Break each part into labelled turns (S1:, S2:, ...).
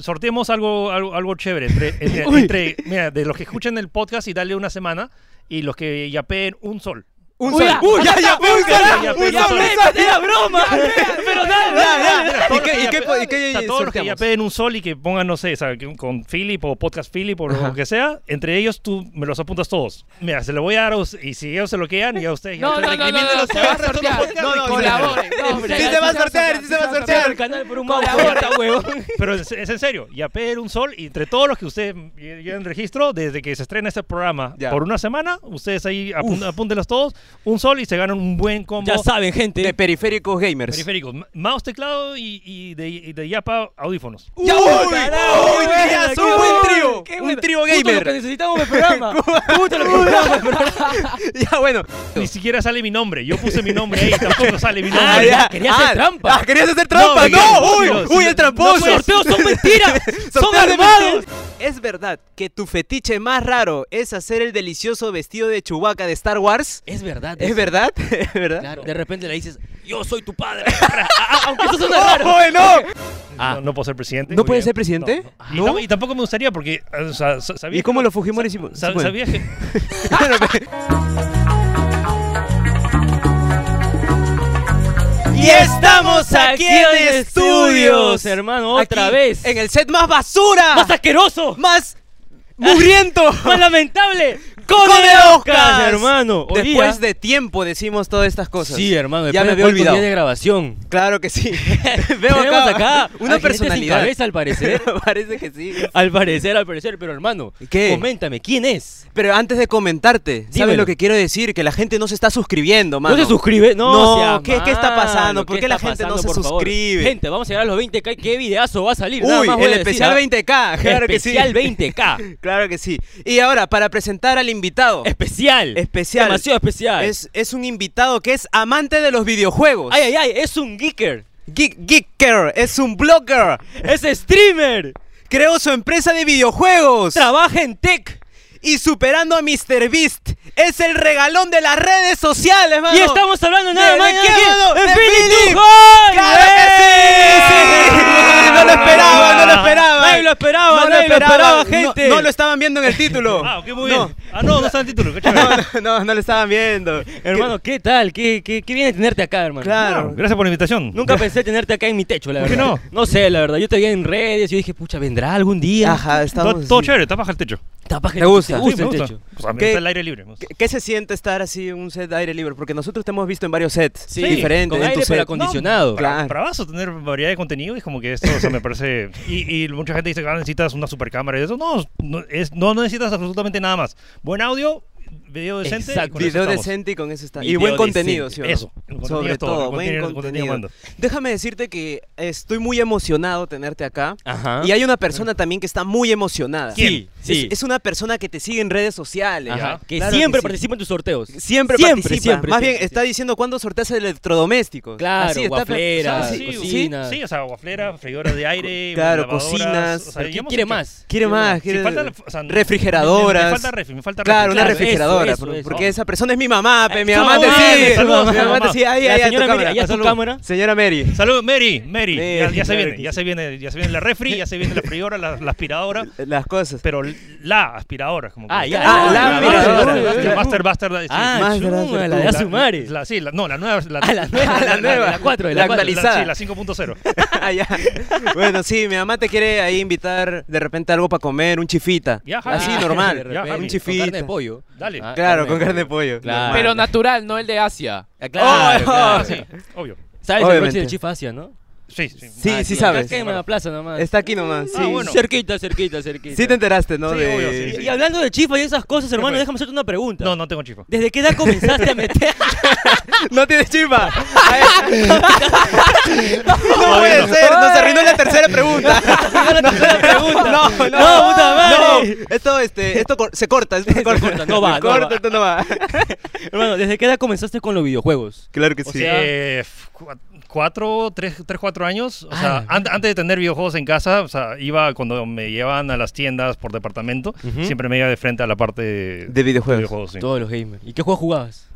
S1: sorteemos algo, algo, algo chévere. Entre, entre- entre- mira, de los que escuchen el podcast y dale una semana y los que yapeen un sol.
S2: Un
S3: Uy,
S2: sol.
S3: ya.
S2: ¡Uy, ya, ya! ¡Un
S1: ya,
S2: sol! ¡Un
S1: ya,
S2: sol!
S1: ya,
S2: ¡Un sol!
S3: ¡Era broma! ¡Pero dale!
S1: Mira, todos
S2: ¿Y qué-
S1: los que
S2: y
S1: yape-
S2: qué po- y qué
S1: o sea, todos los que
S2: sorteamos?
S1: yapeen un sol y que pongan, no sé, o sea, que un- con Philip o Podcast Philip o lo que sea, entre ellos tú me los apuntas todos. Mira, se lo voy a dar a us- y si ellos se lo quedan, ya ustedes. ya
S3: No, no,
S1: ustedes
S3: no, no, no,
S1: recriminen
S3: no,
S1: los-
S3: se va a sortear.
S2: No, no,
S3: Colaboren.
S2: Sí se va a sortear, sí se va a sortear.
S3: el canal por un Colabora, huevón.
S1: Pero es, es en serio, yapeen un sol y entre todos los que ustedes lleven registro, desde que se estrena este programa
S2: Ya.
S1: por una semana, ustedes ahí apun- apúntenlos todos, un sol y se ganan un buen combo.
S3: Ya
S2: De
S3: saben, gente.
S2: periféricos gamers.
S1: Periféricos, ma- mouse, teclado y, y de, y de Yapa audífonos.
S2: ¡Ya, uy!
S3: Uy,
S2: ¡Uy, ya!
S3: qué
S2: ¡Un buen
S3: bueno,
S2: trío!
S3: qué
S2: ¡Un
S3: bueno.
S2: trío
S3: Justo lo que
S2: gamer!
S3: necesitamos el programa. Justo lo que necesitamos del programa.
S2: Ya, bueno.
S1: Ni siquiera sale mi nombre. Yo puse mi nombre ahí, tampoco sale mi nombre.
S3: Ah, ya. quería hacer
S2: Ah,
S3: trampa.
S2: ¡Ah, querías hacer trampa!
S1: No,
S2: ¡No!
S1: no,
S2: ¡Uy!
S1: no,
S2: ¡Uy,
S1: no,
S2: el
S3: Los
S2: tramposo!
S3: sorteos son mentiras. Son
S2: Sorteo de
S3: armados.
S2: ¿Es verdad que tu fetiche más raro es hacer el delicioso vestido de Chewbacca de Star Wars?
S3: Es verdad.
S2: ¿Es verdad? ¿Es verdad?
S3: Claro, de repente le dices, yo soy tu padre. Ah, ah, Aunque eso suena raro.
S2: ¡Oye, no!
S1: No, no puedo ser presidente.
S2: ¿No
S1: muy
S2: puedes
S1: bien.
S2: ser presidente?
S1: No, no. Y, tam- y tampoco me gustaría porque. o sea, sa- sabía
S2: ¿Y cómo
S1: que-
S2: los Fujimori hicimos?
S1: sa- sabía que-
S2: Y estamos aquí en estudios,
S3: estudios, hermano, otra
S2: Aquí,
S3: vez.
S2: En el set más basura.
S3: ¡Más asqueroso!
S2: más mugriento.
S3: ¡Más lamentable! ¡Con
S2: Come
S3: el
S2: Oscars.
S3: Oscar, hermano! Hoy
S2: Después
S3: día-
S2: de tiempo decimos todas estas cosas.
S3: Sí, hermano,
S2: Ya
S3: después
S2: me
S3: de
S2: había
S3: cuántos días
S2: olvidado.
S3: de grabación.
S2: Claro que sí. Veo
S3: Tenemos acá,
S2: una
S3: a gente sin
S2: personalidad.
S3: cabeza, al parecer.
S2: Parece que sí.
S3: Al parecer, al parecer, pero hermano,
S2: ¿Qué?
S3: coméntame, ¿quién es?
S2: Pero antes de comentarte, ¿sabes
S3: Dímelo.
S2: lo que quiero decir? Que la gente no se está suscribiendo, mano.
S3: ¿No se suscribe?
S2: No,
S3: No, sea
S2: ¿qué- qué está
S3: malo,
S2: pasando? ¿Por qué la
S3: está
S2: gente no
S3: pasando,
S2: se
S3: por favor?
S2: suscribe?
S3: Gente, vamos a llegar a los 20k. ¿Qué videazo va a salir? Nada
S2: Uy,
S3: más voy
S2: el
S3: a decir,
S2: especial
S3: ¿ah?
S2: 20K. Claro que sí.
S3: Especial 20k.
S2: Claro que sí. Y ahora, para presentar al invitado.
S3: Especial.
S2: Especial.
S3: Demasiado especial.
S2: Es, es un invitado que es amante de los videojuegos.
S3: Ay, ay, ay, es un geeker.
S2: Geek, geeker, es un blogger.
S3: Es streamer.
S2: Creó su empresa de videojuegos.
S3: Trabaja en tech.
S2: y superando a MrBeast. Es el regalón de las redes sociales, mano.
S3: Y estamos hablando
S2: ¿De-
S3: nada
S2: de
S3: más nada
S2: qué,
S3: menos
S2: mano?
S3: que
S2: ¡De
S3: de Philip
S2: Philip!
S3: Tuchel.
S2: ¡Claro que sí!
S3: ¡Eh!
S2: No lo esperaba, no lo esperaba.
S3: Nadie lo esperaba,
S2: No
S3: nadie lo esperaba,
S2: no-
S3: gente.
S2: No, lo estaban viendo en el título.
S1: Ah, ok, muy
S2: No.
S1: bien. Ah, no, no está en título. qué chévere.
S2: No, no, no, no lo estaban viendo.
S3: Hermano, ¿qué tal? ¿Qué, qué, qué viene tenerte acá, hermano?
S1: Claro,
S2: Claro.
S1: gracias por la invitación.
S3: Nunca pensé tenerte acá en mi techo, la
S1: ¿Por qué
S3: verdad. no? No sé, la verdad. Yo te vi en redes y yo dije, pucha, ¿vendrá algún día?
S2: Ajá, estamos.
S1: Todo, todo
S2: así.
S1: chévere, está bajo el techo.
S3: Capaz que
S2: Me gusta.
S3: te
S1: Ah, Sí,
S3: gusta el
S1: me gusta.
S3: techo.
S1: O sea, me
S2: ¿Qué-
S1: gusta el aire libre. me gusta.
S2: ¿Qué, qué se siente estar así en un set de aire libre? Porque nosotros te hemos visto en varios sets
S3: Sí,
S2: diferentes.
S3: con
S2: en tu
S3: aire,
S2: set.
S3: pero acondicionado.
S2: No, claro.
S1: Bravazo tener variedad de contenido y es como que esto, o sea, me parece... Y, y mucha gente dice que ah, necesitas una super cámara y eso. No, no, es, no necesitas absolutamente nada más. Buen audio, video decente. y
S3: Exacto.
S1: con eso
S2: Video
S1: estamos.
S2: decente y con eso está. Y
S3: Video
S2: buen contenido,
S3: decente.
S2: ¿sí o no?
S1: Eso, el contenido
S2: Sobre
S1: es todo,
S2: todo,
S1: el
S2: buen
S1: contenido- el
S2: contenido.
S1: contenido manda.
S2: Déjame decirte que estoy muy emocionado tenerte acá.
S3: Ajá.
S2: Y hay una persona también que está muy emocionada.
S1: ¿Quién?
S3: Sí,
S2: Es-
S3: sí.
S2: Es, una persona que te sigue en redes sociales.
S3: Ajá, que
S2: Claro
S3: siempre
S2: sí.
S3: participa en tus sorteos.
S2: Siempre,
S3: Siempre,
S2: participa.
S3: siempre,
S2: Más
S3: siempre,
S2: bien, está diciendo cuándo sorteas electrodomésticos.
S3: Claro,
S2: Así está, pero-
S3: guaflera,
S2: ¿sabes?
S1: Ah, Sí,
S2: Sí, sí.
S3: cocina.
S1: Sí, o sea, guaflera, freidoras de aire,
S2: ah, Claro,
S1: lavadoras,
S2: cocinas.
S1: o sea,
S3: Pero
S1: ya
S3: ¿quién
S1: hemos
S3: quiere
S1: hecho-
S3: más?
S2: Quiere más,
S1: Sí,
S2: quiere
S1: falta la- o sea, me- me-
S2: refrigeradoras.
S1: Me, falta refri, me falta
S2: Claro, una
S3: Claro, eso,
S2: refrigeradora.
S3: eso,
S2: por-
S3: eso.
S2: Porque esa persona es mi mamá, pe, mi
S3: Ay,
S2: mamá te
S3: saludos,
S2: sigue.
S1: saludos,
S2: mi mamá
S1: mamá.
S2: te sigue. Ahí,
S3: La
S2: ahí, a tu
S3: señora Mary,
S2: cámara.
S3: ahí a tu
S2: Salud.
S3: cámara.
S2: Señora Mary.
S1: Salud, Mary, Mary. ya,
S2: Mary,
S1: ya se
S2: claro
S1: viene,
S2: que
S1: ya
S2: sí.
S1: se viene, ya se viene la refri, ya se viene la freidora, la, la aspiradora,
S2: Las cosas.
S1: pero la aspiradora, como que-
S3: Ah, ya.
S2: Ah, la
S1: la
S2: aspiradora.
S1: aspiradora,
S2: Uy, uy,
S1: la Master Buster, la- sí.
S3: Ah,
S2: Más
S3: chuma,
S2: gracias.
S3: la de
S2: Uy,
S3: Azumare.
S1: La, sí, la, no, la nueva, la,
S3: Ah, la nueva, la nueva, la 4,
S2: La
S3: la 4.
S2: actualizada.
S1: sí, la 5.0.
S2: Ah, ya. Bueno, sí, mi mamá te quiere ahí invitar de repente algo para comer, un chifita.
S1: Ya, Javi.
S2: Así,
S1: Ah,
S2: normal.
S1: de repente,
S2: un
S1: con
S2: chifita.
S3: carne de pollo.
S1: Dale.
S3: Ah,
S2: Claro, con carne de pollo.
S3: Claro.
S2: Normal.
S4: Pero natural, no el de Asia.
S3: Ah, Claro,
S2: Oh,
S3: claro.
S1: Ah, sí, obvio.
S3: ¿Sabes el
S2: Obviamente.
S3: broche de Chief Asia, no?
S1: Sí, sí.
S2: Sí,
S3: Ah,
S2: sí sabes.
S3: Acá en la plaza nomás.
S2: Está aquí nomás. Sí,
S1: Ah, bueno.
S3: Cerquita, cerquita, cerquita.
S2: sí te enteraste, ¿no?
S1: Sí,
S2: de...
S1: obvio, sí,
S3: Y-
S1: sí.
S3: Y hablando de chifa y esas cosas, hermano,
S1: fue?
S3: déjame hacerte una pregunta.
S1: No, no tengo chifa.
S3: ¿Desde qué edad comenzaste a meter?
S2: No tienes chifa. no puede
S1: bueno.
S2: ser, nos arruinó la tercera pregunta.
S3: Ahora te hago la pregunta.
S2: No, no,
S3: No, puta madre.
S2: No, esto, este, esto cor- se corta, esto se corta.
S3: corta, no va,
S2: Se
S3: no
S2: corta,
S3: va.
S2: esto no va.
S3: Hermano, ¿desde qué edad comenzaste con los videojuegos?
S2: Claro que
S3: O
S2: sí.
S3: sea,
S1: Eh, f- cua- cuatro, tres, tres, cuatro años. O sea,
S3: Ah.
S1: an- antes de tener videojuegos en casa, o sea, iba cuando me llevaban a las tiendas por departamento, siempre me iba de frente a la parte
S2: De videojuegos.
S1: sí.
S3: Todos los gamers. ¿Y qué juegos jugabas?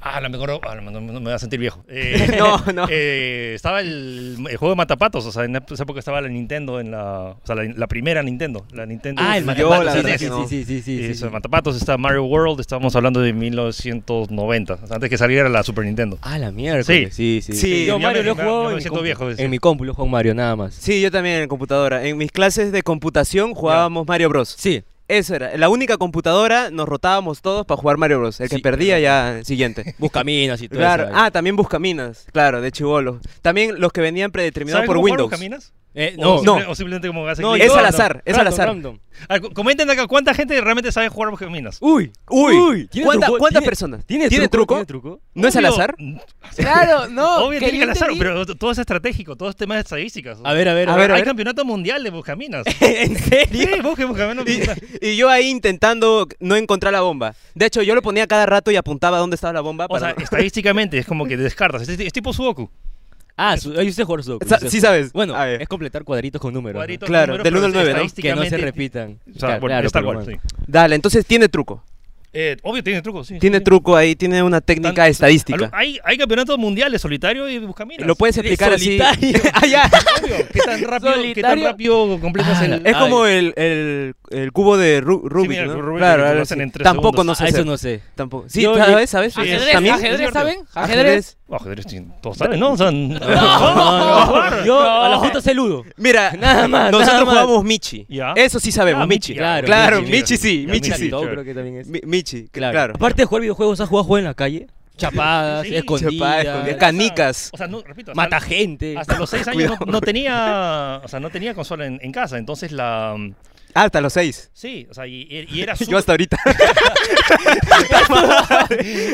S1: Ah, a lo mejor ah, no, no, no me voy a sentir viejo. Eh,
S2: No, no.
S1: eh, estaba el, el juego de matapatos, o sea, en esa época estaba la Nintendo, en la, o sea, la, la primera Nintendo. La Nintendo
S3: Ah, el
S1: Uf,
S2: yo,
S3: matapatos,
S2: la
S3: sí,
S2: verdad
S3: sí,
S2: que no.
S3: sí, sí, sí, sí, sí,
S1: Eso,
S3: sí.
S1: Matapatos está Mario World, estábamos hablando de 1990, o sea, antes que saliera la Super Nintendo.
S3: Ah, la mierda. Sí, sí, sí.
S2: Sí,
S3: yo
S1: ya
S3: Mario
S1: me-
S3: lo he
S1: ya-
S3: jugado
S1: ya me
S3: en mi
S1: siento
S3: compu.
S1: viejo, pues. sí.
S3: En mi compu lo juego Mario nada más.
S2: Sí, yo también en computadora. En mis clases de computación jugábamos Mario Bros.
S3: Sí.
S2: Eso era. La única computadora nos rotábamos todos para jugar Mario Bros. El que
S3: Sí,
S2: perdía ya, siguiente.
S3: Buscaminas y todo
S2: Claro.
S3: eso.
S2: Ah, también Buscaminas. Claro, de chivolo. También los que venían predeterminados
S1: ¿Saben
S2: por
S1: cómo jugar
S2: Windows.
S1: Caminas?
S3: Eh,
S1: o
S3: no,
S1: simple-
S2: no.
S1: O simplemente como hace
S3: no,
S1: clic.
S2: es
S3: yo-
S2: al azar, es al
S3: random,
S2: azar.
S3: random.
S1: A ver, cu- Ah, comenten acá cuánta gente realmente sabe jugar
S2: Uh,
S1: Buscaminas.
S3: Uy,
S2: Uy,
S3: ¿tiene
S2: ¿cuánta-
S3: truco?
S2: ¿cuántas
S3: ¿Tiene-
S2: personas?
S3: ¿Tiene, truco? ¿Tiene truco?
S2: ¿No es al
S1: Obvio-
S2: azar?
S4: Claro, no.
S1: Obvio,
S4: que
S1: tiene
S4: yo
S1: que al azar,
S4: entendí-
S1: pero t- todo es estratégico, todo es tema de estadísticas.
S3: A ver, a ver,
S2: A
S3: a
S2: ver,
S3: ver.
S1: Hay campeonato mundial de Buscaminas.
S3: ¿En serio?
S1: sí, busque Buscaminas.
S2: Y yo ahí intentando no encontrar la bomba. De hecho, yo lo ponía cada rato y apuntaba dónde estaba la bomba.
S1: O sea, eh,
S2: para-
S1: estadísticamente es como que descartas. Es, es tipo Sudoku.
S3: Ah, su, ahí usted juega Sudoku.
S2: Sa-
S3: usted-
S2: sí sabes.
S3: Bueno,
S2: A
S1: eh.
S2: ver.
S3: es completar cuadritos con números. ¿no?
S1: Cuadritos,
S2: Claro,
S1: números,
S2: del
S1: pero
S2: uno al nueve, ¿no?
S3: Que no se
S1: estadísticamente-
S3: repitan.
S1: O sea, bueno, es tal cual, sí.
S2: Dale, entonces tiene truco.
S1: Eh, obvio tiene truco, sí.
S2: Tiene
S1: sí.
S2: truco ahí, tiene una técnica
S1: Tan- ah,
S2: estadística.
S1: Aló, Hay, hay campeonatos mundiales solitario y Buscaminas.
S2: Lo puedes explicar así.
S3: solitario.
S2: Ah, ya.
S1: Obvio, ¿Qué tan rápido, qué tan
S4: Solitario.
S1: rápido completas
S3: Ah,
S1: el...?
S3: eh,
S2: Es como el, el, el cubo de Ru- Rubik,
S1: mira, el
S2: ¿no?
S1: Rubik
S2: claro,
S1: que lo
S2: algo
S1: hacen
S2: así.
S1: en tres
S2: Tampoco
S1: segundos.
S2: no
S3: Ah,
S2: sé
S3: eso
S2: hacer.
S3: no sé.
S2: Tampoco. Sí,
S3: Yo-
S2: ¿sabes? ¿Sabes?
S1: Sí,
S4: Ajedrez,
S2: ¿También?
S4: ajedrez, ¿saben? Ajedrez.
S2: Ajedrez.
S1: No, ajedrez, Oh, sí, todos saben, ¿no? O sea, no.
S3: Yo a la J saludo.
S2: Mira,
S3: Nada más,
S2: nosotros
S3: nada más.
S2: jugamos Michi.
S1: Ya.
S2: Eso sí sabemos,
S1: Ah,
S2: Michi.
S1: Michi,
S2: Claro,
S3: claro,
S2: Michi,
S3: Michi,
S2: sí,
S1: ya,
S2: Michi
S1: Michi,
S2: sí.
S1: todo.
S3: creo que también es.
S2: Mi- Michi,
S3: Claro.
S2: claro.
S3: Aparte de jugar videojuegos, ¿has jugado juegos en la calle? Chapadas,
S1: Sí,
S3: escondidas,
S2: chapadas, escondidas. Canicas.
S1: O sea, no, repito. hasta-
S3: mata gente.
S1: Hasta los seis años no, no tenía, o sea, no tenía consola en, en casa, entonces la, mm,
S2: Ah, Hasta los seis.
S1: sí, o sea, y, y era
S2: Yo
S1: súper-
S2: hasta ahorita.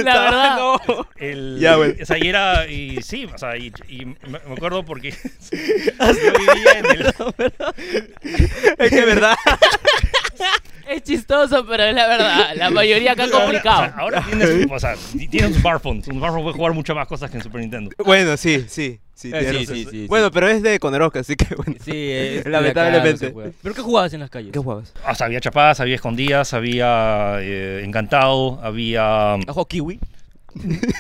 S4: La verdad.
S2: No.
S1: El,
S2: Ya, güey.
S1: O sea, y era. Y sí, o sea, y, y me me acuerdo porque. yo vivía en el.
S2: Es que es verdad.
S4: Es chistoso, pero es la verdad. La mayoría acá
S1: Ahora, o sea,
S4: complicado.
S1: ahora tienes. O sea, ti- tienes un smartphone. Un smartphone puede jugar muchas más cosas que en Super Nintendo.
S2: Bueno, sí, sí. Sí,
S3: Eh,
S2: tienes
S3: sí,
S2: razón.
S3: sí, sí, sí.
S2: Bueno, pero es de Coneroca, así que bueno.
S3: Sí, es-
S2: Lamentablemente.
S3: acá no se juega. ¿Pero qué jugabas en las calles?
S2: ¿Qué jugabas?
S1: O sea, había chapadas, había escondidas, había eh, encantado, había.
S3: ¿Has jugado kiwi?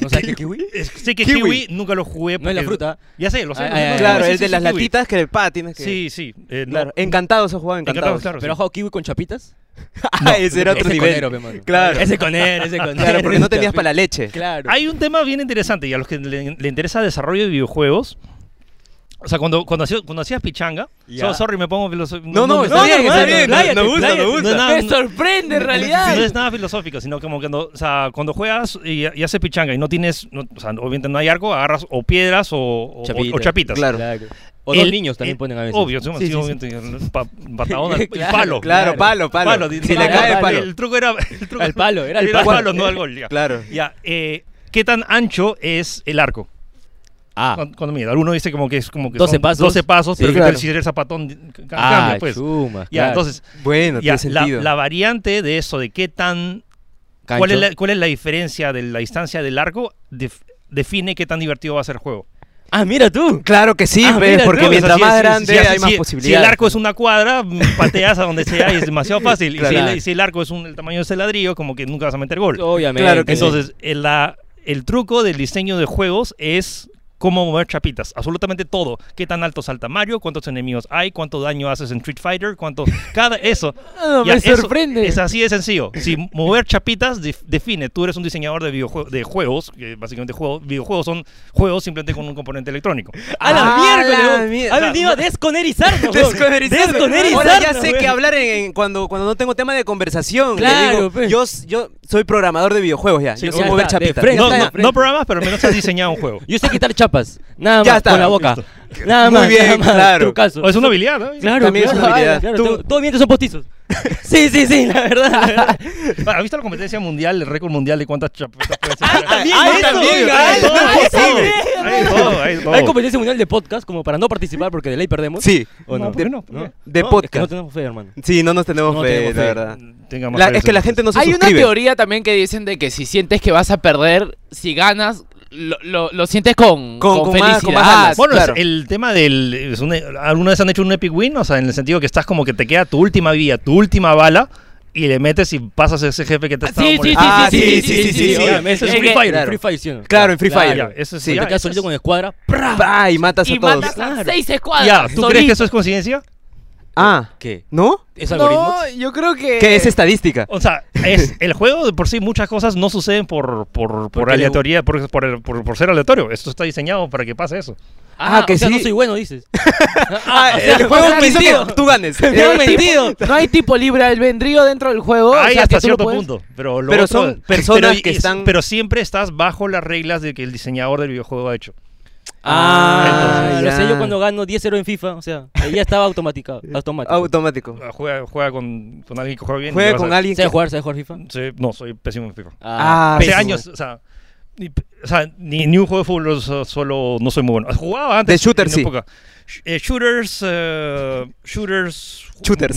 S3: ¿No sabes qué es kiwi?
S1: Es- Sé que
S2: Kiwi.
S1: kiwi. nunca lo jugué.
S3: No es la
S1: porque-
S3: fruta.
S1: Ya sé, lo sé.
S3: Ah,
S1: lo sé,
S3: ah,
S1: lo sé,
S2: Claro,
S1: Eh, sí,
S2: el
S1: sí,
S2: de
S1: sí,
S2: las
S1: kiwi.
S2: latitas que pa, tienes que.
S1: Sí, sí. eh, no.
S2: Claro, encantados se jugaba encantados.
S1: Encantados, claro.
S3: ¿Pero has jugado kiwi con chapitas?
S2: Ah, ese era otro
S3: ese
S2: nivel.
S3: conero, pe, mano.
S2: Claro.
S3: Ese conero, ese conero.
S2: Claro, porque no tenías para la leche.
S3: Claro.
S1: Hay un tema bien interesante y a los que le, le interesa desarrollo de videojuegos. O sea, cuando, cuando, hacías, cuando hacías pichanga.
S3: Ya.
S1: so- sorry, me pongo filosófico.
S2: No, no, está bien, está bien.
S3: Pláyate,
S2: Nos gusta,
S3: pláyate.
S2: nos
S1: No es
S2: gusta.
S1: nada-
S4: Me sorprende en realidad.
S1: No es nada filosófico, sino como que cuando, o sea, cuando juegas y, y haces pichanga y no tienes, no- o sea, obviamente no hay arco, agarras o piedras o, o- o-
S3: Chapitas.
S1: o chapitas.
S2: Claro.
S3: O dos
S1: El-
S3: niños también
S1: el-
S3: ponen a veces.
S1: Obvio, sí,
S3: Sí,
S1: sí,
S3: sí, sí.
S1: obviamente, el pa- patadón al- el
S3: Claro,
S1: palo.
S2: Claro, palo, palo.
S1: di-
S2: si le
S1: palo,
S2: cae el
S1: palo.
S2: palo.
S1: El truco era el truco
S3: Al palo, era el
S1: era
S3: palo.
S1: no al gol. ya.
S2: Claro.
S1: Ya, eh, ¿qué tan ancho es el arco?
S3: Ah,
S1: Cuando, cuando mira, alguno dice como que es como que
S3: 12
S1: son
S3: pasos.
S1: 12 pasos,
S3: Sí,
S1: pero que
S2: claro.
S1: si eres zapatón c-
S3: ah
S1: cambia, pues.
S3: chuma.
S1: Ya,
S3: claro.
S1: entonces,
S2: Bueno,
S1: ya,
S2: tiene
S1: la,
S2: sentido.
S1: la variante de eso, de qué tan
S3: Cancho.
S1: ¿Cuál es, la, ¿Cuál es la diferencia de la distancia del largo? Def- define qué tan divertido va a ser el juego.
S3: Ah, mira tú.
S2: Claro que sí,
S3: Ah,
S2: ves,
S3: mira,
S2: porque
S1: No, o sea,
S2: mientras
S1: si-
S2: más
S1: si-
S2: grande
S1: si- si-
S2: hay
S1: si-
S2: más
S1: Si el
S2: posibilidades. pues.
S1: arco es una cuadra, mm, pateas a donde sea y es demasiado fácil. Y si
S3: Claro.
S1: el- y si, el arco es un- el tamaño de ese ladrillo, como que nunca vas a meter gol.
S3: Obviamente.
S2: Claro que sí.
S1: Entonces, el, la- el truco del diseño de juegos es cómo mover chapitas, absolutamente todo. ¿Qué tan alto salta Mario? ¿Cuántos enemigos hay? ¿Cuánto daño haces en Street Fighter? ¿Cuánto? Cada eso.
S4: No,
S1: Ya,
S4: me
S1: eso
S4: sorprende.
S1: Es así de sencillo. Si mover chapitas def- define, tú eres un diseñador de, videojue- de juegos, que básicamente juego- videojuegos son juegos simplemente con un componente electrónico.
S3: ¡A la
S2: Ah, la
S3: miércoles! weón.
S2: mierda.
S3: Ha venido a desconerizarnos. weón.
S2: Desconerizarnos.
S3: Desconerizarnos,
S2: Ahora ya sé
S3: weón.
S2: que hablar en, en- cuando, cuando no tengo tema de conversación. le
S3: Claro,
S2: digo,
S3: pues.
S2: yo, s- yo soy programador de videojuegos ya.
S3: Sí,
S2: yo soy
S3: ya
S2: mover
S3: está, de
S2: chapita.
S3: frente.
S1: Ah, No,
S2: Ya
S1: no,
S2: está.
S1: no programas, pero al menos has diseñado un juego.
S3: Yo sé quitar chapas. Nada
S2: Ya
S3: más,
S2: está,
S3: con la boca. Nada
S2: Muy
S3: más,
S2: bien,
S3: nada más.
S2: claro.
S3: Trucazo.
S1: O es una habilidad, ¿no?
S3: Claro,
S2: También es
S3: claro,
S2: una habilidad.
S3: claro,
S2: Tú-
S3: todo- Todos mientras son postizos. Sí, sí, sí, la verdad. la verdad.
S1: ¿Has visto la competencia mundial, el récord mundial de cuántas chapitas puedes hacer?
S2: Ah,
S3: También
S2: ah,
S3: eso,
S2: también,
S3: weón.
S2: ah,
S1: Hay todo,
S2: no,
S1: hay todo,
S2: sí,
S1: hay todo, hay todo.
S3: Hay competencia mundial de podcast como para no participar porque de ley perdemos.
S2: Oh. Sí.
S3: ¿O no?
S1: No, ¿por qué no? ¿Por
S3: ¿No?
S1: qué?
S2: De
S3: No, Es que no
S2: podcast.
S3: tenemos fe, hermano.
S2: Sí, no nos tenemos
S3: No
S2: fe,
S3: tenemos
S2: la
S3: fe.
S2: verdad.
S1: Tenga más
S2: La-
S1: fe,
S2: es que la
S1: entonces.
S2: gente no se
S4: Hay una
S2: suscribe.
S4: teoría también que dicen de que si sientes que vas a perder, si ganas, lo, lo- lo sientes
S2: Con-
S4: con, con,
S2: con más-
S4: felicidad.
S2: con más ganas.
S1: Bueno,
S2: Claro.
S1: es el tema del. es un- ¿Alguna vez han hecho un epic win? O sea, en el sentido que estás como que te queda tu última vida, tu última bala. y le metes y pasas a ese jefe que te está
S4: Sí, sí, sí,
S2: Ah,
S4: sí, sí, sí, sí,
S2: sí, sí,
S4: sí,
S5: obviamente, Eso
S4: Es
S5: es
S4: que-
S5: Free Fire.
S2: claro.
S5: Free Fire, sí.
S2: Claro, en Free Fire.
S1: Ya, eso
S2: Sí,
S1: ya,
S2: te
S5: Te quedas solito
S1: eso
S5: con
S1: es-
S5: escuadra.
S2: ¡Pra! Y matas a
S4: Y
S2: todos.
S4: matas a
S1: Claro.
S4: seis escuadras.
S1: Ah, Ya, ¿tú crees que
S4: solito.
S1: eso es coincidencia?
S2: Ah,
S5: ¿Qué?
S2: ¿no?
S5: ¿Es algoritmo?
S3: yo creo que.
S2: Que es estadística.
S1: O sea, es el juego de por sí muchas cosas no suceden por, por, por
S5: Porque
S1: aleatoriedad, por, por, por- por ser aleatorio. Esto está diseñado para que pase eso.
S2: Ah, que
S5: o sea,
S2: sí.
S5: no soy bueno, dices.
S2: Ah, el
S4: o
S2: juego
S4: sea,
S2: quiso
S4: mentido.
S2: que tú ganes.
S4: No
S2: Eh,
S4: hay tipo- No hay tipo libre albedrío dentro del juego. o
S1: Hay
S4: sea, que
S1: hasta
S4: tú lo
S1: cierto
S4: puedes-
S1: punto. Pero, lo
S2: Pero
S1: otro-
S2: son personas
S1: pero-
S2: que
S1: y-
S2: están-
S1: Pero siempre estás bajo las reglas de que el diseñador del videojuego ha hecho.
S5: Ah,
S2: Ah,
S5: lo
S2: ya.
S5: sé yo cuando gano 10-0 en FIFA. O sea, ahí ya estaba automática. Automático.
S2: Automático.
S1: Juega, juega con, con alguien que juega bien. y
S2: Juega
S1: vas
S2: con
S1: a-
S2: alguien que...
S5: ¿Sabes jugar? ¿Sabes jugar FIFA?
S1: Sí, no, soy pésimo en FIFA.
S2: Ah,
S1: Hace
S2: pésimo.
S1: años, o sea, ni, o sea, ni, ni un juego de fútbol so- solo no soy muy bueno. Jugaba antes.
S2: De shooters,
S1: en
S2: sí.
S1: época. Sh- eh, shooters, eh, shooters.
S2: Shooters.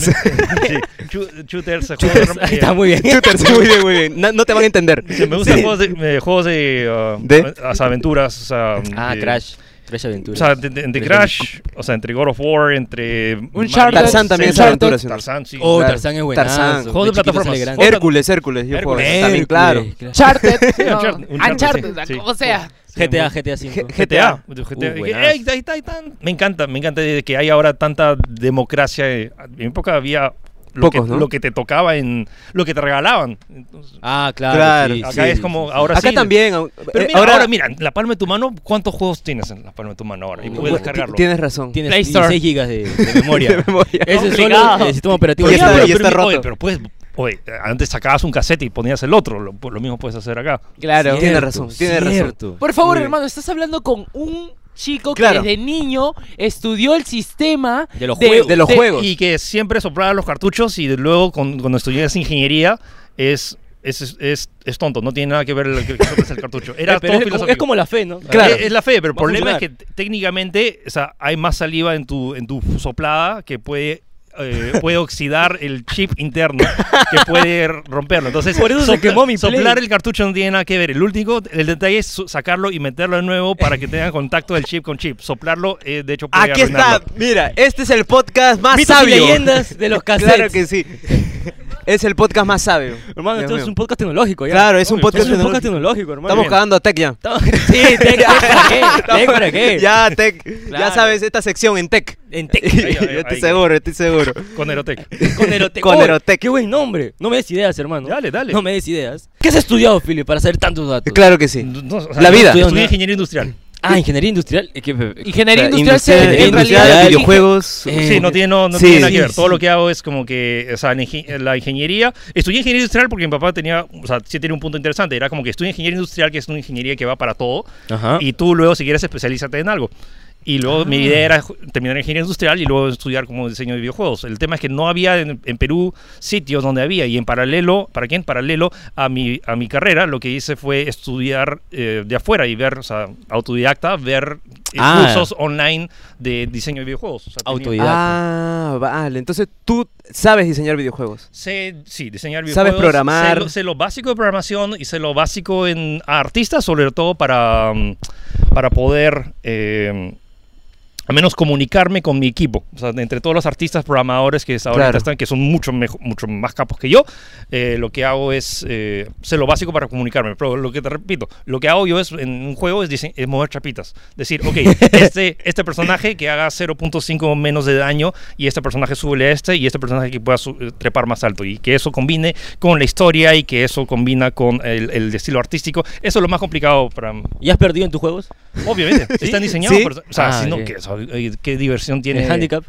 S1: sí, chu- shooters. eh, juegos de rom-
S5: Ahí
S1: eh,
S5: está muy bien.
S2: Shooters, muy bien, muy bien. No, no te van a entender.
S1: sí, me gustan
S2: Sí.
S1: juegos de, eh, juegos de, ah,
S2: ¿De?
S1: ah, o sea, aventuras. o sea,
S5: Ah,
S1: de-
S5: Crash. Crash
S1: O
S5: Aventuras.
S1: sea, de- de- entre Crash, o sea, entre God of War, entre.
S4: Un
S1: Mario,
S4: Charter.
S2: Tarzán también es
S4: Zelda.
S2: aventura. sí.
S1: Tarzán, sí.
S5: Oh,
S2: Claro.
S5: Tarzán es buenazo.
S2: Tarzán.
S5: De
S1: Juego de
S5: chiquito
S1: plataformas.
S5: sale grande.
S1: Juego
S2: Hércules, Hércules. Yo juego
S1: Hércules.
S2: también, claro.
S4: Uncharted. no,
S1: Uncharted, Uncharted,
S4: Uncharted,
S1: sí, sí.
S4: sea.
S5: GTA, GTA 5.
S2: G-
S1: GTA.
S2: GTA.
S1: de GTA.
S5: Uh,
S1: Y-
S5: buenazo.
S1: ey, ahí está, ahí está. Me encanta, me encanta de que hay ahora tanta democracia. eh, En mi época había lo,
S2: Pocos,
S1: que,
S2: ¿no?
S1: lo que te tocaba en lo que te regalaban. Entonces,
S5: Ah, claro.
S2: Claro.
S5: sí,
S1: acá
S5: sí,
S1: es
S5: sí,
S1: como
S5: sí.
S1: ahora
S2: Acá
S1: sí.
S2: también. au-
S1: Pero
S2: eh,
S1: mira, ahora, mira, en la palma de tu mano, ¿cuántos juegos tienes en la palma de tu mano ahora? Y puedes
S2: Bueno,
S1: descargarlo.
S2: Tienes razón.
S5: Tienes
S4: Play Store.
S5: 16 gigas de, de memoria.
S2: De memoria.
S5: Ese es
S4: Complicado.
S5: solo el sistema operativo.
S2: Y
S1: Oye,
S2: está-
S1: pero-
S2: y está
S1: pero- oye,
S2: roto.
S1: pero puedes, oye, antes sacabas un cassette y ponías el otro. Lo, lo mismo puedes hacer acá.
S4: Claro.
S2: Cierto. Tienes razón, tienes razón.
S4: Este, Por favor,
S2: Muy bien.
S4: hermano, estás hablando con un chico
S2: Claro.
S4: que desde niño estudió el sistema
S5: De los juegos.
S2: De los juegos.
S1: Y que siempre soplaba los cartuchos y luego con, cuando estudias ingeniería es, es, es, es tonto, no tiene nada que ver el que que soples el cartucho. Era
S5: Eh, pero
S1: todo
S5: es, como, es
S1: filosófico.
S5: como la fe, ¿no?
S2: Claro.
S1: Eh, Es, es la fe, pero el
S5: Va a
S1: problema es que
S5: funcionar.
S1: t- técnicamente o sea, hay más saliva en tu, en tu soplada que puede, eh, puede oxidar el chip interno, que puede r- romperlo. Entonces,
S5: Por eso se quemó mi Play.
S1: soplar el cartucho no tiene nada que ver. El último, el detalle es su- sacarlo y meterlo de nuevo para que tenga contacto del chip con chip. Soplarlo, eh, de hecho, puede
S2: Aquí está.
S1: arruinarlo.
S2: Mira, este es el podcast más
S5: Mitos y
S2: sabio.
S5: leyendas de los cassettes.
S2: Claro que sí. Es el podcast más sabio.
S5: Hermano,
S2: Dios
S5: esto es
S2: mío.
S5: un podcast tecnológico ya.
S2: Claro, es un
S1: Obvio,
S2: podcast.
S5: Esto es un podcast tecnológico,
S2: tecnológico.
S5: hermano.
S2: Estamos cagando a Tech ya.
S5: Estamos- Sí, tech, tech para qué. Tech para qué.
S2: Ya, Tech. Ya
S5: Claro.
S2: sabes, esta sección en Tech.
S5: En tech.
S1: ahí,
S2: Yo estoy
S1: ahí.
S2: seguro, estoy seguro.
S1: Con Aerotech.
S5: Con Erotec.
S2: Con
S5: Oh,
S2: Erotec.
S5: Qué buen nombre. No me des ideas, hermano.
S1: Dale, dale.
S5: No me des ideas. ¿Qué has estudiado, Philip, para saber tantos datos?
S2: Claro que sí.
S1: No, o
S2: La
S1: yo
S2: vida.
S1: Estudié ingeniería industrial.
S5: Ah, ingeniería industrial. Eh, que-
S4: Ingeniería
S2: O sea,
S4: industrial, se-
S2: industria-
S4: en
S2: industrial,
S4: realidad elige-
S2: videojuegos.
S5: Eh,
S1: sí, no tiene, no, no
S2: sí,
S1: tiene nada que
S5: sí,
S1: ver. Todo
S5: sí.
S1: lo que hago es como que, o sea, en inge- en la ingeniería. Estudié ingeniería industrial porque mi papá tenía, o sea, sí tiene un punto interesante. Era como que estudia ingeniería industrial, que es una ingeniería que va para todo.
S3: Ah.
S5: Ajá.
S1: Y tú luego, si quieres, especialízate en algo. Y luego mi idea era ju- terminar en ingeniería industrial y luego estudiar como diseño de videojuegos. El tema es que no había en, en Perú sitios donde había. Y en paralelo, ¿para qué? En paralelo a mi, a mi carrera, lo que hice fue estudiar eh, de afuera y ver, o sea, autodidacta, ver eh,
S5: Ah.
S1: cursos online de diseño de videojuegos. O sea, tenía-
S5: Autodidacta.
S2: Ah, vale. Entonces tú sabes diseñar videojuegos.
S1: Sé, sí, diseñar
S2: Sabes
S1: videojuegos.
S2: programar.
S1: Sé lo, sé lo básico de programación y sé lo básico en a artistas, sobre todo para, mm, para poder, eh, al menos, comunicarme con mi equipo. O sea, de entre todos los artistas programadores que ahora
S2: Claro.
S1: están, que son mucho, mejo- mucho más capos que yo, eh, lo que hago es, eh, sé lo básico para comunicarme. Pero lo que te repito, lo que hago yo es, en un juego es, dise- es mover chapitas. Decir, ok, este, este personaje que haga 0.5 menos de daño y este personaje sube a este y este personaje que pueda su- eh, trepar más alto y que eso combine con la historia y que eso combina con el, el estilo artístico. Eso es lo más complicado para...
S5: ¿Y has perdido en tus juegos?
S1: Obviamente, están diseñados.
S2: ¿Sí?
S1: por- o sea,
S5: Ah,
S1: si no,
S5: ok.
S1: ¿qué, o sea, eh, qué diversión tiene...
S5: ¿En handicap?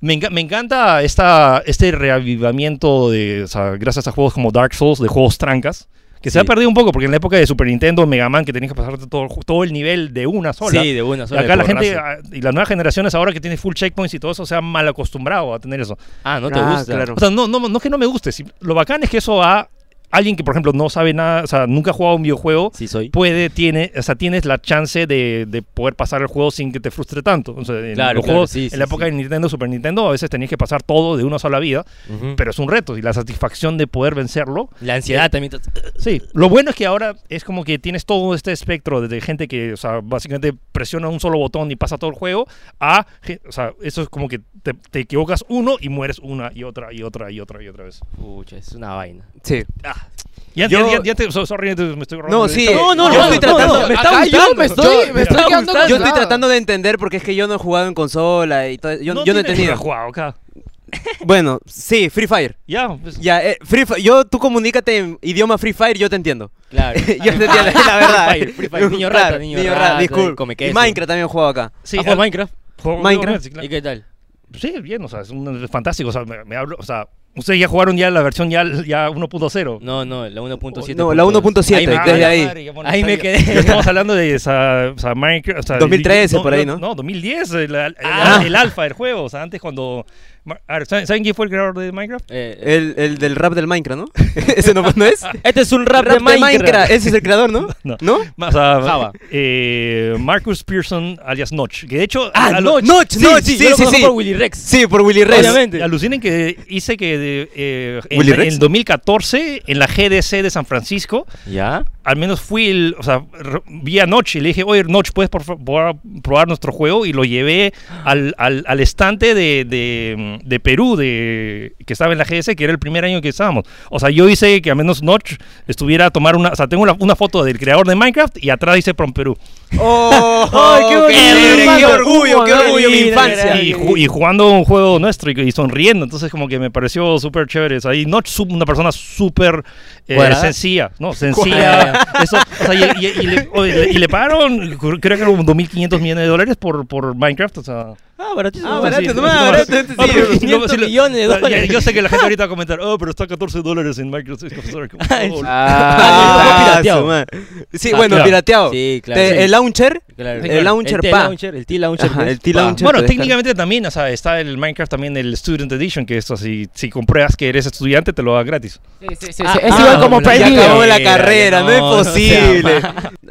S1: Me, enca- me encanta esta, este reavivamiento de, o sea, gracias a juegos como Dark Souls, de juegos trancas, que se
S5: Sí.
S1: ha perdido un poco, porque en la época de Super Nintendo, Mega Man, que tenías que pasarte todo, el ju- todo el nivel de una sola.
S5: Sí, de una sola.
S1: Acá
S5: de
S1: la gente
S5: porrazo.
S1: ah, y las nuevas generaciones ahora que tienen full checkpoints y todo eso se han mal acostumbrado a tener eso.
S5: Ah, no te
S2: Ah,
S5: gusta.
S2: claro.
S1: O sea, no, no, no es que no me guste, si- lo bacán es que eso ha, alguien que, por ejemplo, no sabe nada, o sea, nunca ha jugado un videojuego,
S3: Sí, soy.
S1: puede, tiene, o sea, tienes la chance de, de poder pasar el juego sin que te frustre tanto. O sea, en
S3: Claro,
S1: los
S3: claro,
S1: juegos,
S3: sí,
S1: en
S3: sí,
S1: la época
S3: sí.
S1: de Nintendo, Super Nintendo, a veces tenías que pasar todo de una sola vida,
S3: Ujú.
S1: pero es un reto y la satisfacción de poder vencerlo.
S3: La ansiedad también.
S1: Sí, lo bueno es que ahora es como que tienes todo este espectro de- de gente que, o sea, básicamente presiona un solo botón y pasa todo el juego, a, ge- o sea, eso es como que te, te equivocas uno y mueres una y otra y otra y otra y otra vez.
S3: Pucha, es una vaina.
S2: Sí.
S1: Ya,
S2: Yo-
S1: ya- ya- ya te, so- sorry, te- me estoy robando
S2: No,
S1: el
S2: sí.
S1: tema.
S3: No, no,
S2: yo
S3: no,
S2: estoy
S3: no,
S2: tratando.
S3: no,
S2: me está
S4: acá yo
S2: gustando.
S4: me estoy-
S1: me
S4: estoy
S2: está
S4: quedando
S2: gustando. Yo estoy
S4: gustado.
S2: tratando de entender porque es que yo no he jugado en consola y todo. Yo no, yo no
S1: tienes
S2: he
S1: que
S2: entendido.
S1: haber jugado acá.
S2: Bueno, sí, Free Fire.
S1: Ya, pues,
S2: Ya, eh, Free Fi- yo, tú comunícate en idioma Free Fire, yo te entiendo.
S3: Claro.
S2: yo te entiendo, la verdad.
S3: Free Fire, Free Fire, niño rata,
S2: Claro,
S3: niño rata,
S2: disculpa.
S3: come
S2: Y
S3: queso.
S2: Minecraft también he jugado acá.
S1: sí,
S3: ¿Has
S1: al-
S3: jugado Minecraft?
S1: juego-
S2: Minecraft?
S1: sí, claro.
S3: ¿Y qué tal?
S1: Sí, bien, o sea, es, un, es fantástico, o sea, me, me hablo, o sea, ustedes ya jugaron ya la versión ya, ya 1.0.
S3: No, no, la 1.7.
S2: No, la
S3: Ahí
S2: 1.7,
S3: me-
S2: desde
S3: ah,
S2: ahí.
S1: madre, ya, bueno,
S3: Ahí
S1: está
S3: me
S1: bien.
S3: quedé.
S1: Estamos hablando de esa, o sea, Minecraft. o sea,
S2: 2013 por ahí, ¿no?
S1: No, 2010, el, el-
S3: Ah.
S1: el alfa del juego. O sea, antes cuando. Ma- a ver, ¿saben, saben quién fue el creador de Minecraft?
S3: Eh,
S2: El, el del rap del Minecraft, ¿no? Ese no, no es.
S3: Este es un rap,
S2: Rap
S3: de Minecraft.
S2: Ese es el creador, ¿no?
S1: No.
S2: ¿No?
S1: Ma- o sea,
S3: Java.
S1: eh, Marcus Pearson alias Notch. Que de hecho.
S3: Ah,
S1: a- a-
S3: Notch.
S2: Notch,
S3: sí,
S2: Notch,
S3: sí,
S2: sí,
S3: yo lo
S2: sí,
S3: conozco
S2: sí.
S3: por Willy Rex.
S2: Sí, por Willy Reyes.
S3: Obviamente.
S1: Alucinen que hice que de, eh, en,
S2: ¿Willy Rex?
S1: en 2014 en la GDC de San Francisco
S3: ¿Ya?
S1: al menos fui, el, o sea, r- vi a Notch y le dije, oye, Notch, ¿puedes por favor probar nuestro juego? Y lo llevé al, al- al estante de, de- de Perú, de, que estaba en la GS, que era el primer año que estábamos. O sea, yo hice que al menos Notch estuviera a tomar una, o sea, tengo una, una foto del creador de Minecraft y atrás dice Prom Perú.
S2: ¡Oh!
S3: Ay, qué bonito,
S2: ¡Qué,
S3: hermano.
S2: orgullo, qué
S3: Qué
S2: orgullo mi
S3: lindo,
S2: infancia!
S3: era.
S1: Y, ju- y jugando un juego nuestro y, y sonriendo, entonces como que me pareció súper chévere. O sea, y Notch, su- una persona súper eh,
S3: ¿Cuadrada?
S1: sencilla, ¿no? Sencilla. Eso, o sea, y, y- y le, o- y le- y le pagaron, creo que eran como 2.500 millones de dólares por, por Minecraft, o sea...
S3: Ah, baratísimo.
S2: Ah,
S3: Sí,
S2: barato,
S3: sí,
S2: no,
S3: sí, sí,
S2: barato,
S3: sí.
S2: este
S1: Ah, pero
S2: sí.
S1: si lo- si lo-
S3: millones
S1: o
S3: de
S1: sea, ya-
S3: dólares.
S1: Yo sé que la gente ahorita va a comentar, oh, pero está a 14 dólares en Microsoft. Oh,
S3: Ah,
S2: Ah,
S3: pirateado.
S2: su madre. Sí,
S1: Ah,
S2: bueno,
S1: claro.
S2: pirateado.
S3: Sí, claro.
S2: Te-
S3: Sí.
S2: El launcher.
S3: Claro.
S2: El launcher,
S3: T
S2: pa.
S3: launcher, el T launcher.
S2: Ajá,
S3: pues,
S2: el T
S3: pa.
S2: launcher.
S1: Bueno,
S2: te
S1: técnicamente también, o sea, está el Minecraft también el Student Edition, que esto, si, si compruebas que eres estudiante, te lo da gratis.
S4: Sí, sí, sí,
S3: Ah,
S4: sí, es
S3: ah,
S4: igual como
S3: bueno,
S4: Prime
S2: Ya
S3: perdido.
S4: Video.
S2: acabó la
S3: Sí,
S2: carrera, no,
S3: no, no
S2: es
S3: sea
S2: posible.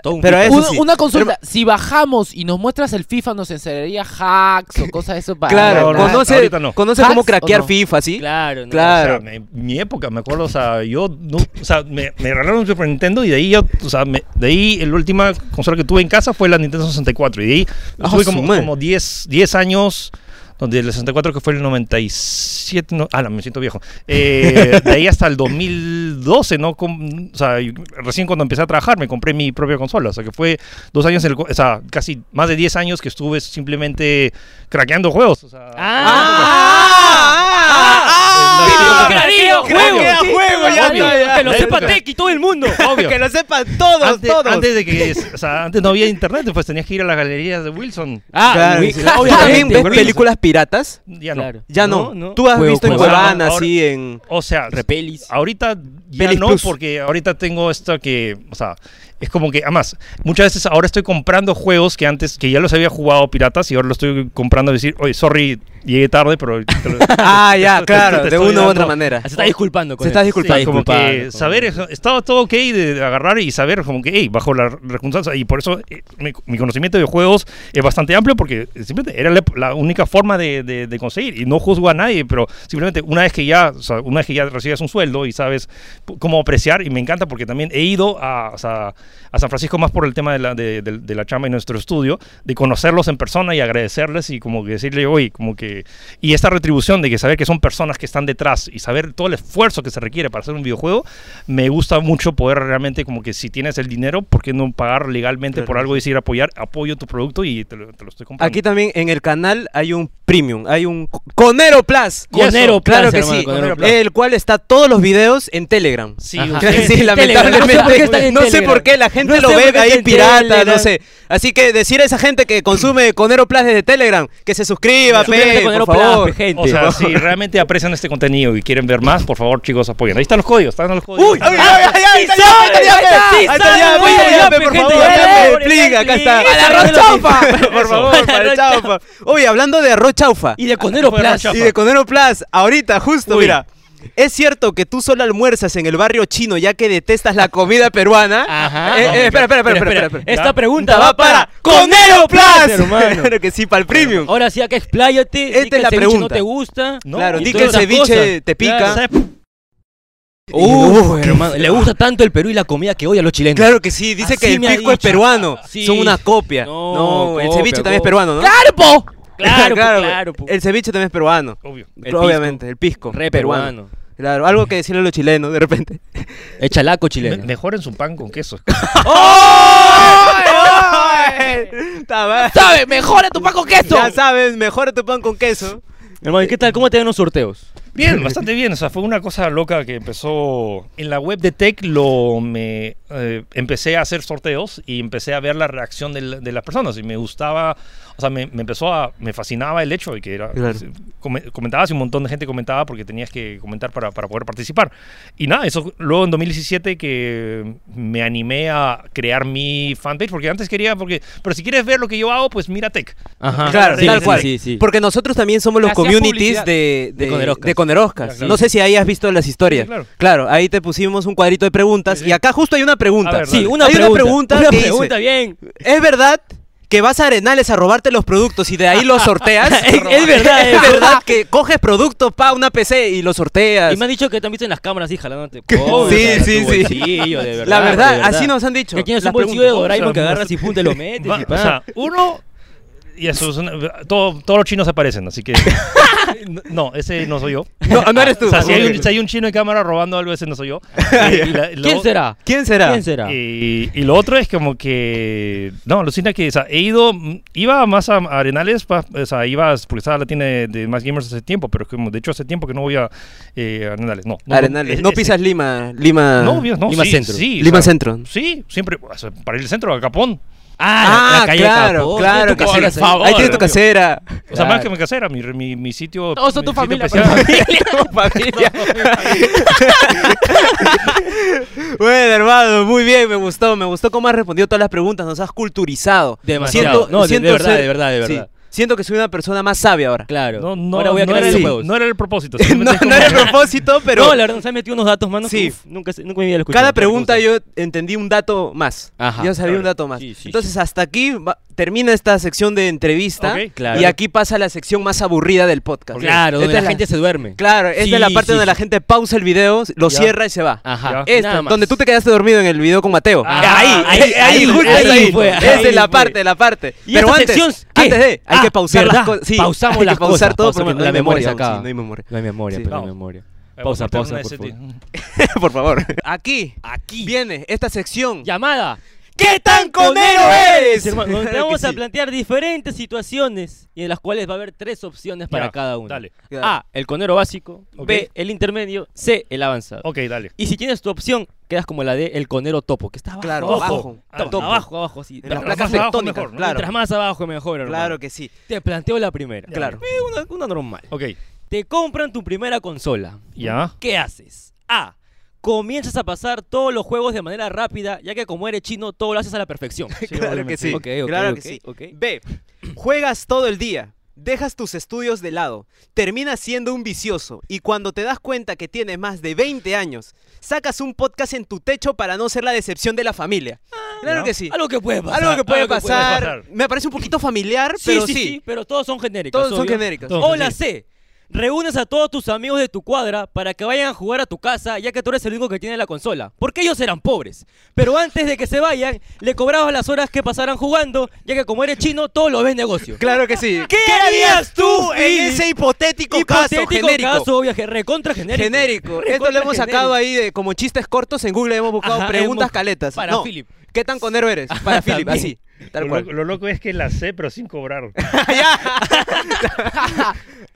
S3: Todo un
S2: Pero
S3: grupo.
S2: eso
S4: Una,
S2: sí.
S4: una consulta, si bajamos y nos muestras el FIFA, nos enseñaría hacks o cosas de eso para.
S2: Claro,
S1: no, no,
S2: conoce,
S1: ahorita no.
S2: conoce
S4: ¿Hacks
S2: cómo
S4: o
S2: craquear
S4: no?
S2: FIFA, ¿sí?
S3: Claro, no.
S2: Claro.
S1: O sea, me- mi época, me acuerdo, o sea, yo, no, o sea, me, me regalaron un Super Nintendo y de ahí yo, o sea, me- de ahí la última consola que tuve en casa fue la Nintendo 64 y de ahí
S2: Ah,
S1: tuve
S2: su
S1: como,
S2: madre.
S1: como 10, 10 años. Donde el 64 que fue el 97, no, ah, me siento viejo. Eh, de ahí hasta el 2012, ¿no? Com- o sea, y recién cuando empecé a trabajar me compré mi propia consola. O sea, que fue dos años, en el cu- o sea, casi más de 10 años que estuve simplemente craqueando juegos. O sea,
S2: ¡Ah!
S1: Ah,
S2: ¡Craquea
S3: craqueo,
S2: juego!
S3: craquea
S4: Ah,
S2: juego,
S1: ya, ya, ya.
S2: Que lo sepa
S1: Obvio.
S2: Tech y todo el mundo.
S1: Obvio.
S2: Que lo sepan todos,
S1: antes,
S2: todos.
S1: antes de que o sea, antes no había internet, pues tenías que ir a las galerías de Wilson.
S3: Ah,
S2: Claro,
S3: Wii-
S2: sí. ¿También
S3: obviamente.
S2: ves
S3: Wii-
S2: películas piratas?
S1: Ya no.
S3: Claro.
S2: Ya no.
S3: No, no.
S2: Tú has
S3: Juego,
S2: visto en
S1: juego.
S2: Cuevana,
S1: Ahora-
S2: así en...
S1: O sea,
S3: Repelis.
S1: ahorita ya
S2: Pelis
S1: no,
S2: Plus.
S1: porque ahorita tengo esto que, o sea, es como que, además, muchas veces ahora estoy comprando juegos que antes, que ya los había jugado piratas y ahora los estoy comprando y decir, oye, sorry, llegué tarde, pero... te lo-
S2: Ah,
S1: te-
S2: ya,
S1: te- te-
S2: claro,
S1: te
S2: de
S1: estoy
S2: una u
S1: dando".
S2: otra manera.
S3: Se está disculpando con
S2: Se
S3: él.
S2: está disculpando.
S1: Sí, como
S3: disculpando
S1: que
S3: con-
S1: saber, eso- estaba todo ok de, de agarrar y saber como que, hey, bajo la recompensa. Y por eso eh, mi, mi conocimiento de juegos es bastante amplio porque simplemente era la, la única forma de, de- de conseguir. Y no juzgo a nadie, pero simplemente una vez que ya, o sea, una vez que ya recibes un sueldo y sabes p- cómo apreciar, y me encanta porque también he ido a, o sea, a San Francisco más por el tema de la, de, de- de la chamba y nuestro estudio, de conocerlos en persona y agradecerles y como que decirle, oye, como que... Y esta retribución de que saber que son personas que están detrás y saber todo el esfuerzo que se requiere para hacer un videojuego, me gusta mucho poder realmente como que si tienes el dinero, ¿por qué no pagar legalmente por algo y decir apoyar, apoyo tu producto y te lo, te lo estoy comprando?
S2: Aquí también en el canal hay un premium, hay un co- Conero Plus.
S1: Conero
S2: Y eso,
S3: Plus,
S2: claro que
S3: hermano,
S2: sí.
S3: Conero
S1: Plus.
S2: El cual está todos los videos en Telegram.
S1: Sí,
S3: Ajá.
S1: ustedes-
S2: Sí,
S3: En
S2: lamentablemente.
S3: Telegram, no sé por qué están en
S2: No sé
S3: Telegram.
S2: por qué la gente
S3: No
S2: lo
S3: sé por
S2: ve
S3: qué está
S2: ahí
S3: en
S2: pirata, no
S3: Telegram.
S2: sé. Así que decir a esa gente que consume Conero Plus desde Telegram que se suscriba,
S3: Suscríbete
S2: pe,
S3: con
S2: por
S3: Aeroplan,
S2: favor.
S3: pe, gente.
S1: O sea, si realmente aprecian este contenido y quieren ver más, por favor, chicos, apoyen. Ahí están los códigos, están los códigos.
S2: Uy, ay, ay, ay, ahí está, ahí está, ahí está, ahí está, ahí está,
S3: Sí,
S2: ya,
S3: sabe,
S2: pe, por
S3: gente,
S2: favor,
S3: ya,
S2: ya,
S3: ya,
S2: pe, plin, acá está.
S3: plin.
S2: Para
S3: Arroz chaufa.
S2: Por favor, para
S3: Arroz
S2: chaufa. Oye, hablando de arroz chaufa
S3: Y de Conero
S1: Fue
S3: Plus.
S1: Rocha.
S2: y de Conero Plus, ahorita, justo,
S1: Uy.
S2: mira. ¿Es cierto que tú solo almuerzas en el barrio chino ya que detestas la comida peruana?
S3: Ajá.
S2: Eh, eh, espera, espera, espera, espera, espera, espera.
S3: Esta
S1: Ya.
S3: pregunta va para
S2: Conero
S3: Plus, hermano.
S2: Claro que sí, para el premium.
S3: Ahora sí, acá expláyate.
S2: Esta
S3: di que
S2: es la
S3: el ceviche
S2: pregunta.
S3: No te gusta.
S1: No,
S2: claro,
S3: y
S2: di que el
S3: todas esas
S2: ceviche
S3: cosas.
S2: te pica.
S3: Claro.
S1: ¿Sabes?
S3: Uf,
S2: Uf,
S3: hermano, le gusta tanto el Perú y la comida que odia a los chilenos.
S2: Claro que sí, dice
S3: Así
S2: que el
S3: me ha
S2: pico es
S3: dicho.
S2: peruano.
S3: Sí.
S2: Son una copia.
S3: No,
S2: No, el
S3: copia,
S2: ceviche también es
S3: copia.
S2: peruano, ¿no?
S4: ¡Claro, po!
S3: claro, pues, claro, po.
S2: El ceviche también es peruano.
S1: Obvio.
S3: El
S2: Obviamente, el pisco.
S3: Re
S2: peruano.
S3: peruano.
S2: Claro, algo que decirle a los chilenos de repente.
S3: El chalaco
S1: Me-
S3: chileno.
S1: Mejor en su pan con queso.
S2: Está mal.
S4: ¿Sabes? Mejora tu paco queso.
S2: Ya sabes, mejora tu pan con queso.
S3: Hermano, ¿y ¿qué tal? ¿Cómo te ven los sorteos?
S1: Bien, bastante bien. O sea, fue una cosa loca que empezó en la web de Tech. Lo me eh, empecé a hacer sorteos y empecé a ver la reacción del- de, las personas y me gustaba, o sea, me, me empezó a, me fascinaba el hecho de que era
S2: Claro.
S1: come- comentabas y un montón de gente comentaba porque tenías que comentar para, para poder participar. Y nada, eso luego en 2017 que me animé a crear mi fanpage porque antes quería porque, pero si quieres ver lo que yo hago, pues mira Tech.
S3: Ajá.
S2: Claro,
S3: Sí,
S2: tal
S3: sí,
S2: cual.
S3: Sí, sí.
S2: Porque nosotros también somos los
S4: Hacía
S2: communities
S4: publicidad.
S2: de, de,
S3: De Coneroscas.
S2: de Coneroscas.
S1: Ya, claro.
S2: No sé si ahí has visto las historias.
S1: Sí,
S2: claro.
S1: claro.
S2: ahí te pusimos un cuadrito de preguntas.
S1: Sí, sí.
S2: Y acá justo hay una pregunta.
S1: A ver,
S3: Sí,
S1: dale.
S3: una
S2: Hay
S3: pregunta.
S2: Una
S3: Una
S2: que
S3: pregunta,
S2: dice,
S3: bien.
S2: ¿Es verdad que vas a Arenales a robarte los productos y de ahí los sorteas?
S3: Es- es verdad
S2: Es
S3: eso.
S2: verdad que coges productos para una PC y los sorteas.
S3: Y me han dicho que te han visto en las cámaras, hija, la noche.
S2: Sí, sí, sí.
S3: de verdad.
S2: la verdad,
S3: de
S2: así nos han dicho.
S3: Que tienes
S2: Las
S3: un bolsillo de
S2: preguntas.
S3: Doraemon que
S1: O sea,
S3: agarras y pum, te lo metes.
S1: Va-
S3: y pa.
S1: o
S2: Ah.
S1: sea, uno. Y eso es una- todo- todos los chinos aparecen, así que. no, ese no soy yo.
S2: No, no eres tú.
S1: O sea, si hay, un, si hay un chino en cámara robando algo, ese no soy yo. Y la- lo-
S3: ¿Quién será?
S2: ¿Quién será?
S3: ¿Quién será?
S1: Y, y lo otro es como que. No, alucina que. O sea, he ido. Iba más a a Arenales. pa- o sea, iba. Porque estaba la tienda de, de Más Gamers hace tiempo. Pero es como. De hecho, hace tiempo que no voy a eh, Arenales. No. no
S2: Arenales.
S1: es-
S2: No
S1: es-
S2: pisas Lima. Lima.
S1: No, obvio, no.
S3: Lima
S1: sí,
S3: Centro.
S1: Sí, o
S2: Lima
S1: sea,
S2: Centro.
S1: Sí, siempre. o sea, para ir al centro, a Capón.
S2: Ah, claro,
S3: Capón,
S2: claro
S3: tu
S2: que sí.
S3: casa,
S2: Por
S1: favor.
S2: Ahí tienes tu casera.
S1: O sea,
S3: Claro.
S1: más que mi casera, mi, mi, mi sitio.
S4: Todos son
S1: mi
S4: tu
S1: sitio
S4: familia,
S1: especial.
S2: familia. bueno, hermano, muy bien, me gustó, me gustó cómo has respondido todas las preguntas, nos has culturizado.
S3: Demasiado. No, de- de verdad, de verdad, de verdad.
S2: siento que soy una persona más sabia ahora.
S3: Claro.
S1: No, no,
S3: Ahora voy a
S1: no
S3: crear
S1: era el,
S3: videojuegos.
S1: no era el propósito.
S2: no,
S1: simplemente es
S2: no era el
S1: como-
S2: propósito, pero
S3: No, la verdad, nos han metido unos datos, mano.
S2: Sí.
S3: que, uf, nunca, se- nunca me había escuchado.
S2: cada pregunta yo entendí un dato más.
S3: Ajá.
S2: yo sabía un dato más.
S3: Sí, sí,
S2: Entonces, hasta aquí va- termina esta sección de entrevista
S1: Ok,
S3: claro.
S2: y aquí pasa la sección más aburrida del podcast.
S3: Claro,
S2: Esta
S3: donde
S2: es
S3: la, gente se duerme.
S2: Claro, esta es la
S3: Sí,
S2: parte
S3: sí,
S2: donde
S3: sí.
S2: la gente pausa el video, lo
S3: Ya.
S2: cierra y se va.
S3: Ajá.
S2: Esta,
S3: Nada más.
S2: donde tú te quedaste dormido en el video con Mateo.
S3: Ah,
S2: ahí, ahí,
S3: ahí, ahí,
S2: justo
S3: ahí
S2: ahí.
S3: fue,
S2: Esa
S3: ahí
S2: es la
S3: fue.
S2: parte, la parte.
S3: ¿Y
S2: Pero
S3: esta
S2: antes,
S3: sección qué?
S2: antes de, hay
S3: Ah,
S2: que pausar las
S3: ¿verdad?
S2: cosas. Sí,
S3: Pausamos
S2: hay
S3: las
S2: que pausar
S3: cosas,
S2: todo
S3: pausamos-
S2: porque no
S3: la
S2: hay memoria.
S3: memoria
S2: aún,
S3: acá.
S2: sí, no hay memoria.
S3: No hay memoria,
S2: Sí.
S3: pero no hay
S1: Vamos.
S3: memoria.
S1: Eh,
S3: Pausa,
S1: voy a
S3: pausa,
S1: meter
S3: por
S1: una
S3: favor.
S1: ST.
S2: por favor. Aquí, aquí viene esta sección.
S3: Llamada.
S2: ¿Qué tan conero eres?
S3: Hermano, donde te
S2: Claro
S3: vamos
S2: que
S3: a
S2: sí.
S3: plantear diferentes situaciones y en las cuales va a haber tres opciones para
S1: Ya,
S3: cada una.
S1: dale.
S2: Ah,
S3: A, el conero básico.
S1: Ok.
S3: B, el intermedio. C, el avanzado.
S1: Ok, dale.
S3: Y si tienes tu opción, quedas como la de el conero topo, que está abajo.
S2: Claro,
S3: abajo.
S2: abajo,
S3: Top,
S1: topo.
S3: Abajo, abajo, sí.
S2: En las
S3: Mientras
S1: Mientras
S2: placas
S1: más abajo,
S2: tectónicas,
S1: mejor, ¿no?
S2: claro.
S3: más abajo, mejor, hermano.
S2: Claro que sí.
S3: Te planteo la primera.
S2: Claro.
S3: Eh, Una, una normal.
S1: Ok,
S3: Te compran tu primera consola.
S1: ya.
S3: ¿Qué haces? A. Comienzas a pasar todos los juegos de manera rápida, ya que como eres chino, todo lo haces a la perfección.
S2: Claro que sí.
S3: Ok, ok,
S2: claro
S3: ok,
S2: que sí.
S3: ok.
S2: B. Juegas todo el día. Dejas tus estudios de lado. Terminas siendo un vicioso. Y cuando te das cuenta que tienes más de 20 años, sacas un podcast en tu techo para no ser la decepción de la familia. Claro
S1: ¿no?
S2: que sí.
S3: Ah, Algo que puede pasar.
S2: Algo que puede pasar.
S1: pasar.
S2: Me parece un poquito familiar,
S3: Sí,
S2: pero
S3: sí,
S2: sí.
S3: sí, pero todos son genéricos.
S2: Todos son genéricos.
S1: Todos
S3: o la C. Reúnes a todos tus amigos de tu cuadra para que vayan a jugar a tu casa, ya que tú eres el único que tiene la consola. Porque ellos eran pobres. Pero antes de que se vayan, le cobrabas las horas que pasaran jugando, ya que como eres chino, todo lo ves negocio.
S2: Claro que sí.
S3: ¿Qué harías tú,
S2: en
S3: Phil?
S2: ese hipotético, caso
S3: Hipotético
S2: genérico?
S3: caso, viaje, recontra genérico.
S2: Genérico. Esto lo
S3: Recontra
S2: hemos
S3: genérico.
S2: sacado ahí de como chistes cortos en Google hemos buscado
S3: Ajá,
S2: preguntas
S3: hemos-
S2: caletas.
S3: para
S2: No,
S3: Philip.
S2: ¿Qué tan conero eres? Para Philip, así.
S3: también.
S2: Tal
S1: lo,
S2: cual.
S1: loco, lo loco es que la sé, pero sin cobrar.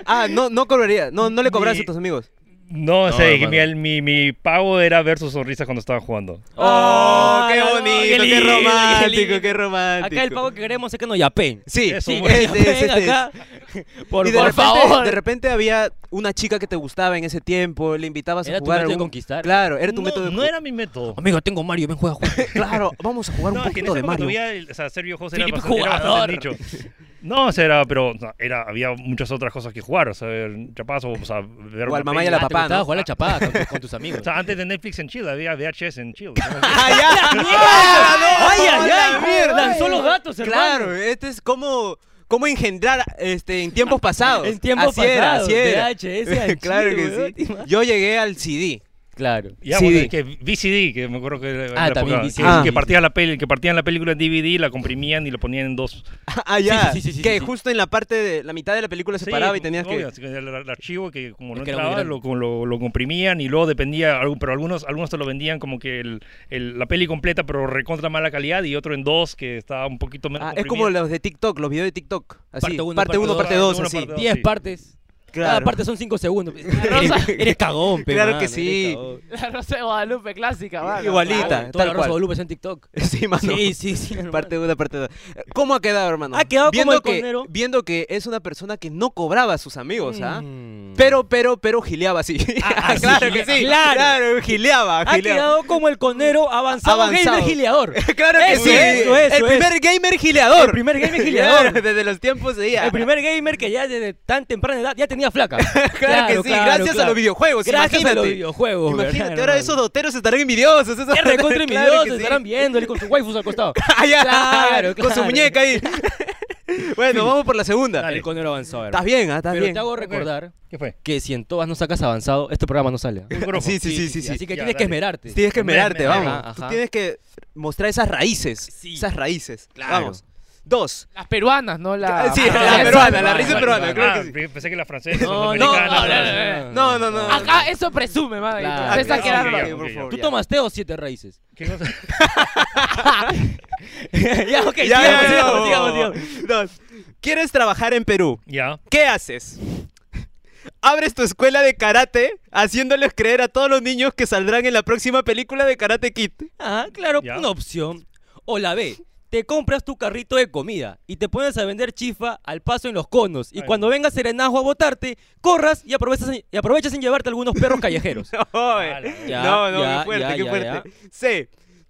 S2: Ah, no, no cobraría. No, no le cobraste
S1: Ni-
S2: a tus amigos.
S1: No, o
S3: No,
S1: sea, que
S3: hermano.
S1: mi, el- mi, mi pago era ver sus sonrisas cuando estaba jugando.
S2: Oh, qué
S3: no,
S2: bonito, qué
S3: lindo,
S2: romántico,
S3: lindo.
S2: qué romántico.
S3: Acá el pago que queremos es que nos yapen.
S2: Sí,
S1: Eso,
S2: sí,
S1: bueno.
S2: es,
S3: Yapen
S2: es, es, es.
S3: acá. Por,
S2: Y de
S3: por
S2: repente,
S3: favor.
S2: de repente había una chica que te gustaba en ese tiempo, le invitabas a
S3: Era tu
S2: jugar.
S3: método de
S2: algún-
S3: conquistar.
S2: Claro, era tu
S1: no,
S2: método de
S1: no era mi método.
S3: Amigo, tengo Mario, ven juega. juega.
S2: Claro, vamos a jugar
S1: No,
S2: un
S1: es que en
S2: poquito
S1: esa
S2: de
S1: época
S2: Mario.
S1: todavía, el- o sea, ser videojuegos era
S3: Philip
S1: bastante, era bastante
S3: jugador.
S1: nicho. No, o sea, era, pero no, era, había muchas otras cosas que jugar. O sea, ver chapazo, o sea, ver
S2: O al
S1: una
S2: mamá y a la
S1: película.
S3: Ah,
S6: te
S2: papá.
S6: gustaba
S2: ¿no?
S6: jugar la chapada con, tu- con tus amigos.
S1: O sea, antes de Netflix en Chile, había VHS en Chile.
S2: ¡Ah, ya! ¡Ah,
S3: ¡Ay, ay,
S2: la
S3: ay!
S2: mierda!
S3: Lanzó los datos, hermano.
S2: Claro, este es como, como engendrar este, en tiempos pasados.
S3: En tiempos
S2: así era,
S3: pasados,
S2: así era.
S3: VHS al
S2: claro
S3: chile,
S2: que
S3: weón, ¿te
S2: sí.
S3: imaginas?
S2: Yo llegué al CD.
S6: Claro.
S1: Ya,
S2: CD.
S1: bueno, que VCD, que me acuerdo que era la
S6: Ah, también
S1: época,
S6: VCD.
S1: que-
S2: Ah.
S1: que, partían la peli- que partían la película en DVD, la comprimían y la ponían en dos.
S2: Ah, ya.
S3: Sí, sí, sí, sí,
S2: que
S3: sí, sí.
S2: justo en la parte de la mitad de la película se
S1: Sí,
S2: paraba y tenías
S1: obvio,
S2: que.
S1: así que El, el archivo que como no
S6: Es que era muy
S1: entraba, lo,
S6: grande.
S1: lo, lo comprimían y luego dependía, algo- pero algunos algunos te lo vendían como que el, el- la peli completa pero recontra mala calidad y otro en dos que estaba un poquito menos
S2: Ah, es como
S1: comprimida.
S2: los de TikTok, los videos de TikTok. Así,
S6: Parte uno,
S2: parte
S6: parte
S2: 1,
S6: dos,
S2: parte
S1: parte
S2: 2,
S1: uno,
S2: así.
S1: parte dos.
S6: Diez
S1: sí.
S6: partes.
S3: Cada
S2: Claro.
S3: Ah, parte son 5 segundos. eres, eres cagón, pe,
S2: Claro
S3: mano,
S2: que
S3: eres
S2: sí.
S3: cagón.
S4: La Rosa de Guadalupe clásica, mano.
S2: Igualita,
S4: Claro.
S3: Toda
S2: tal
S3: la Rosa
S2: cual.
S3: de Guadalupe está en TikTok.
S2: Sí, mano.
S3: Sí, sí, sí. hermano.
S2: Parte 1, parte 2. ¿Cómo ha quedado, hermano?
S3: Ha quedado como el
S2: que,
S3: cornero.
S2: Viendo que es una persona que no cobraba a sus amigos, ¿ah?
S6: Mm.
S2: Pero, pero, pero gileaba así.
S3: Ah, ah, sí,
S2: claro Ah, que sí.
S3: claro.
S2: gileaba,
S3: Ha
S2: gileaba.
S3: quedado como el conero avanzado,
S2: Avanzado.
S3: gamer gileador.
S2: claro que
S3: Eso,
S2: sí.
S3: eso, eso,
S2: el
S3: eso.
S2: primer gamer gileador.
S3: El primer gamer gileador.
S2: Desde los tiempos de ella.
S3: El primer gamer que ya desde tan temprana edad ya tenía flaca.
S2: Claro, que sí, gracias a los videojuegos.
S3: Gracias a
S2: imagínate.
S3: los videojuegos.
S2: Imagínate,
S3: ¿verdad,
S2: ahora
S3: hermano?
S2: esos doteros estarán envidiosos. Esos
S3: Qué
S2: claro
S3: recontra envidiosos,
S2: que sí.
S3: estarán viéndole con sus waifus al costado.
S2: Ah, ya,
S3: Claro,
S2: Con su
S3: claro.
S2: muñeca ahí. bueno, vamos por la segunda.
S3: El conero avanzado.
S2: Estás
S3: hermano.
S2: bien, ¿ah? Estás
S3: Pero
S2: bien.
S3: te hago recordar
S1: ¿Qué fue?
S3: que si en todas no sacas avanzado, este programa no sale.
S2: Sí, sí, sí, sí, sí.
S3: Así que
S1: Ya,
S3: tienes
S1: dale.
S3: que esmerarte.
S2: Tienes que
S1: Me-
S2: mirarte,
S1: me-
S2: vamos.
S3: ajá,
S2: Tú
S3: ajá.
S2: tienes que mostrar esas raíces.
S3: Sí.
S2: Esas raíces.
S3: Claro.
S2: Vamos. Dos.
S4: Las peruanas, ¿no? La...
S2: Sí,
S4: Ah,
S2: la
S4: esa,
S2: peruana, la
S4: mano.
S2: risa peruana, creo
S1: Ah,
S2: que sí.
S1: pensé que la francesa,
S3: No, no,
S1: no,
S4: no, no, no, no.
S3: Ah,
S2: No, no, no.
S4: Acá eso presume, mano.
S3: Claro.
S4: Entonces,
S2: Acá,
S4: esa que era
S2: Ah, ok,
S1: la-
S2: ok, por favor,
S3: Tú
S2: ya.
S3: tomaste o siete raíces.
S1: ¿Qué cosa?
S3: ya, ok,
S2: Ya, ya, Oh. ya,
S3: sigamos,
S2: no.
S3: sigamos, sigamos,
S2: Dos. ¿Quieres trabajar en Perú?
S1: Ya.
S2: ¿Qué haces? Abres tu escuela de karate haciéndoles creer a todos los niños que saldrán en la próxima película de Karate Kid.
S3: Ajá, Ah, claro,
S1: Ya.
S3: una opción. O la B, te compras tu carrito de comida y te pones a vender chifa al paso en los conos. Y
S1: Ay.
S3: cuando venga Serenajo a botarte, corras y aprovechas en, y aprovechas en llevarte algunos perros callejeros.
S2: Oye,
S1: Ah, la-
S3: Ya,
S2: no, no,
S3: ya,
S2: qué fuerte,
S3: ya,
S2: qué
S3: ya,
S2: fuerte. C.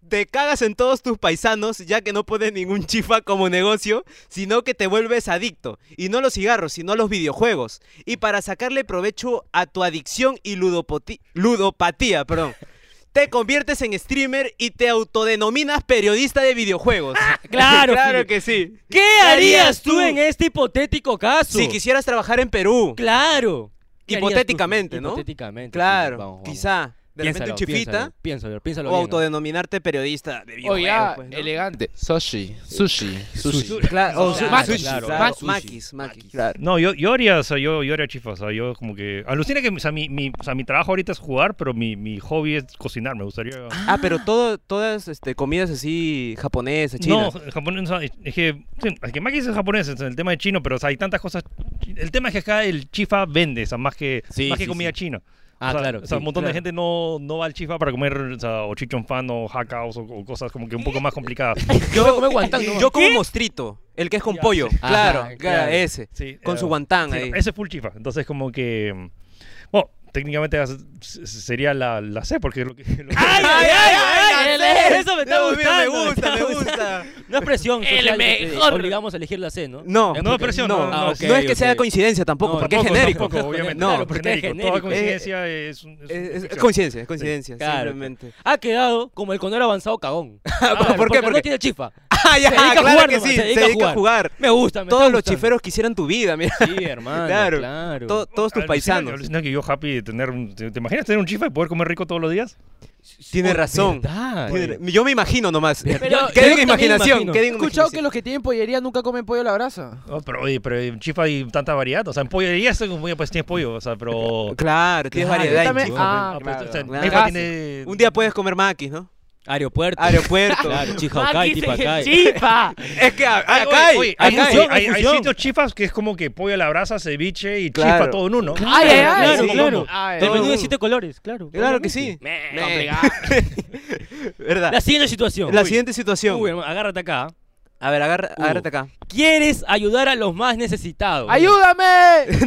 S2: Te cagas en todos tus paisanos ya que no pones ningún chifa como negocio, sino que te vuelves adicto. Y no a los cigarros, sino a los videojuegos. Y para sacarle provecho a tu adicción y ludopoti- ludopatía, perdón. Te conviertes en streamer y te autodenominas periodista de videojuegos.
S3: Ah, claro,
S2: claro
S3: Filipe.
S2: que sí.
S3: ¿Qué harías tú
S2: tú?
S3: en este hipotético caso?
S2: Si quisieras trabajar en Perú,
S3: Claro. ¿Qué harías tú,
S2: Hipotéticamente,
S3: Filipe?
S2: ¿no?
S3: Hipotéticamente.
S2: claro,
S3: Filipe, vamos, vamos.
S2: quizá de repente
S3: Piénsalo,
S2: un chifita
S3: Piénsalo, piénsalo, piénsalo
S2: o
S3: bien, ¿no?
S2: autodenominarte periodista de
S4: Oh,
S2: videojuegos.
S4: ya,
S2: pues, ¿no?
S4: elegante. Sushi, sushi, sushi.
S2: Claro, o
S4: Claro,
S2: Makis, claro,
S4: claro, claro,
S2: Makis, Makis, claro.
S1: No, yo, yo haría, o sea, yo, yo haría chifa, o sea, yo como que... Alucina que, o sea, mi, mi, o sea, mi trabajo ahorita es jugar, pero mi, mi hobby es cocinar, me gustaría...
S2: Ah, pero todo, todas este, comidas así japonesas, chinas.
S1: No, japonés, o sea, es que, sí, es que Maki es japonés, es el tema de chino, pero o sea, hay tantas cosas. El tema es que acá el chifa vende, o sea, más que,
S6: Sí,
S1: más que
S6: sí,
S1: comida
S6: sí.
S1: china.
S3: Ah,
S1: o sea,
S3: claro,
S1: O sea,
S3: sí,
S1: un montón
S3: claro.
S1: de gente no, no va al chifa para comer, o, sea, o chichonfan o hackaos o, o cosas como que un poco más complicadas.
S3: Yo voy a comer guantán, ¿no?
S2: Yo como mostrito, el que es con
S1: Ya.
S2: pollo,
S6: Ajá,
S2: claro, claro,
S6: claro.
S2: ese,
S1: Sí,
S2: con
S1: eh,
S2: su guantán
S1: sí,
S2: ahí.
S1: Ese es full chifa. Entonces, como que. mm, Bueno, técnicamente as- s- sería la, la C, porque lo que. lo que-
S3: ¡Ay, ay, ay, ay!
S2: Gabriel!
S3: Eso me está
S2: Dios mío,
S3: gustando.
S2: Me gusta, me gusta.
S3: No es presión
S4: El
S3: social que te
S4: mejor.
S3: obligamos a elegir la C, ¿no?
S2: No,
S3: Es
S1: no es
S3: porque-
S1: presión,
S2: No,
S1: no,
S3: Ah,
S1: no,
S3: ok,
S1: sí.
S2: no es que sea
S3: ok.
S2: coincidencia tampoco,
S3: No,
S2: Ah, porque
S1: Tampoco,
S2: es genérico.
S1: tampoco, obviamente.
S2: No,
S1: claro,
S3: porque es
S1: genérico. Toda
S3: genérico.
S1: coincidencia es, un- es,
S2: eh, Es, es
S1: ficción.
S2: coincidencia, es coincidencia,
S3: Claro.
S2: simplemente.
S3: Ha quedado como el conero avanzado cagón.
S2: Ah, ¿Por
S3: Claro,
S2: qué?
S3: Porque
S2: ¿Por
S3: no
S2: qué?
S3: tiene chifa.
S2: Ah, ya,
S3: Se dedica a
S2: claro
S3: jugar
S2: que
S3: nomás,
S2: sí,
S3: se dedica a
S2: a jugar.
S3: Me gusta, me
S2: Todos
S3: está
S2: los
S3: gustando.
S2: chiferos quisieran tu vida, mira.
S3: Sí, hermano,
S2: Claro.
S3: claro.
S2: To- todos tus
S1: Alucina-
S2: paisanos.
S1: alucina que yo happy de tener. un- ¿Te, te imaginas tener un chifa y poder comer rico todos los días?
S2: Tiene
S3: Oh,
S2: razón.
S3: verdad.
S2: Tiene- Yo me imagino nomás.
S4: Pero-
S2: Qué
S4: yo
S2: diga
S4: también
S2: imaginación.
S3: imagino.
S2: qué
S4: He
S2: diga
S4: escuchado
S2: imaginación.
S4: que los que tienen pollería nunca comen pollo a la brasa.
S1: No, pero oye, pero en chifa hay tanta variedad. O sea, en pollería es como, pues tienes pollo, o sea, pero.
S2: Claro, tienes
S4: Claro,
S2: variedad.
S4: yo
S2: en
S4: también-
S2: Chifa.
S4: Ah,
S1: pero, o sea,
S2: claro.
S1: chifa
S4: Claro.
S1: tiene-
S2: Un día puedes comer maquis, ¿no?
S3: Aeropuerto.
S2: Aeropuerto.
S3: Claro, Chihaucay,
S4: Aquí se-
S3: Tipacay.
S4: ¡Chifa!
S2: Es que a-
S1: Ay,
S2: acá hay.
S1: oye,
S2: acá
S1: hay,
S2: hay.
S1: fusión, hay-
S3: hay
S1: hay
S3: fusión.
S1: sitios chifas que es como que pollo a la brasa, ceviche y
S2: Claro.
S1: chifa todo en uno.
S4: ¡Ay, ay, ay!
S3: Claro,
S4: Sí.
S3: claro.
S4: Ay,
S3: El
S4: ay.
S3: menú de siete colores, claro.
S2: Claro que sí.
S4: Me,
S2: Me-
S4: complicado.
S2: ¿Verdad?
S3: La siguiente situación.
S2: La
S3: Uy.
S2: siguiente situación.
S3: Uy, hermano, agárrate acá.
S2: A ver, agarra-
S3: Uh.
S2: agárrate acá.
S3: ¿Quieres ayudar a los más necesitados?
S4: ¡Ayúdame!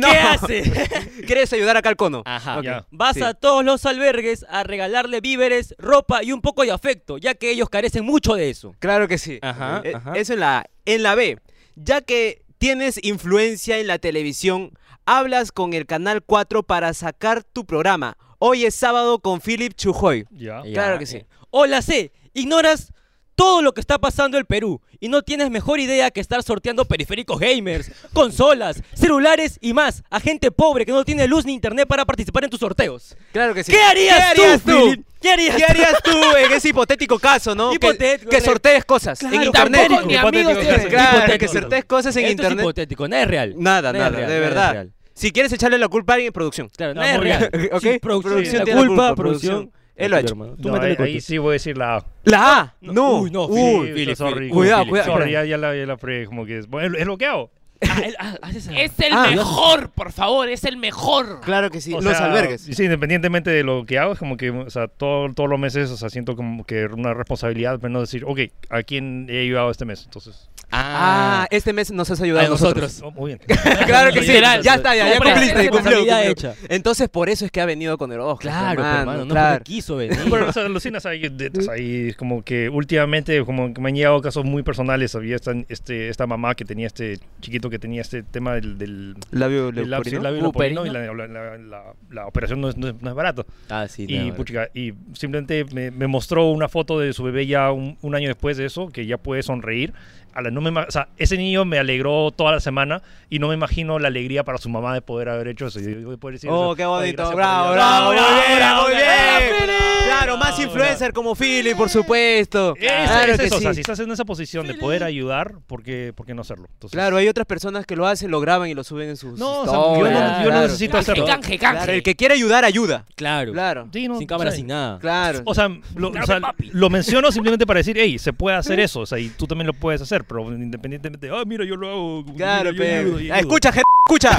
S3: ¿Qué haces?
S2: ¿Quieres ayudar acá al cono?
S3: Ajá.
S1: Ok. Ya.
S3: Vas
S2: Sí.
S3: a todos los albergues a regalarle víveres, ropa y un poco de afecto, ya que ellos carecen mucho de eso.
S2: Claro que sí.
S3: Ajá,
S2: Eh,
S3: ajá.
S2: Eso en la, en la B. Ya que Tienes influencia en la televisión. Hablas con el Canal 4 para sacar tu programa. Hoy es sábado con Philip Chujoy.
S1: Ya.
S5: Ya,
S3: Claro que sí.
S5: eh.
S3: Hola C, ignoras todo lo que está pasando en Perú y no tienes mejor idea que estar sorteando periféricos gamers, consolas, celulares y más a gente pobre que no tiene luz ni internet para participar en tus sorteos.
S2: Claro que sí.
S3: ¿Qué harías, tú? Philip? ¿Qué harías
S2: ¿Qué harías tú en ese hipotético caso, no? Que-
S3: Hipotético,
S2: que,
S3: claro.
S2: sortees cosas en
S3: Claro,
S2: internet.
S4: tampoco ni amigos
S2: Hipotético.
S4: tienes.
S2: Claro, que
S3: Hipotético.
S2: sortees cosas en
S3: Esto Es
S2: internet.
S3: hipotético, nada es real.
S2: nada,
S3: Nada
S2: nada,
S3: es real,
S2: de
S3: nada es
S2: verdad.
S3: real.
S2: Si quieres echarle la culpa a alguien, producción.
S3: Claro,
S1: Ah,
S3: nada es
S1: muy
S3: real.
S2: bien. Ok,
S3: Sí, producción,
S2: producción
S3: la
S2: tiene la
S3: culpa,
S2: culpa,
S3: producción.
S2: producción. Él lo ha hecho.
S3: hermano. Tú
S1: No,
S3: métele
S1: ahí,
S3: con
S1: ahí
S3: tu-
S1: sí voy a decir la A.
S2: La A.
S3: No,
S2: No.
S3: uy, no,
S2: Uy.
S3: Philip.
S1: Sí, so- sorry,
S2: Cuidado,
S1: Philip.
S2: cuidado.
S1: Sorry, ya, ya la, ya la fregué, como que es. Bueno, es lo que hago.
S3: Ah, él- ah, haces esa-
S4: Es el
S2: Ah,
S4: mejor, por favor, es el mejor.
S2: Claro que sí.
S1: O
S2: Los
S1: sea,
S2: albergues.
S1: Sí, independientemente de lo que hago, es como que, o sea, todo- todos los meses, o sea, siento como que una responsabilidad, pero no decir, ok, ¿a quién he ayudado este mes? Entonces,
S2: Ah, este mes nos has ayudado
S3: A nosotros.
S1: oh, muy bien.
S2: claro que sí.
S4: Literal.
S2: Ya está, ya, ya
S4: Compras.
S2: cumpliste.
S3: Esa
S2: cumplió,
S3: responsabilidad
S2: cumplió. Entonces, por eso es que ha venido con el ojo.
S3: Claro, pero, hermano, no
S2: claro.
S3: porque quiso venir.
S1: Pero, o sea, alucinas ahí, de- o sea, ahí como que últimamente como que me han llegado casos muy personales. Había esta, este, esta mamá que tenía este chiquito que tenía este tema del, del
S2: Labio
S1: del lapso,
S2: leporino.
S1: el labio leporino y la, la- la- la- la operación no es, no es- no es barato.
S3: Ah, sí,
S1: y,
S3: nada,
S1: puchica, y simplemente me, me mostró una foto de su bebé ya un, un año después de eso, que ya puede sonreír. A la, no me, ima- o sea, ese niño me alegró toda la semana y no me imagino la alegría para su mamá de poder haber hecho eso. Y de poder decir,
S2: Oh,
S1: o sea,
S2: qué
S1: "Ay,
S2: bonito.
S1: gracias por
S2: bravo,
S1: ayudar".
S2: bravo, muy bien,
S1: bravo,
S2: muy
S1: bravo,
S2: bien. Claro, más influencer como Philip, por supuesto.
S1: Eso, es
S2: claro que
S1: eso, o sea, si
S2: sí.
S1: estás en esa posición de poder ayudar, ¿por qué, por qué no hacerlo? Entonces, pues,
S2: Claro, hay otras personas que lo hacen, lo graban y lo suben en sus
S1: No, o sea,
S2: historias.
S1: yo no, yo no
S2: Claro.
S1: necesito
S4: Canje,
S1: hacerlo.
S4: canje, canje.
S2: Claro, el que quiere ayudar, ayuda.
S3: Claro.
S2: Claro,
S1: Sí, no,
S3: Sin
S1: o
S3: cámara,
S1: sea,
S3: sin nada.
S2: claro.
S1: O sea, lo, o
S4: Dame,
S1: sea,
S4: papi.
S1: lo menciono simplemente para decir, hey, se puede hacer eso, o sea, y tú también lo puedes hacer, pero independientemente, ah, mira, yo lo hago. mira,
S2: Claro,
S1: yo
S2: pero.
S1: ayudo, yo
S2: Ah,
S1: ayudo".
S2: Escucha, gente, escucha.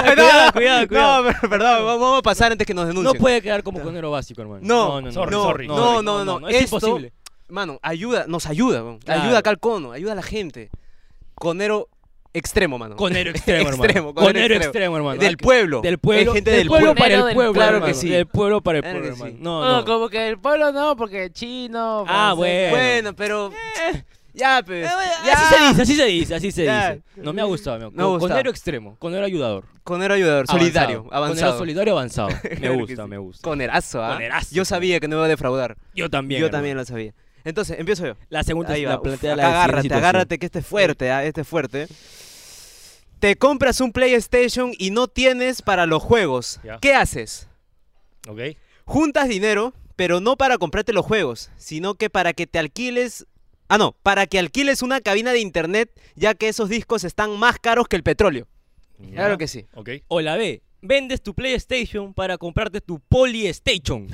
S3: Cuidado, cuidado, cuidado.
S2: No, pero, perdón, vamos vamos a pasar antes que nos
S3: No
S2: denuncien.
S3: puede quedar como conero básico, hermano.
S2: No,
S1: Sorry,
S2: no,
S1: sorry.
S2: no,
S3: sorry,
S2: no, no,
S3: Es
S2: esto-
S3: imposible.
S2: Mano, ayuda, nos ayuda, weón.
S3: Claro.
S2: ayuda acá al cono, ayuda a la gente. Conero extremo, mano.
S3: Conero extremo, hermano.
S2: Extremo,
S3: Conero,
S2: conero
S3: extremo.
S2: extremo,
S3: hermano. Ah,
S2: Del pueblo.
S3: Del pueblo.
S2: Hay gente
S3: del,
S2: del
S3: pueblo,
S2: pueblo.
S3: para el
S4: Del
S3: pueblo.
S2: claro
S3: hermano.
S2: que sí.
S3: Del pueblo para el
S2: Claro
S3: pueblo,
S2: que
S3: hermano.
S2: sí.
S3: No,
S4: No,
S3: no.
S4: como que el pueblo no, porque chino.
S3: Ah,
S4: francés.
S3: bueno.
S2: Bueno, pero. Ya, pues.
S3: Eh. Así se
S2: Ya.
S3: dice, así se dice, así se
S2: Ya.
S3: dice. No me ha gustado, me ha
S2: Me ha gustado.
S3: Conero extremo, conero ayudador.
S2: Conero ayudador, solidario,
S3: Avanzado. Conero
S2: avanzado.
S3: solidario avanzado. Me
S2: Claro que
S3: gusta,
S2: sí.
S3: me gusta.
S2: Conerazo, ¿ah?
S3: Conerazo.
S2: Yo sabía que no iba a defraudar.
S3: Yo también.
S2: yo
S3: hermano.
S2: también lo sabía. Entonces, empiezo yo.
S3: La segunda
S2: Ahí
S3: es
S2: va.
S3: la
S2: Uf,
S3: plantea
S2: acá
S3: la
S2: agárrate,
S3: siguiente
S2: agárrate, que este es fuerte, ah, este es fuerte. Te compras un PlayStation y no tienes para los juegos.
S1: Ya.
S2: ¿Qué haces?
S1: Ok.
S2: Juntas dinero, pero no para comprarte los juegos, sino que para que te alquiles... Ah, no, para que alquiles una cabina de internet, ya que esos discos están más caros que el petróleo. Claro que sí.
S1: Ok.
S3: O la B, vendes tu PlayStation para comprarte tu Polystation,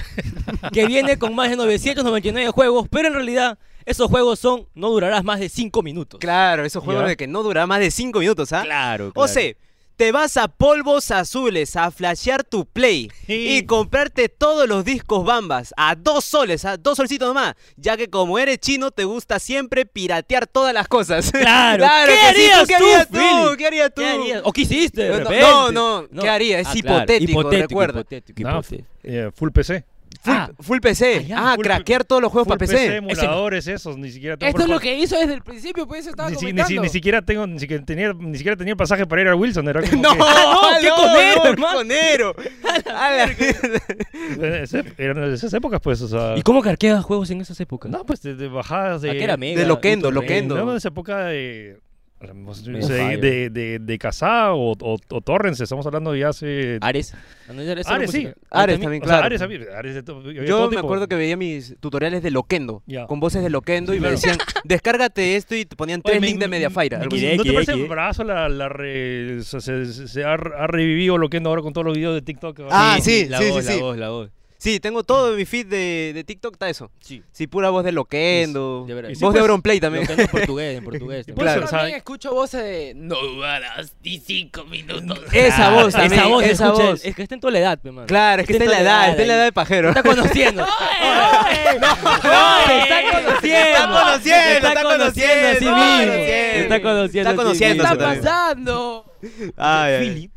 S3: que viene con más de 999 juegos, pero en realidad esos juegos son, no durarás más de 5 minutos.
S2: Claro, esos juegos
S1: Ya.
S2: de que no duran más de 5 minutos, ¿ah?
S3: claro.
S2: O sea, te vas a polvos azules a flashear tu play
S1: Sí.
S2: y comprarte todos los discos bambas a dos soles, a dos solcitos nomás, ya que como eres chino te gusta siempre piratear todas las cosas.
S3: Claro. ¿Qué
S2: que sí,
S3: harías
S2: ¿Qué
S3: tú,
S2: harías
S3: Phil?
S2: tú? ¿Qué harías tú? Oh,
S3: ¿Qué harías? ¿O qué hiciste? de
S2: No, no,
S3: repente? Ah,
S2: no, no, ¿qué haría? Es hipotético, recuerda.
S3: Hipotético,
S1: No,
S3: hipotético.
S1: eh, full PC.
S2: Full,
S3: Ah,
S2: full PC. Ah,
S3: ah, ya,
S1: full
S2: craquear todos los juegos
S1: Full
S2: para PC.
S1: emuladores, esos, ni siquiera tengo
S4: Esto es
S1: para
S4: lo que hizo desde el principio, pues eso estaba
S1: jugar. ni, si- ni, si-
S4: comentando.
S1: ni siquiera tengo, ni siquiera tenía, ni siquiera tenía pasaje para ir a Wilson, era como
S2: No,
S3: Ah, no, qué
S2: no,
S3: conero,
S2: no,
S3: hermano.
S2: conero. A la mierda.
S1: que eh, ese- eran de esas épocas, pues, o sea.
S3: ¿Y cómo carqueabas juegos en esas épocas?
S1: No, pues de, de bajadas de.
S3: Ah, que era mega,
S2: de Loquendo,
S3: Ultra
S2: Loquendo.
S3: Rain.
S1: No, de esa época de. no sé,
S3: Fire.
S1: de, de, de, de Kazaa o, o, o Torrens, estamos hablando de hace.
S3: Ares. Ah, no, Ares, era
S1: Ares, sí.
S3: música.
S2: Ares
S1: o
S2: también,
S1: sea,
S2: claro.
S1: Ares, había- Ares de todo- había todo
S2: Yo me
S1: tipo.
S2: acuerdo que veía mis tutoriales de Loquendo,
S1: Ya.
S2: con voces de Loquendo, y
S1: Claro.
S2: me decían, descárgate esto y te ponían
S1: Oye,
S2: tres
S1: me-
S2: links de Mediafire.
S1: me-
S2: algo
S3: Mickey
S2: así.
S3: Dex.
S1: ¿No te
S3: X,
S1: parece
S3: X,
S1: un
S3: X.
S1: brazo la, la re- o sea, se, se- se ha, ha revivido lo que ando ahora con todos los videos de TikTok?
S2: Ah, sí,
S3: la
S2: sí, sí,
S3: voz,
S2: sí.
S3: La voz, la voz.
S2: Sí, tengo todo en mi feed de, de TikTok, está eso.
S3: Sí.
S2: Sí, pura voz de Loquendo,
S3: Sí, de verdad.
S2: voz
S3: Y sí,
S2: de
S1: pues,
S2: Auronplay también.
S3: Loquendo en portugués, en portugués.
S1: Y
S3: también.
S1: pues,
S2: Claro.
S4: Yo
S1: o sea,
S4: también escucho voces de no durarás ni cinco minutos.
S2: Esa voz
S3: Claro,
S2: también,
S3: Ah, Esa voz,
S2: esa
S3: escucha,
S2: voz.
S3: Es que está en toda la edad, pe, mano.
S2: Claro, es que está en la edad, está en la edad de pajero.
S3: Está conociendo.
S2: ¡Ay!
S3: está conociendo.
S2: Está conociendo,
S3: Está
S2: está
S3: conociendo a sí
S2: conociendo,
S3: mismo.
S2: conociendo.
S3: Está conociendo.
S2: Está
S3: a sí
S2: conociendo,
S4: ¿Qué está
S3: mismo.
S2: Eso también.
S4: pasando?
S2: Ay, ay, ay.
S3: Philip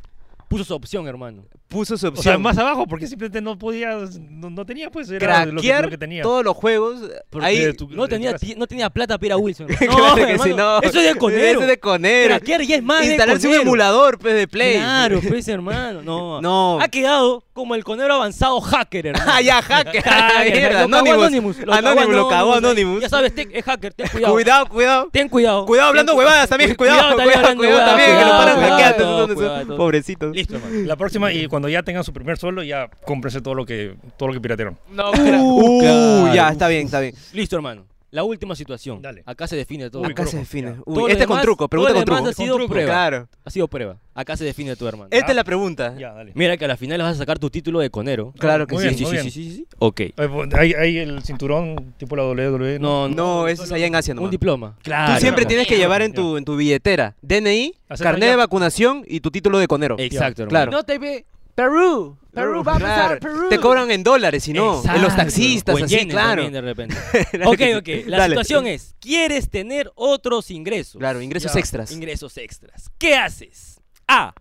S3: puso su opción, hermano.
S2: puso su
S1: O
S2: opción.
S1: sea, más abajo, porque simplemente no podía, no, no tenía, pues, era lo que,
S2: craquear
S1: lo que tenía.
S2: todos los juegos.
S1: Porque
S2: Ahí.
S1: tú-
S3: No tenía, ti- no tenía plata para ir a Wilson. No,
S2: Claro que
S3: hermano,
S2: sí, no.
S3: Eso es de conero.
S2: Eso es de conero.
S3: Craquear ya es más de
S2: Instalarse un
S3: conero.
S2: emulador pues, de Play.
S3: Claro, pues, Ah, hermano. No.
S2: No.
S3: Ha quedado como el conero avanzado hacker, hermano.
S2: Ah, ya, hacker.
S3: Hacker,
S2: Mierda,
S3: lo cagó
S2: Anonymous.
S3: Anonymous. Lo cagó
S2: Anonymous, lo cagó
S3: Anonymous.
S2: Anonymous.
S3: Ya sabes, te- es hacker, ten cuidado.
S2: Cuidado, cuidado.
S3: Ten cuidado.
S2: Cuidado hablando
S3: Ten cu-
S2: huevadas también.
S3: cu-
S2: Cuidado, cuidado,
S3: hablando
S2: cuidado también. Que lo
S3: huevadas,
S2: paran
S3: cuidado,
S2: hackeando.
S3: cuidado,
S2: entonces,
S3: cuidado, todo.
S2: Pobrecitos.
S1: Listo, hermano. La próxima, y cuando ya tengan su primer sueldo, ya cómprense todo lo que, todo lo que piratearon.
S4: No,
S2: Uh, ya, está bien, está bien.
S3: Listo, hermano. La última situación.
S1: Dale.
S3: Acá se define todo.
S1: Uy,
S2: Acá
S1: truco,
S2: se define.
S1: ya.
S2: Uy,
S3: Todo lo
S2: este es con
S3: demás-
S2: truco,
S3: todo
S2: pregunta
S3: lo
S2: con
S3: demás
S2: truco.
S3: ha sido
S2: Con truco,
S3: prueba.
S2: Claro.
S3: Ha sido prueba. Acá se define todo, hermano.
S2: Esta es la pregunta.
S1: Ya, dale.
S3: Mira que a la final vas a sacar tu título de conero.
S2: Claro que
S1: Muy
S2: sí.
S1: bien,
S3: sí,
S1: muy
S3: sí,
S1: bien.
S3: sí, sí, sí. Ok.
S1: Eh, pues, Hay, hay el cinturón tipo la WWE.
S3: No,
S2: No, eso es allá en Asia
S3: Un
S2: nomás.
S3: diploma.
S2: Tú
S1: Claro.
S2: siempre tienes que
S1: Ya,
S2: llevar en
S1: ya.
S2: tu, en tu billetera DNI,
S1: Acepta
S2: carnet
S1: ya.
S2: de vacunación y tu título de conero.
S3: Exacto, hermano.
S2: Claro.
S4: no te ve. Perú. Perú, vamos
S2: Claro,
S4: a Perú.
S2: Te cobran en dólares, si no. En los
S3: Exacto.
S2: taxistas,
S3: O en
S2: así,
S3: yenes
S2: claro.
S3: también de repente.
S2: Claro
S3: ok,
S2: que
S3: ok.
S2: sí.
S3: La
S2: Dale.
S3: situación es, ¿quieres tener otros ingresos?
S2: Claro, ingresos
S1: Ya.
S2: extras.
S3: Ingresos extras. ¿Qué haces? A.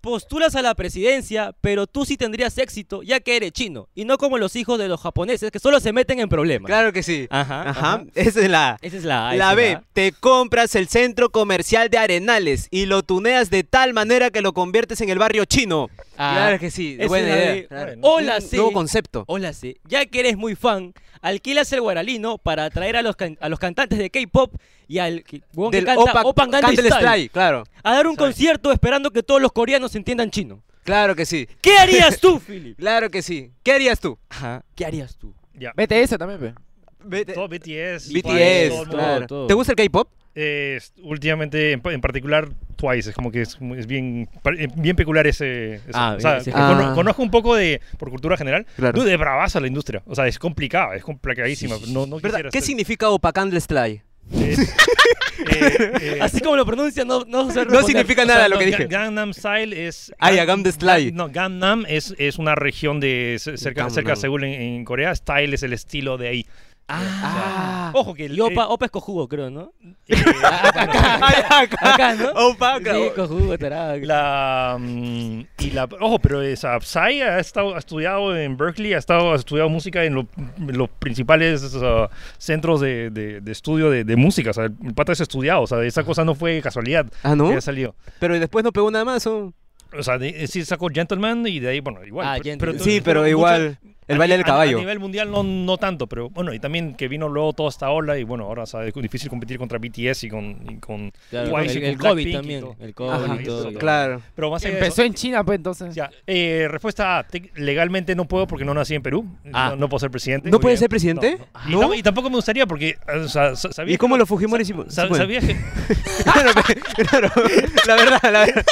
S3: Postulas a la presidencia, pero tú sí tendrías éxito ya que eres chino y no como los hijos de los japoneses que solo se meten en problemas.
S2: Claro que sí.
S3: Ajá.
S2: Ajá. Esa es la A.
S3: Esa es la A. esa
S2: La
S3: es
S2: B,
S3: A.
S2: te compras el centro comercial de Arenales y lo tuneas de tal manera que lo conviertes en el barrio chino.
S4: Ah,
S2: claro que sí,
S3: esa es
S2: buena
S3: la
S2: idea.
S3: B.
S1: Claro.
S3: O la C.
S2: Nuevo concepto.
S3: Hola, sí. Ya que eres muy fan, alquilas el guaralino para atraer a los, can- a los cantantes de K-pop y al que, huevón que
S2: Del
S3: canta
S2: Opa-
S3: Open Gangnam
S2: Candle
S3: Style
S2: Style, claro.
S3: a dar un concierto esperando que todos los coreanos entiendan chino.
S2: Claro que sí.
S3: ¿Qué harías tú, Philip?
S2: Claro que sí. ¿Qué harías tú?
S3: Ajá. ¿Qué harías tú?
S1: Ya.
S4: Vete esa también, pe.
S2: Vete-
S1: Todo BTS.
S2: BTS,
S1: todo el mundo.
S2: claro.
S3: todo.
S2: ¿Te gusta el K-pop?
S1: Eh, es- últimamente, en, pa- en particular, Twice. Es como que es, es bien, par- eh, bien peculiar ese. ese-
S3: Ah,
S1: o sea,
S3: ese-
S1: que cono-
S2: Ah.
S1: Conozco un poco de, por cultura general,
S2: Claro.
S1: dude, de bravazo la industria. O sea, es complicada, es complicadísima. No, no
S2: ¿Verdad?
S1: quisiera
S2: ¿Qué
S1: ser-
S2: significa Opa Candle Style?
S1: es- eh, eh,
S3: Así como lo pronuncia, no, no
S2: No
S3: sé responder.
S2: significa
S1: O sea,
S2: nada lo
S1: no,
S2: que
S1: Ga-
S2: dije.
S1: Gangnam Style es.
S2: Ah, ya,
S1: Gan-
S2: Gangnam Style.
S1: Gan- No, Gangnam es, es una región de c- cerca,
S2: Gangnam.
S1: cerca de Seúl en, en Corea. Style es el estilo de ahí.
S2: Ah.
S1: Ojo que el.
S3: Y eh, Opa, Opa es cojugo, creo, ¿no?
S1: eh, eh,
S2: Acá, acá.
S3: Acá, ¿no?
S2: Opa, acá.
S3: Sí, cojugo, tarado.
S1: la. mm, y la ojo, pero esa Psy ha, estado, ha estudiado en Berkeley, ha, estado, ha estudiado música en, lo- en los principales uh, centros de, de- de estudio de, de música. O sea, el pata es estudiado. O sea, esa cosa no fue casualidad
S2: Ah, ¿no?
S1: que haya salido.
S2: Pero después no pegó nada más. ¿o?
S1: O sea, de- eh, sí sacó Gentleman y de ahí, bueno, igual.
S3: Ah,
S1: pero-
S3: Gentleman.
S1: tú-
S2: Sí, pero
S1: muchas-
S2: igual. El
S1: a
S2: baile
S1: ni-
S2: del
S1: a-
S2: caballo.
S1: A, nivel mundial no, no tanto, pero bueno, y también que vino luego toda esta ola y bueno, ahora o sea, es difícil competir contra BTS y con... y con
S3: Claro,
S1: Twice y
S3: el,
S1: con
S3: el COVID
S1: Blackpink y
S3: también.
S1: todo.
S3: El
S2: Ajá,
S3: COVID y todo.
S1: eso,
S2: Claro.
S1: Pero más allá de
S4: Empezó
S1: eso,
S4: en China, pues, entonces.
S1: ya. Eh, respuesta A, Tec- legalmente no puedo porque no nací en Perú,
S3: Ah.
S1: no, no puedo ser presidente.
S2: ¿No
S1: Muy
S2: puedes
S1: bien.
S2: ser presidente? Ah.
S1: Y,
S2: ¿No?
S1: tam- y tampoco me gustaría porque, o sea, sa- sabía...
S2: ¿Y
S1: que
S2: cómo
S1: no-
S2: los Fujimori hicimos?
S1: sa- sabía que...
S2: Claro, pe- claro. La verdad, la verdad.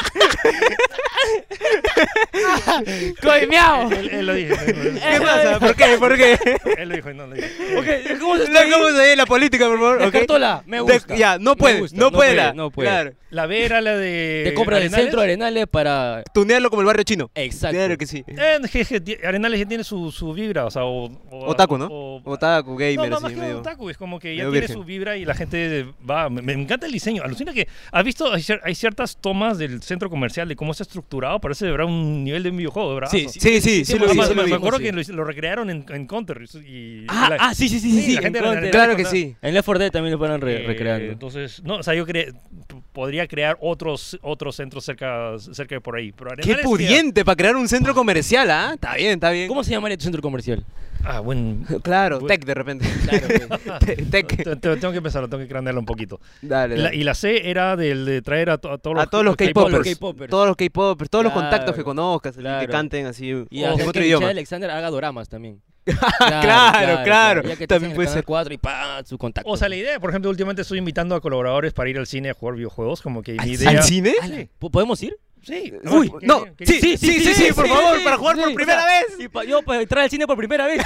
S4: ¡Coimeao!
S1: Él, él lo dijo. él
S2: ¿Qué
S1: lo-
S2: pasa? ¿Por qué? ¿Por qué?
S1: Él lo dijo, no lo dijo.
S3: Ok, ¿cómo se
S2: No hagamos ahí la política, por favor. ¿ok?
S3: Descartola, me
S2: De-
S3: gusta.
S2: ya, no
S3: Me
S2: puede,
S3: gusta,
S2: no, puede, la-
S3: No puede.
S2: Claro.
S1: La B era la de...
S3: Te compra el
S1: eh, Arenales.
S3: centro de Arenales para...
S2: Tunearlo como el barrio chino.
S3: Exacto.
S2: Claro que sí.
S1: Eh, je- je- tie- Arenales ya tiene su, su vibra, o sea, o... o-
S2: Otaku, ¿no?
S1: o-
S2: Otaku,
S1: No,
S2: gamer,
S1: no, más
S2: así
S1: que
S2: medio.
S1: otaku, es como que ya
S2: medio
S1: tiene
S2: virgen.
S1: su vibra y la gente va. Me, me encanta el diseño. Alucina que. ¿Has visto? Hay, cier- hay ciertas tomas del centro comercial de cómo está estructurado. Parece de verdad un nivel de un videojuego, de verdad.
S3: Sí,
S1: O-
S3: sí,
S2: Sí, sí, sí
S1: Ah,
S2: lo vi,
S1: me-
S2: sí
S1: me,
S2: lo vi.
S1: acuerdo que lo, lo recrearon en, en Counter. y-
S3: Ah,
S1: la-
S3: ah, sí, sí, sí, sí.
S1: Sí,
S3: sí,
S1: la
S3: en
S1: gente de
S3: Counter.
S1: Arenales.
S2: Claro que sí.
S3: En Left 4 Dead también lo fueron re-
S1: eh,
S3: recreando.
S1: Entonces, no, o sea, yo cre- p- podría crear otros, otros centros cerca, cerca de por ahí. Pero
S2: Qué
S1: Arenales queda-
S2: pudiente para crear un centro comercial, ¿ah? Está bien, está bien.
S3: ¿Cómo se llamaría tu centro comercial?
S2: Oh,
S1: Ah, bueno.
S2: Claro,
S1: Bu-
S2: tech de repente. Te- Tech.
S1: Te- te- Tengo que pensarlo, tengo que cranearlo un poquito.
S2: Dale,
S1: La-
S2: dale.
S1: y la C era del de traer a, to- a todos
S2: A todos los
S3: K-popers.
S2: K-popers. Todos los K-popers, todos los
S3: Claro,
S2: contactos que conozcas, que
S3: claro.
S2: canten así
S3: Y
S2: en
S3: hacer
S2: otro
S3: que Michelle
S2: idioma.
S3: Alexander haga doramas también.
S2: Claro, claro.
S3: Ya
S2: También
S3: que también
S2: puede
S3: puede
S2: ser.
S3: 4 y pa, su contacto.
S1: O sea, la idea, por ejemplo, últimamente estoy invitando a colaboradores para ir al cine a jugar videojuegos, como que mi idea...
S2: ¿Al cine?
S3: Ale, ¿po- ¿Podemos ir?
S1: Sí.
S2: Uy,
S1: que-
S2: no,
S1: que-
S2: sí, sí,
S3: sí,
S2: sí,
S3: sí,
S2: sí,
S3: sí,
S2: por
S3: sí,
S2: favor,
S3: sí,
S2: para jugar
S3: sí,
S2: por
S3: sí.
S2: primera vez.
S3: Y pa- yo para entrar al cine por primera vez.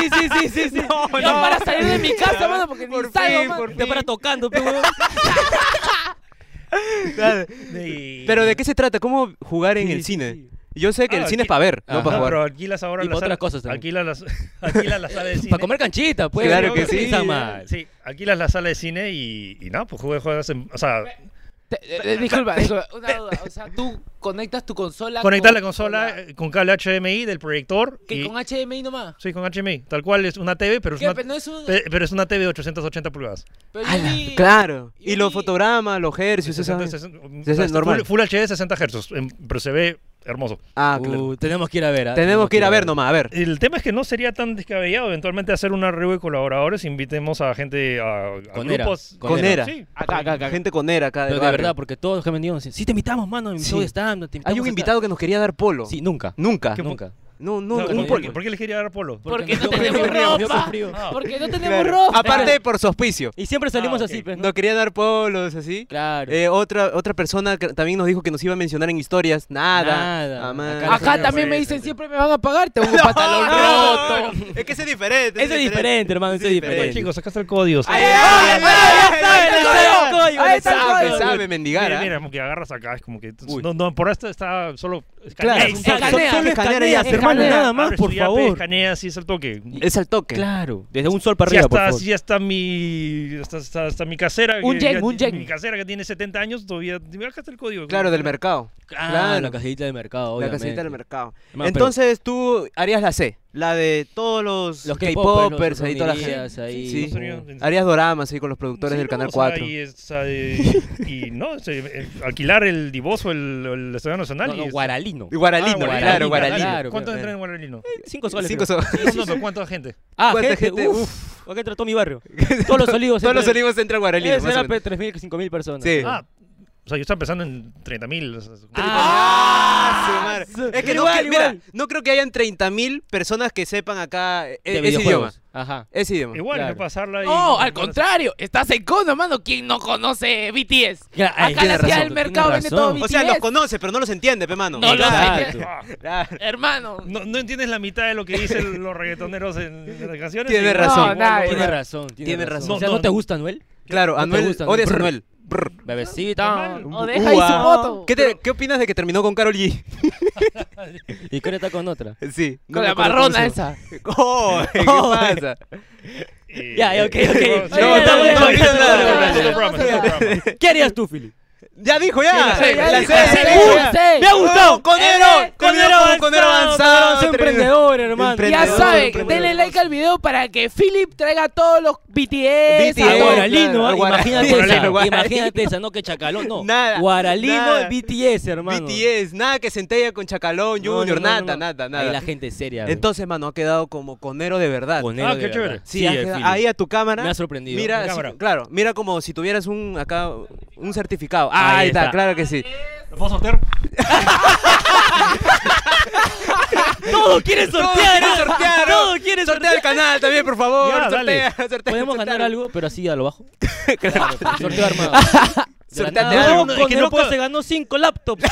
S3: Sí, sí, sí, sí, sí. No,
S4: No, para salir de mi casa, mano, porque ni
S2: Por
S4: salgo,
S2: fin,
S4: mano.
S2: por
S3: Te para tocando, pe, weón.
S2: Dale.
S1: y-
S2: Pero ¿de qué se trata? ¿Cómo jugar en
S3: Sí,
S2: el
S3: sí,
S2: cine?
S3: sí.
S2: Yo sé que
S1: Ah,
S2: el cine
S1: aquí-
S2: es para ver, no
S3: Ajá.
S2: para
S1: No,
S2: jugar.
S1: pero alquilas ahora
S3: Y
S1: la
S3: para
S1: sala...
S3: otras cosas también.
S1: Alquilas, las, alquilas la sala de cine.
S3: Para comer canchita, pues.
S2: Claro que
S3: No
S2: sí.
S3: está mal.
S1: Sí, alquilas la sala de cine y, y nada, pues juegas, juegas en- O sea,
S4: Te- eh, disculpa, disculpa, una duda. O sea, tú conectas tu consola.
S1: Conectar
S4: con-
S1: la consola
S4: con la-
S1: eh, con cable HDMI del proyector.
S4: que
S1: y-
S4: con HDMI nomás.
S1: Sí, con HDMI. Tal cual es una TV, pero es,
S4: ¿Qué?
S1: una,
S4: Pero no es un-
S1: pe- pero es una TV de 880 pulgadas.
S4: Pero yo
S2: Ala,
S4: vi-
S2: claro.
S4: yo
S2: Y los
S4: vi-
S2: fotogramas, los hercios, esa
S1: 60,
S2: vaina.
S1: 60, o
S2: Sí, sí,
S1: sea,
S2: normal.
S1: Full, full HD 60 Hz, em, pero se ve hermoso.
S2: Ah, claro.
S3: Uh, tenemos que ir a ver. ¿ah?
S2: Tenemos que ir a ver nomás, a ver.
S1: El tema es que no sería tan descabellado eventualmente hacer una review de colaboradores, invitemos a gente a, a
S3: Conera,
S1: grupos.
S2: Conera.
S1: Sí.
S4: Acá, acá, acá.
S2: Gente conera acá del
S3: Pero de
S2: barrio.
S3: verdad, porque todos los que me dijeron, sí te invitamos, mano, en mi
S2: Sí.
S3: show de stand-up, te
S2: Hay
S3: invitamos
S2: un
S3: acá".
S2: invitado que nos quería dar polo.
S3: Sí, nunca.
S2: Nunca.
S1: ¿Qué-
S3: Nunca.
S2: No, no,
S1: No,
S2: un
S1: ¿por,
S2: polo.
S1: qué, por qué les quería dar polo?
S4: Porque no
S3: yo-
S4: tenemos
S3: yo- yo- yo
S4: ropa.
S3: sufrí.
S1: Ah,
S4: Porque no tenemos
S2: Claro.
S4: ropa.
S2: Aparte de por su auspicio.
S3: Y siempre salimos
S1: Ah,
S3: así,
S1: ok.
S3: pues, ¿no?
S2: Nos quería dar polos, así.
S3: Claro.
S2: Eh, otra, otra persona que también nos dijo que nos iba a mencionar en historias. Nada.
S3: Nada.
S2: Ah, man.
S3: Acá
S4: Acá también me
S1: Sí,
S4: dicen
S1: sí, sí.
S4: siempre me van a pagar. Tengo un pantalón
S2: No,
S4: roto.
S2: Es que ese es diferente.
S3: eso es diferente, hermano, eso es
S1: Oye,
S3: diferente.
S1: chicos, acá está el código.
S2: Ahí está, ahí está, ahí está el código.
S3: Ahí está el
S2: Sabe,
S3: código.
S2: Sabe mendigar.
S1: Mira,
S2: ¿ah?
S1: mira, como que agarras acá, es como que.
S3: Uy.
S1: No, no, por esto está solo.
S2: Claro,
S1: escaneas un toque.
S3: Escanea,
S4: Escanea,
S3: solo
S2: escanea,
S3: escaneas,
S2: escanea.
S3: hermano, nada más,
S1: Abres
S3: por
S1: tu yape,
S3: favor.
S1: Escaneas y es el toque.
S2: Es al toque.
S3: Claro, desde un sol para
S1: Ya
S3: arriba, por
S1: está,
S3: favor.
S1: ya está mi. Está, está- está mi casera.
S4: Un
S1: que-
S4: yen,
S1: ya-
S4: un yen.
S1: Mi casera que tiene 70 años todavía. Mira, acá está el código.
S2: Claro, del mercado.
S3: Claro, la casillita del mercado,
S2: La
S3: obviamente.
S2: casita del mercado.
S3: Hermano,
S2: Entonces tú harías la C, la de todos los,
S3: Los
S2: K-popers,
S3: K-popers,
S2: ahí toda la
S3: los
S2: gente.
S3: reunirías ahí,
S2: Sí.
S3: como-
S2: Harías doramas ahí con los productores
S1: Sí,
S2: del
S1: no,
S2: Canal
S1: o sea,
S2: 4.
S1: y, es- o sea, eh, y no, se- eh, alquilar el divoso, el, el Estadio Nacional.
S3: No, no,
S1: y es-
S3: Guaralino.
S2: Y Guaralino,
S1: Ah,
S2: claro, Guaralino.
S3: claro.
S1: ¿Cuánto
S3: claro.
S1: entra en Guaralino?
S3: Cinco soles.
S2: Cinco
S3: creo.
S2: son-
S1: No, pero ¿Cuánta gente?
S3: Ah,
S2: ¿Cuánta
S3: gente,
S2: gente?
S3: Uf. ¿Por qué trató mi barrio? Todos los olivos.
S2: Todos los olivos entra Guaralino.
S3: Guaralino.
S2: más o
S3: Será
S2: menos.
S3: 3.000, 5.000 personas.
S2: Sí.
S1: Ah, o sea, yo estaba pensando en 30 mil.
S2: Ah, su madre. Es que no,
S3: Igual,
S2: que- mira,
S3: igual.
S2: no creo que hayan 30.000 personas que sepan acá eh,
S3: De
S2: ese idioma.
S3: videojuegos. Ajá.
S2: Ese idioma.
S1: igual,
S3: claro.
S1: es pasarla. y-
S4: No, al contrario. Estás en Cono, mano. ¿Quién no conoce BTS?
S3: Claro, ay,
S4: Acá
S3: tienes
S4: la ciudad
S3: razón,
S4: del
S3: tienes
S4: mercado vende
S3: razón.
S4: todo
S2: O sea, los
S4: BTS.
S2: conoce, pero no los entiende, pe mano.
S4: No los
S2: Claro,
S4: entiende.
S3: Exacto.
S1: Ah,
S2: claro.
S4: Hermano.
S1: No, no entiendes la mitad de lo que dicen los reggaetoneros en, en las canciones.
S2: Tiene
S1: Igual,
S2: razón.
S1: igual,
S4: No,
S1: igual,
S4: nadie.
S3: Tiene
S1: igual.
S3: razón.
S2: Tiene razón.
S3: O sea,
S1: No,
S3: ¿no
S1: no,
S3: te
S1: no.
S3: gusta Anuel?
S2: Claro,
S3: No te
S2: Anuel,
S3: gusta, ¿no?
S2: odias a
S3: Brr.
S2: Anuel. Brr.
S3: Bebecita.
S1: Normal.
S4: O deja ahí su
S2: Ua.
S4: moto.
S2: ¿Qué, te- ¿Qué opinas de que terminó con Carol G?
S3: ¿Y qué está con otra?
S2: Sí. me
S4: Con la
S2: acuerdo cómo se
S4: marrona
S2: llama.
S4: esa.
S2: ¡Oh! ¿Qué pasa?
S1: Eh,
S3: Ya, ya, ok,
S1: eh,
S3: ok.
S1: no,
S3: Ya,
S1: no,
S3: ya,
S1: estamos-
S3: ya,
S1: estamos-
S3: ya, ya,
S1: estamos-
S3: ya,
S1: estamos-
S3: ya,
S1: estamos-
S4: ya,
S1: estamos- estamos-
S3: ¿Qué harías tú, Fili?
S2: Ya dijo, ya.
S4: Sí, la sé,
S2: La
S4: ya
S2: sé,
S4: dijo,
S2: ya
S4: la
S2: dijo,
S4: sé.
S2: ya.
S3: ¡Me ha gustado!
S2: Conero, conero, conero avanzado.
S3: emprendedor, hermano.
S4: Ya
S2: Emprendedor,
S4: saben,
S2: emprendedor.
S4: denle like al video para que Philip traiga todos los BTS.
S3: A
S2: BTS.
S4: ahora.
S3: Guaralino, ¿ah?
S2: Claro,
S3: imagínate
S2: Guaralino,
S3: esa,
S2: Guaralino.
S3: imagínate esa, no que Chacalón, no.
S2: Nada,
S3: Guaralino
S2: nada.
S3: y BTS, hermano.
S2: BTS, nada que centella con Chacalón,
S3: No, no,
S2: Junior,
S3: no,
S2: nada,
S3: no, no.
S2: nada,
S3: Ahí
S2: nada.
S3: la gente es seria. bro.
S2: Entonces, mano, ha quedado como conero de verdad.
S3: Conero
S1: Ah,
S3: de
S1: qué
S3: verdad.
S1: chévere.
S2: Sí,
S3: Sí,
S2: ha
S3: el
S2: quedado-
S3: Philip.
S2: ahí a tu cámara.
S3: Me ha sorprendido.
S2: Mira,
S1: Mi
S2: sí,
S1: cámara.
S2: claro, mira como si tuvieras un acá un certificado. Ah, ahí,
S3: Ahí
S2: está,
S3: está.
S2: claro que sí.
S1: ¿Lo puedo soltar?
S3: Todos quieren sortear,
S1: ¿eh?
S2: quieren sortear, ¿no?
S3: todos quieren
S2: Sortea el
S3: sortear.
S2: canal también, por favor.
S1: Ya,
S2: sortea,
S1: dale.
S2: sortea,
S3: Podemos
S2: sortea.
S3: ganar algo, pero así a lo bajo.
S2: Claro.
S3: Sorteo armado.
S2: Sorteate
S3: no,
S2: algo.
S3: Con
S1: Es que
S3: Conero
S1: no
S3: pues,
S1: ca-
S3: se ganó cinco laptops.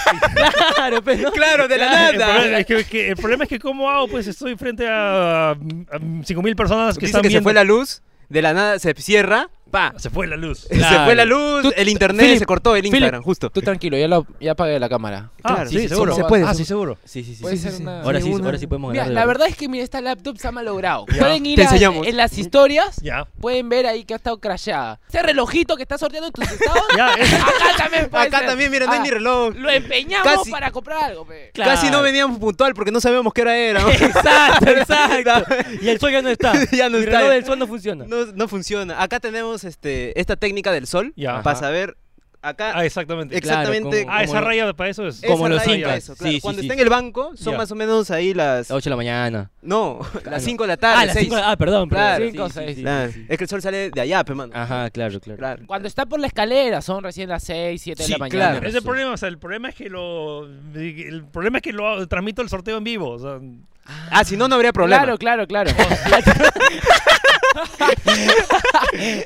S3: claro, pues, ¿no?
S2: Claro, de la
S1: El problema,
S2: nada.
S1: es que, que- el problema es que ¿cómo hago? Pues estoy frente a, a 5.000 personas que
S2: Dice
S1: están
S2: que se
S1: viendo.
S2: fue la luz, de la nada se cierra, pa.
S1: Se fue la luz.
S2: Se
S3: Claro.
S2: fue la luz,
S4: Tú-
S2: el internet
S4: Philip,
S2: se cortó, el
S4: Philip,
S2: Instagram, justo.
S4: Tú tranquilo, ya, lo, ya apagué la cámara.
S1: Ah,
S2: Claro,
S1: sí,
S2: sí,
S1: seguro.
S2: sí, se puede,
S1: ah,
S2: se
S1: sí, seguro.
S3: Sí, sí, sí.
S4: Puede
S3: sí,
S4: ser
S3: sí.
S4: una-
S3: Ahora sí,
S2: una-
S3: ahora sí podemos
S4: Mira,
S3: ganar. de
S4: la verdad es que mira, esta laptop se ha malogrado.
S1: Ya.
S4: Pueden ir
S2: Te
S4: a-
S2: enseñamos.
S4: en las historias,
S1: Ya.
S4: pueden ver ahí que ha estado crasheada. Ese relojito que está sorteando en tus estados,
S1: Ya, es-
S4: acá también puede
S2: Acá
S4: ser.
S2: también, mira, no hay
S4: Ah,
S2: ni reloj.
S4: Lo empeñamos
S2: Casi.
S4: para comprar algo, pe.
S3: Claro.
S2: Casi no veníamos puntual porque no sabíamos qué hora era.
S3: Exacto, exacto. Y el sol ya no está.
S2: Ya no
S3: Mi
S2: está.
S3: reloj del sol no funciona.
S2: No, no funciona. Acá tenemos este, esta técnica del sol
S1: Ya.
S2: para
S1: Ajá.
S2: saber acá
S1: Ah, exactamente.
S3: Claro,
S2: exactamente
S3: como-
S1: Ah, esa
S3: lo-
S1: raya para eso es.
S2: esa
S3: como los
S2: raya para
S3: incas.
S2: eso, claro.
S3: Sí, sí,
S2: Cuando
S3: sí.
S2: está en el banco son
S1: Ya.
S2: más o menos ahí las
S3: A 8 de la mañana.
S2: no, las 5 de la tarde,
S3: Ah, las
S2: seis.
S3: 5 Ah, perdón, perdón.
S2: Claro.
S3: Sí,
S4: Cinco,
S3: sí, sí,
S4: seis.
S3: sí,
S2: Claro.
S3: sí, Ah, sí.
S2: Es que el sol sale de allá, pe mano.
S3: Ajá, claro, claro.
S2: Claro.
S4: Cuando está por la escalera, son recién las 6, 7 de
S2: Sí,
S4: la mañana.
S2: claro.
S1: Ese es el problema, o sea, el problema es que lo el problema es que lo transmito el sorteo en vivo, o sea,
S2: Ah, si no no habría problema. Oh,
S4: Claro, claro, claro.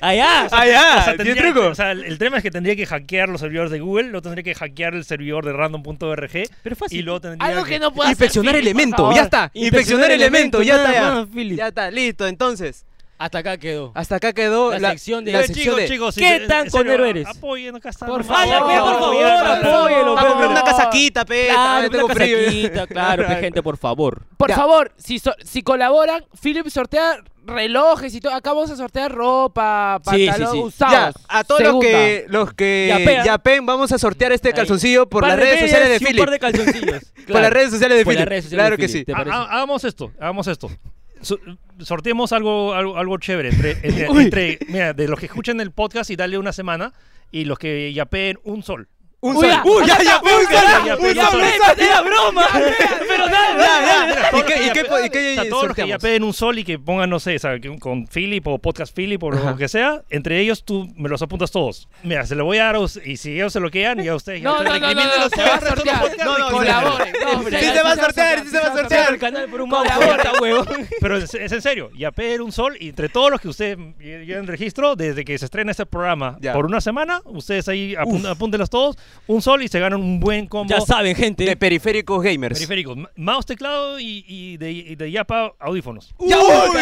S3: Allá.
S2: Ah, ya,
S1: O sea,
S2: ¿tiene
S1: tendría-
S2: truco?
S1: o sea, el, el tema es que tendría que hackear los servidores de Google, luego tendría que hackear el servidor de random.org
S3: Pero fácil.
S1: y luego tendría
S4: Algo que no pueda hacer
S2: Inspeccionar
S4: Philip, por
S2: elemento,
S4: favor.
S2: ya está. Inspeccionar elemento, ya está. ya. Ya está, listo, entonces.
S3: Hasta acá quedó.
S2: Hasta acá quedó
S3: La
S2: la,
S3: sección de-
S2: la
S3: Eh,
S1: Chicos,
S2: sección de- Oh,
S1: chicos,
S3: ¿Qué
S1: en-
S3: tan
S1: en serio,
S3: conero eres?
S1: Apoyen acá está.
S4: Por
S1: nomás.
S4: favor,
S1: Vayan, por favor,
S3: apóyelo,
S2: Va a comprar una
S4: Pero-
S2: casaquita, pe.
S3: Claro,
S2: también tengo
S3: Ah, una
S2: frío.
S3: casaquita, claro, pe, gente, por favor.
S4: Por
S2: Ya.
S4: favor, si, so- si colaboran, Philip sortea relojes y todo. Acá vamos a sortear ropa,
S3: Sí, sí,
S4: pantalones
S3: sí.
S4: usados.
S2: Ya, a todos los
S4: Segunda.
S2: que, los que
S3: Yapean.
S2: yapen. vamos a sortear este
S3: Ahí.
S2: calzoncillo por
S3: Par
S2: las
S3: de
S2: redes sociales de
S3: medias y Un
S2: Philip.
S3: par de calzoncillos.
S2: Por las redes sociales de
S3: Por las
S2: Philip.
S3: redes sociales
S2: Claro
S3: de
S2: que
S3: Philip,
S2: sí.
S3: te- parece?
S1: Ha- ha- Hagamos esto, hagamos esto. So- sorteemos algo, algo, algo chévere entre, entre-
S2: Uy.
S1: entre- mira, de los que escuchen el podcast y dale una semana y los que yapeen un sol.
S2: Un
S4: Uy,
S2: sol.
S4: ya.
S2: Uy, ya, ya, un sol,
S1: ya, ya,
S2: un
S1: ya,
S2: sol,
S1: ya,
S2: un sol.
S3: ¡Era broma! ¡Pero
S2: Ya,
S3: dale!
S2: ya. ¿Y qué- ¿Y qué po- y
S1: O sea,
S2: qué
S1: todos los que
S2: sorteamos?
S1: yapeen un sol y que pongan, no sé, o sea, que- con Philip o podcast Philip o lo que sea, entre ellos tú me los apuntas todos. Mira, se lo voy a dar a us- y si ellos se lo quedan, ya ustedes.
S4: No,
S1: ya
S4: no,
S1: ustedes-
S4: no, no, no, se va a sortear.
S2: No, no,
S4: Colaboren. no,
S2: Sí se va a sortear, sí se va a sortear.
S3: el canal por un mago, puta, huevón.
S1: Pero es, es en serio, yapeen un sol y entre todos los que ustedes lleven registro, desde que se estrena este programa
S2: Ya.
S1: por una semana, ustedes ahí apun- apúntenlos todos, un sol y se ganan un buen combo.
S3: Ya saben,
S2: De
S3: gente.
S2: periféricos gamers.
S1: Periféricos, ma- mouse, teclado y, y de, y de Yapa audífonos.
S2: ¡Ya, ¡Uy! ¡Uy,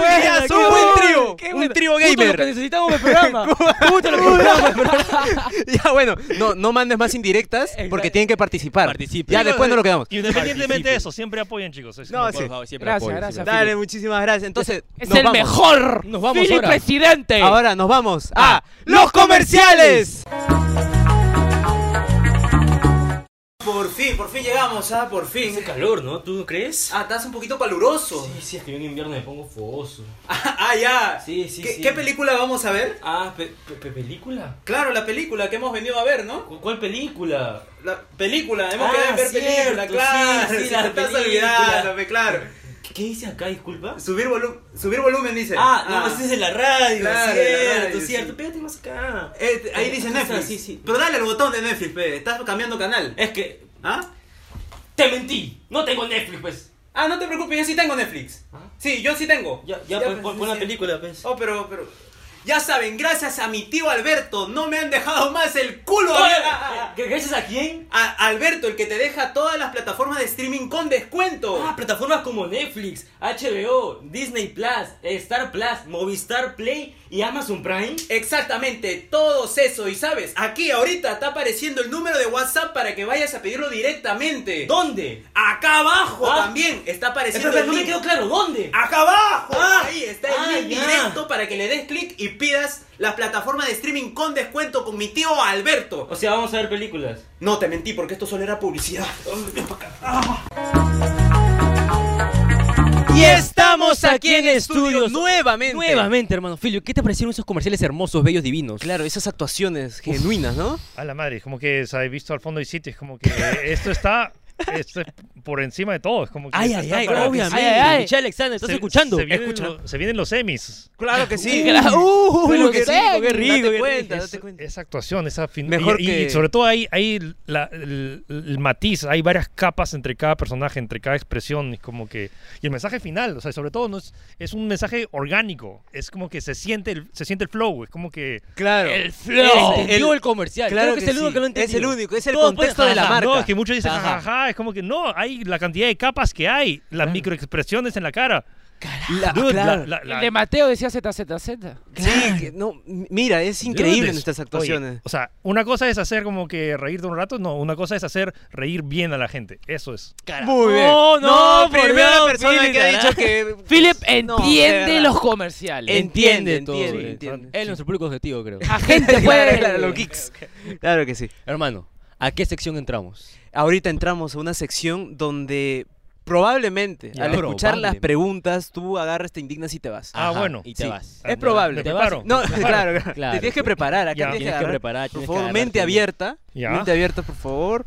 S2: ya, es un buen trío!
S3: Qué
S2: Un
S3: buena.
S2: trío
S3: Justo lo que
S2: gamer.
S3: necesitamos del programa. Justo lo que necesitamos del programa.
S2: Ya, bueno, no, no mandes más indirectas porque tienen que participar.
S3: Participen.
S2: Ya, después nos lo quedamos.
S1: Independientemente de eso, siempre apoyen, chicos. Es
S2: No,
S1: como-
S2: sí.
S3: Por favor, siempre
S4: Gracias,
S3: apoyo,
S4: gracias,
S3: siempre
S2: Dale, muchísimas gracias. Entonces,
S4: Es
S2: nos
S4: el
S2: vamos.
S4: mejor.
S3: Nos vamos
S4: Philip
S3: ahora.
S4: presidente.
S2: Ahora nos vamos
S5: Ah,
S2: a los comerciales. Por fin, por fin llegamos, ah, por fin.
S5: Hace calor, ¿no? ¿Tú no crees?
S2: Ah, estás un poquito caluroso.
S5: Sí, sí, es que yo en invierno me pongo fogoso.
S2: Ah, ah, ya.
S5: Sí, sí,
S2: ¿Qué,
S5: sí.
S2: ¿Qué película vamos a ver?
S5: Ah, pe- pe- pe- película.
S2: Claro, la película que hemos venido a ver, ¿no?
S5: ¿Cu- ¿Cuál película?
S2: La película, hemos
S5: Ah,
S2: querido ver película,
S5: cierto,
S2: claro.
S5: sí, sí,
S2: si
S5: la
S2: te estás
S5: película.
S2: olvidando, pe, claro.
S5: ¿Qué, qué dice acá, disculpa?
S2: Subir, volu- subir volumen, dice.
S5: Ah, no, ese es de la radio,
S2: Claro, de la
S5: cierto,
S2: radio,
S5: cierto.
S2: sí.
S5: Pégate más acá.
S2: Eh, ahí dice
S5: Acá está,
S2: Netflix.
S5: Sí, sí.
S2: Pero dale al botón de Netflix, pe. Estás cambiando canal.
S5: Es que
S2: ¿Ah?
S5: te mentí. No tengo Netflix, pues.
S2: Ah, no te preocupes, yo sí tengo Netflix.
S5: ¿Ah?
S2: Sí, yo sí tengo.
S5: Ya, ya,
S2: pues,
S5: pues, pon, pon la
S2: sí.
S5: película, pues.
S2: Oh, pero, pero. Ya saben, gracias a mi tío Alberto, no me han dejado más el culo.
S5: Oye,
S2: Ah, ah, ah.
S5: eh, ¿Gracias a quién?
S2: A- Alberto, el que te deja todas las plataformas de streaming con descuento.
S5: Ah, plataformas como Netflix, HBO, Disney Plus, Star Plus, Movistar Play y Amazon Prime.
S2: Exactamente, todos eso. Y sabes, aquí ahorita está apareciendo el número de WhatsApp para que vayas a pedirlo directamente.
S5: ¿Dónde?
S2: Acá abajo
S5: Ah.
S2: también está apareciendo
S5: Espera,
S2: el
S5: no me
S2: link.
S5: quedó claro, ¿dónde?
S2: Acá abajo,
S5: Ah,
S2: ahí está el
S5: ah,
S2: link
S5: ya.
S2: directo para que le des clic y pidas la plataforma de streaming con descuento con mi tío Alberto.
S5: O sea, vamos a ver películas.
S2: No te mentí porque esto solo era publicidad.
S3: Y
S2: estamos aquí en estudio nuevamente.
S3: Nuevamente, hermano Filio. ¿Qué te parecieron esos comerciales hermosos, bellos, divinos?
S2: Claro, esas actuaciones genuinas, ¿no?
S1: A la madre, es como que se ha visto al fondo y sitio, es como que esto está esto es por encima de todo. Es como que
S3: Ay,
S1: esto
S3: ay,
S1: está
S3: ay,
S1: para-
S3: obviamente.
S4: Ay, ay, ay.
S3: Michelle Alexander, ¿estás
S1: se-
S3: escuchando?
S1: Se vienen,
S3: Escucha.
S1: lo- se vienen los semis.
S2: Claro que sí.
S4: Claro, uh,
S2: Claro
S4: lo
S2: que
S4: que
S2: sí,
S4: tengo.
S2: qué rico,
S3: Date
S2: qué
S3: cuenta,
S2: rico.
S3: date cuenta.
S1: Esa actuación, esa fin-
S2: Mejor
S1: y, y-
S2: que-
S1: y sobre todo ahí, ahí la- el, el matiz, hay varias capas entre cada personaje, entre cada expresión, es como que y el mensaje final, o sea, sobre todo no es, es un mensaje orgánico, es como que se siente el, se siente el flow, es como que
S2: Claro.
S3: El flow. Entendió el,
S2: El-
S3: comercial.
S2: Este, claro
S3: Creo que,
S2: que
S3: es el único
S2: sí.
S3: que lo
S2: Es
S3: entendió.
S2: el único, es el
S3: Todos
S2: contexto de la
S3: jajaja.
S2: marca.
S1: no, es que muchos dicen
S3: Ajá.
S1: jajaja, es como que no, hay la cantidad de capas que hay, las microexpresiones en la cara.
S2: La-
S1: Dude, la-
S2: Ah, claro.
S1: la- la-
S4: El de Mateo decía ZZZ.
S2: Sí, que- no, m- mira, es increíble
S1: Dude,
S2: nuestras
S1: oye,
S2: actuaciones.
S1: o sea, una cosa es hacer como que reír de un rato, no, una cosa es hacer reír bien a la gente, eso es.
S2: Muy bien.
S3: No, no, por
S2: primera
S3: Dios,
S2: persona
S3: Philip,
S2: que ha dicho
S3: carajo.
S2: que
S4: Philip
S2: No,
S4: entiende
S2: de verdad.
S4: los comerciales.
S3: En- Entiende
S2: entiende,
S3: todo,
S2: entiende,
S3: eh.
S2: entiende. Ah.
S3: Él es nuestro público objetivo, creo.
S4: Agente
S2: Claro,
S4: fue.
S2: claro, los geeks. Claro que sí.
S3: Hermano, ¿a qué sección entramos?
S2: Ahorita entramos a una sección donde probablemente
S3: Ya.
S2: al escuchar las
S3: Probablemente.
S2: preguntas tú agarras, te indignas y te vas.
S1: Ah, bueno.
S3: Y te
S2: Sí.
S3: vas.
S1: Ah,
S2: Es probable.
S1: me
S3: Te vas-
S1: preparo,
S2: No,
S1: me preparo.
S2: claro, claro.
S3: Claro.
S2: Te tienes que preparar, acá
S1: Ya.
S2: tienes que
S3: Tienes que
S2: agarrar.
S3: preparar.
S2: Por
S3: tienes que
S2: favor,
S3: agarrarte
S2: mente
S3: bien.
S2: abierta.
S1: Ya.
S2: Mente abierta, por favor.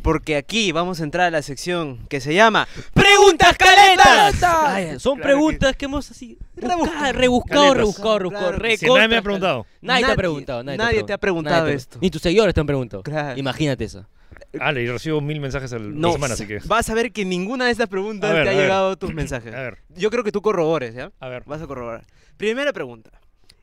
S2: Porque aquí vamos a entrar a la sección que se llama ¡Preguntas
S3: ¡Caletas!
S2: caletas!
S3: Ay, son
S2: Claro
S3: preguntas que... hemos así
S2: Rebuscado.
S3: buscado, rebuscado,
S1: Caletas.
S3: rebuscado,
S2: Claro.
S3: rebuscado,
S1: Si nadie me ha
S3: recontra-
S1: preguntado.
S3: Nadie, te ha
S2: Nadie-
S3: preguntado. Nadie,
S2: nadie te ha preguntado
S3: Nadie te-
S2: esto.
S3: Ni tus seguidores te han preguntado.
S2: Claro.
S3: Imagínate eso.
S1: Ah, le recibo mil mensajes al,
S2: No,
S1: la semana, así que.
S2: vas a ver que ninguna de estas preguntas
S1: A ver,
S2: te ha
S1: a ver.
S2: llegado a tus mensajes.
S1: A ver.
S2: Yo creo que tú corrobores, ¿ya?
S1: A ver.
S2: Vas a corroborar. Primera pregunta.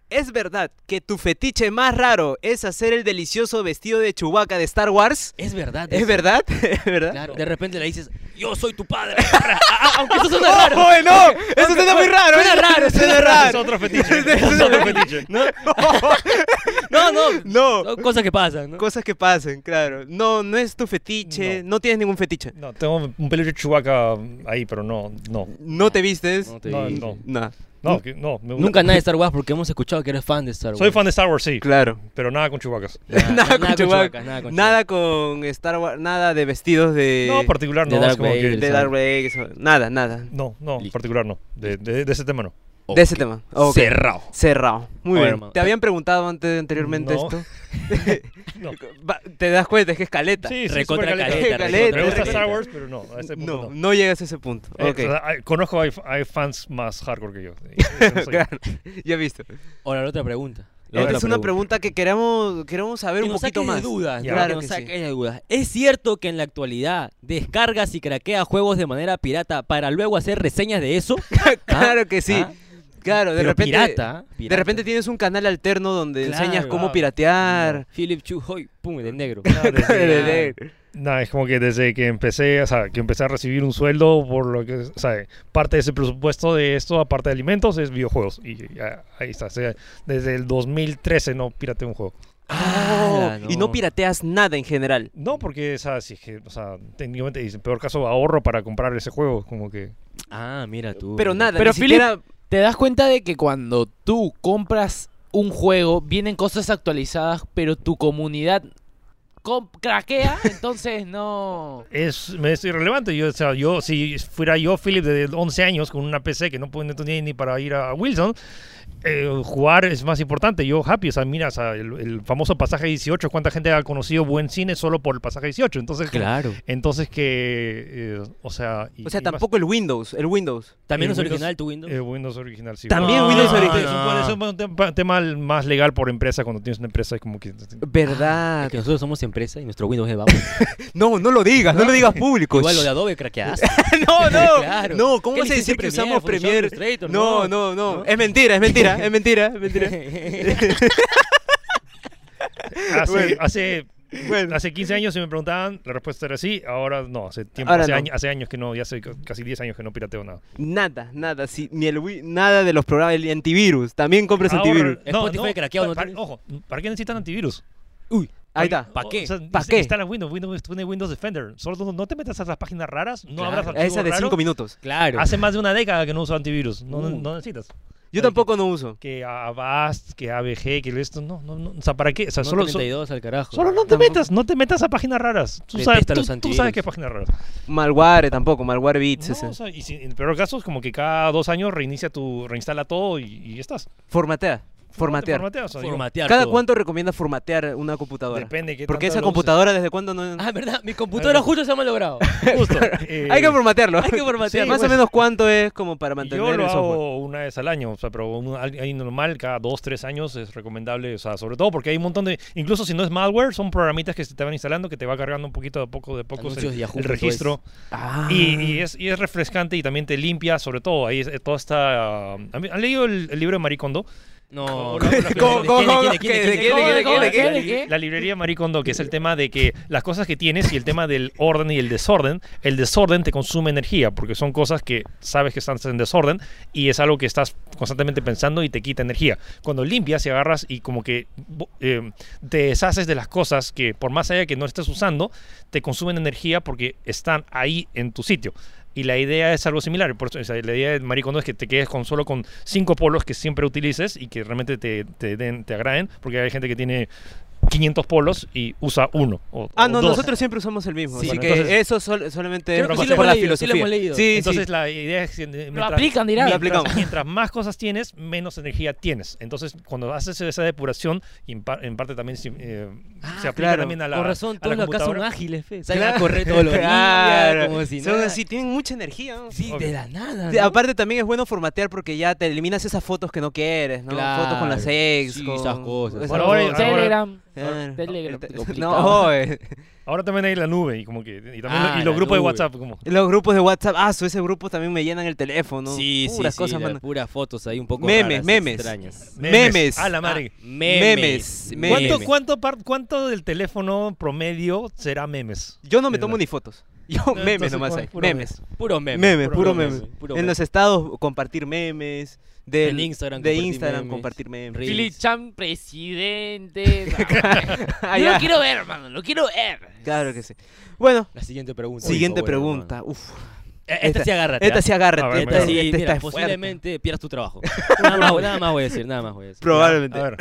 S2: ¿Es verdad que tu fetiche más raro es hacer el delicioso vestido de Chewbacca de Star Wars?
S3: Es verdad.
S2: ¿Es
S3: eso.
S2: verdad? ¿Es verdad?
S3: Claro. De repente le dices, yo soy tu padre. Ah, Aunque eso suena raro.
S2: ¡Ojo, no! Eso suena muy raro.
S3: Suena
S2: ¿eh?
S3: raro,
S2: Suena
S1: Es
S2: raro.
S1: otro fetiche. es otro fetiche.
S3: No, no.
S2: No.
S3: Son cosas que pasan, ¿no?
S2: Cosas que pasan, claro. No, no es tu fetiche. No, tienes ningún fetiche.
S1: No, tengo un peluche chubaca ahí, pero no, no.
S2: No te vistes.
S3: No te
S1: No,
S3: digo.
S1: no.
S2: No.
S1: No, que- no, me-
S3: Nunca nada de Star Wars porque hemos escuchado que eres fan de Eh, Star Wars.
S1: Soy fan de Star Wars, sí,
S2: Claro.
S1: pero nada con chubacas.
S3: Nada,
S2: Nada, con Chewbacca.
S3: Chewbacca, nada con
S2: Nada con Star Wars. Nada de vestidos de.
S1: No, particular
S3: de
S1: no. es
S3: Darth
S1: como que-
S3: Vader.
S2: de Darth Vader, eso. Nada, nada.
S1: no, no,
S4: Listo.
S1: particular no. De, de- de ese tema no.
S2: De ese tema. Ok.
S4: Cerrado.
S2: Cerrado. Muy
S3: Oye,
S2: bien.
S3: hermano.
S2: ¿Te habían preguntado antes, anteriormente
S1: No.
S2: esto?
S1: No.
S2: Va- ¿Te das cuenta? Es que es caleta.
S1: Sí, sí,
S3: Recontra
S1: supercaleta.
S3: caleta,
S2: Caleta,
S1: Me gusta
S2: recontra
S1: Star
S3: caleta.
S1: Wars, pero no, a ese punto
S2: No,
S1: no.
S2: no llegas a ese punto.
S1: Eh,
S2: Ok.
S1: o sea, hay- conozco, hay, hay fans más hardcore que yo. Yo no soy-
S2: Claro, ya he visto.
S3: Ahora la otra pregunta. La
S2: Esta
S3: otra
S2: es una pregunta que queremos, queremos saber
S3: que
S2: un
S3: nos
S2: poquito
S3: saques
S2: más.
S3: de dudas,
S1: Ya.
S3: ¿no?
S2: Claro
S3: que nos
S2: que sí.
S3: saques de dudas. ¿Es cierto que en la actualidad descargas y craqueas juegos de manera pirata para luego hacer reseñas de eso?
S2: claro que sí.
S3: ¿Ah?
S2: Claro, de
S3: Pero
S2: repente.
S3: pirata, ¿eh?
S2: De
S3: Pirata.
S2: repente tienes un canal alterno donde
S3: Claro.
S2: enseñas cómo piratear.
S3: Philip Chu Hoy, pum, de negro.
S1: Nada, desde-
S2: De- de-
S1: nada, es como que desde que empecé, o sea, que empecé a recibir un sueldo por lo que, o sea, parte de ese presupuesto de esto, aparte de alimentos, es videojuegos. Y ya, ahí está. o sea, desde el 2013 no pirateé un juego.
S2: Ah,
S3: Ala,
S2: Y no pirateas nada en general.
S1: No, porque, o sea, si es que, o sea, técnicamente, en peor caso, ahorro para comprar ese juego, como que...
S3: Ah, mira tú.
S2: Pero
S3: mira.
S2: nada,
S4: Pero
S2: ni
S4: Philip-
S2: siquiera.
S4: ¿Te das cuenta de que cuando tú compras un juego, vienen cosas actualizadas, pero tu comunidad com- craquea? Entonces no...
S1: Es, me es irrelevante. Yo, o sea, yo, si fuera yo, Philip, de 11 años, con una PC que no pude- no tenía ni para ir a Wilson, eh, jugar es más importante. Yo, happy. O sea, mira, o sea, el, el famoso pasaje 18, ¿cuánta gente ha conocido buen cine solo por el pasaje 18? Entonces,
S3: Claro.
S1: entonces que, eh, o sea... y-
S2: O sea,
S1: y más-
S2: tampoco el Windows. El Windows.
S3: También
S1: Eh,
S3: es
S1: Windows-
S3: original tu Windows.
S1: eh, Windows original, sí.
S2: También
S1: Ah,
S2: Windows
S1: sí,
S2: original.
S1: eso puede ser un tema- tema más legal por empresa cuando tienes una empresa es como que...
S2: ¿Verdad?
S3: que nosotros somos empresa y nuestro Windows es bajo.
S2: Ah, No, no lo digas, no lo digas público.
S3: Igual lo de Adobe craqueadas.
S2: no, no.
S3: Claro.
S2: No, ¿cómo
S3: ¿Qué
S2: vas a decir
S3: licencia
S2: que
S3: Premiere,
S2: usamos
S3: Photoshop,
S2: Premiere?
S3: Illustrator?
S2: No, no, no, Es mentira, es mentira, es mentira, es mentira.
S1: Hace,
S2: Bueno.
S1: hace,
S2: Bueno.
S1: hace 15 años si me preguntaban, la respuesta era sí, ahora no, hace tiempo,
S2: Ahora
S1: hace,
S2: no.
S1: año- hace años que no, ya hace ca- casi 10 años que no pirateo nada.
S2: Nada, nada, sí, ni el Wii- nada de los programas, el antivirus, también
S3: Ah,
S2: compras
S1: Ahora-
S2: antivirus.
S3: Spotify craqueado, ¿no
S1: pa-
S3: tienes?
S1: ojo, ¿para qué necesitan antivirus?
S3: Uy.
S2: Ahí está.
S3: ¿Para qué?
S1: O sea,
S2: ¿Para qué?
S1: Instala Windows, Windows, tiene Windows Defender. Solo no, no te metas a las páginas raras, no
S3: Claro.
S1: abras archivos
S2: Esa de
S1: raros.
S2: 5 minutos.
S3: Claro.
S1: Hace más de una década que no uso antivirus, no,
S3: Uh.
S1: no necesitas.
S2: Yo tampoco no uso.
S1: Que Avast, que ABG, que esto, no, no, no, o sea, ¿para qué? O sea,
S3: No,
S1: solo, so-
S3: 32 al carajo.
S1: solo no te metas, no te metas a páginas raras. Tú sabes,
S3: Detesta
S1: tú,
S3: los
S1: tú sabes
S3: antivirus.
S1: qué páginas raras.
S2: Malware tampoco, malware bits.
S1: No,
S2: ese.
S1: o sea, y si- en peor caso es como que cada dos años reinicia tu, reinstala todo y, y estás.
S2: Formatea, formatear.
S1: Formatea, o sea, digo,
S3: Formatear
S2: ¿Cada
S3: todo.
S2: cuánto recomienda formatear una computadora?
S1: Depende qué
S2: Porque
S1: tanto
S2: esa
S1: lo uses.
S2: computadora desde cuándo no...
S3: Ah, verdad, mi computadora justo se ha malogrado.
S1: Justo. eh,
S2: hay que formatearlo.
S3: Hay que formatear.
S2: Más o
S1: pues.
S2: menos cuánto es como para mantener
S1: Yo lo
S2: el software.
S1: hago una vez al año, o sea, pero un- ahí normal, cada dos, tres años es recomendable, o sea, sobre todo porque hay un montón de, incluso si no es malware, son programitas que se te van instalando que te va cargando un poquito de poco de poco el,
S3: Anuncios de Yahoo,
S1: el
S3: todo eso.
S1: registro.
S2: Ah.
S1: Y, y es, y es refrescante y también te limpia, sobre todo, ahí es, todo está... um, ¿Han han leído el, el libro de Marie Kondo? ¿Cómo,
S3: No, no,
S2: cómo,
S3: no, no,
S2: cómo,
S3: ¿quién,
S2: qué,
S3: quién, quién,
S2: de qué, de
S3: quién, quién,
S2: qué, de
S3: quién,
S2: qué,
S3: quién, quién?
S1: La librería Maricondo, que es el tema de que las cosas que tienes y el tema del orden y el desorden, el desorden te consume energía, porque son cosas que sabes que están en desorden y es algo que estás constantemente pensando y te quita energía. Cuando limpias y agarras y como que bo- eh, te deshaces de las cosas que por más allá que no estés usando, te consumen energía porque están ahí en tu sitio. Y la idea es algo similar. Por eso, o sea, la idea de Marie Kondo es que te quedes con solo con cinco polos que siempre utilices y que realmente te, te den, te agraden, porque hay gente que tiene 500 polos y usa uno. o-
S2: Ah,
S1: o
S2: no,
S1: dos.
S2: nosotros siempre usamos el mismo.
S1: Sí,
S2: así
S1: bueno,
S2: que
S1: entonces-
S2: eso sol- solamente
S3: Creo
S2: es
S3: que
S2: por
S3: sí lo hemos
S2: la
S3: leído, sí lo
S2: filosofía.
S3: hemos leído.
S2: Sí,
S1: Entonces
S2: sí.
S1: la idea es que eh,
S4: Lo
S1: mientras-
S4: aplican, dirán.
S2: Lo
S1: mientras,
S2: aplicamos.
S1: mientras más cosas tienes, menos energía tienes. Entonces, cuando haces esa depuración, y en, par- en parte también si- eh, se aplica
S2: claro.
S1: también a la
S3: Ah, Con razón,
S1: a la
S3: todos los acá son
S1: computadora.
S3: ágiles, fe. Salen a
S2: Claro.
S3: correr todo lo
S2: Claro.
S3: como si
S2: Son
S3: nada.
S2: así, tienen mucha energía. ¿no?
S3: Sí,
S1: Ok.
S3: de la nada,
S2: Sí,
S3: Ah, ¿no?
S2: Aparte también es bueno formatear porque ya te eliminas esas fotos que no quieres, ¿no? Fotos con las
S3: Claro.
S2: ex,
S3: Sí,
S2: con
S3: esas cosas.
S1: Bueno, ahora-
S2: cosas.
S1: ahora-
S4: Telegram.
S2: Claro. Este,
S4: Telegram, complicado.
S2: No, eh,
S1: Ahora también hay la nube y como que y, también lo-
S2: Ah,
S1: y los
S2: la
S1: grupos de
S2: nube.
S1: WhatsApp como
S2: los grupos de WhatsApp, ah, su- esos grupos también me llenan el teléfono.
S3: Sí, sí,
S2: Puras
S3: sí,
S2: cosas,
S3: la-
S2: mano.
S3: puras fotos ahí un poco
S2: Memes,
S3: raras,
S2: memes.
S3: extrañas.
S2: Memes.
S1: A la madre.
S3: Ah, memes.
S2: Memes,
S1: ¿Cuánto,
S3: memes.
S1: cuánto, par- ¿Cuánto del teléfono promedio será memes?
S2: Yo no me
S1: Mira.
S2: tomo ni fotos. Yo
S1: No,
S2: memes
S1: entonces,
S2: nomás
S1: pon
S2: hay.
S1: puro
S2: Memes.
S3: Puros memes.
S2: Memes, puro memes.
S3: puro
S2: en los estados compartir memes. Del,
S3: En Instagram
S2: De
S3: compartir
S2: Instagram
S3: memes.
S2: compartir memes.
S3: Reels.
S4: Philip Chan, presidente.
S2: Ah,
S4: Yo
S2: ya.
S4: lo quiero ver, hermano, lo quiero ver.
S2: Claro que sí. Bueno,
S3: La siguiente pregunta.
S2: siguiente
S3: Uy, bueno,
S2: pregunta. Uf,
S3: hermano. Eh, Esta, sí agárrate.
S2: esta sí
S1: A
S2: agárrate. ¿ah?
S1: ver,
S2: Esta,
S3: Esta
S1: bueno.
S3: sí,
S2: sí, esta
S3: mira,
S2: está fuerte.
S3: posiblemente pierdas tu trabajo. Nada más, nada más voy a decir, nada más voy a decir.
S2: Probablemente.
S1: A ver.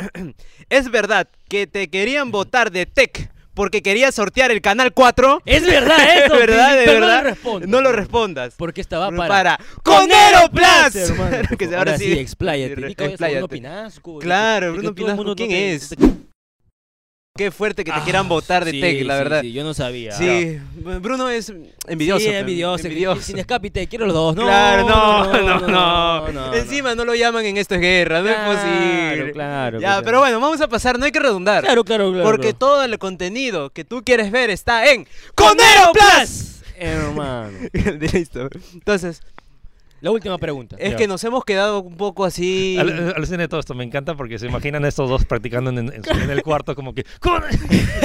S2: ¿Es verdad que te querían votar de Tech porque querías sortear el canal 4?
S3: Es verdad
S2: Es
S3: eso.
S2: verdad,
S3: Felipe,
S2: de
S3: pero
S2: verdad.
S3: No lo respondo.
S2: No lo respondas.
S3: Porque esta va
S2: Para,
S3: para.
S2: Conero Plus.
S3: hermano,
S2: Claro
S3: por
S2: que sí,
S3: favor.
S2: ahora sí.
S3: expláyate.
S2: Sí, re-
S3: Di que vayas a
S2: expláyate.
S3: Bruno Pinasco, de que-
S2: Claro,
S3: de que
S2: Bruno
S3: todo el
S2: Pinasco,
S3: mundo
S2: ¿quién
S3: no te-
S2: es?
S3: no te-
S2: Qué fuerte que te
S3: Ah,
S2: quieran votar de
S3: sí,
S2: Tech, la
S3: sí,
S2: verdad.
S3: Sí, yo no sabía.
S2: Sí, Bruno es envidioso.
S3: Sí,
S2: pe,
S3: envidioso. envidioso. Sin escapite, quiero los dos. No,
S2: claro, no, no, no.
S3: no, no.
S2: Encima no lo llaman en esto es guerra, no
S3: Claro,
S2: es posible.
S3: claro,
S2: Ya,
S3: claro.
S2: pero bueno, vamos a pasar, no hay que redundar.
S3: Claro, claro, claro.
S2: porque
S3: claro.
S2: todo el contenido que tú quieres ver está en Conero Plus.
S3: Hermano.
S2: Listo. Entonces,
S3: La última pregunta.
S2: es
S1: Ya. eh,
S2: que nos hemos quedado un poco así.
S1: Al- al- Alucina de todo esto, me encanta porque se imaginan estos dos practicando en, en su- en el cuarto como que... "Con-".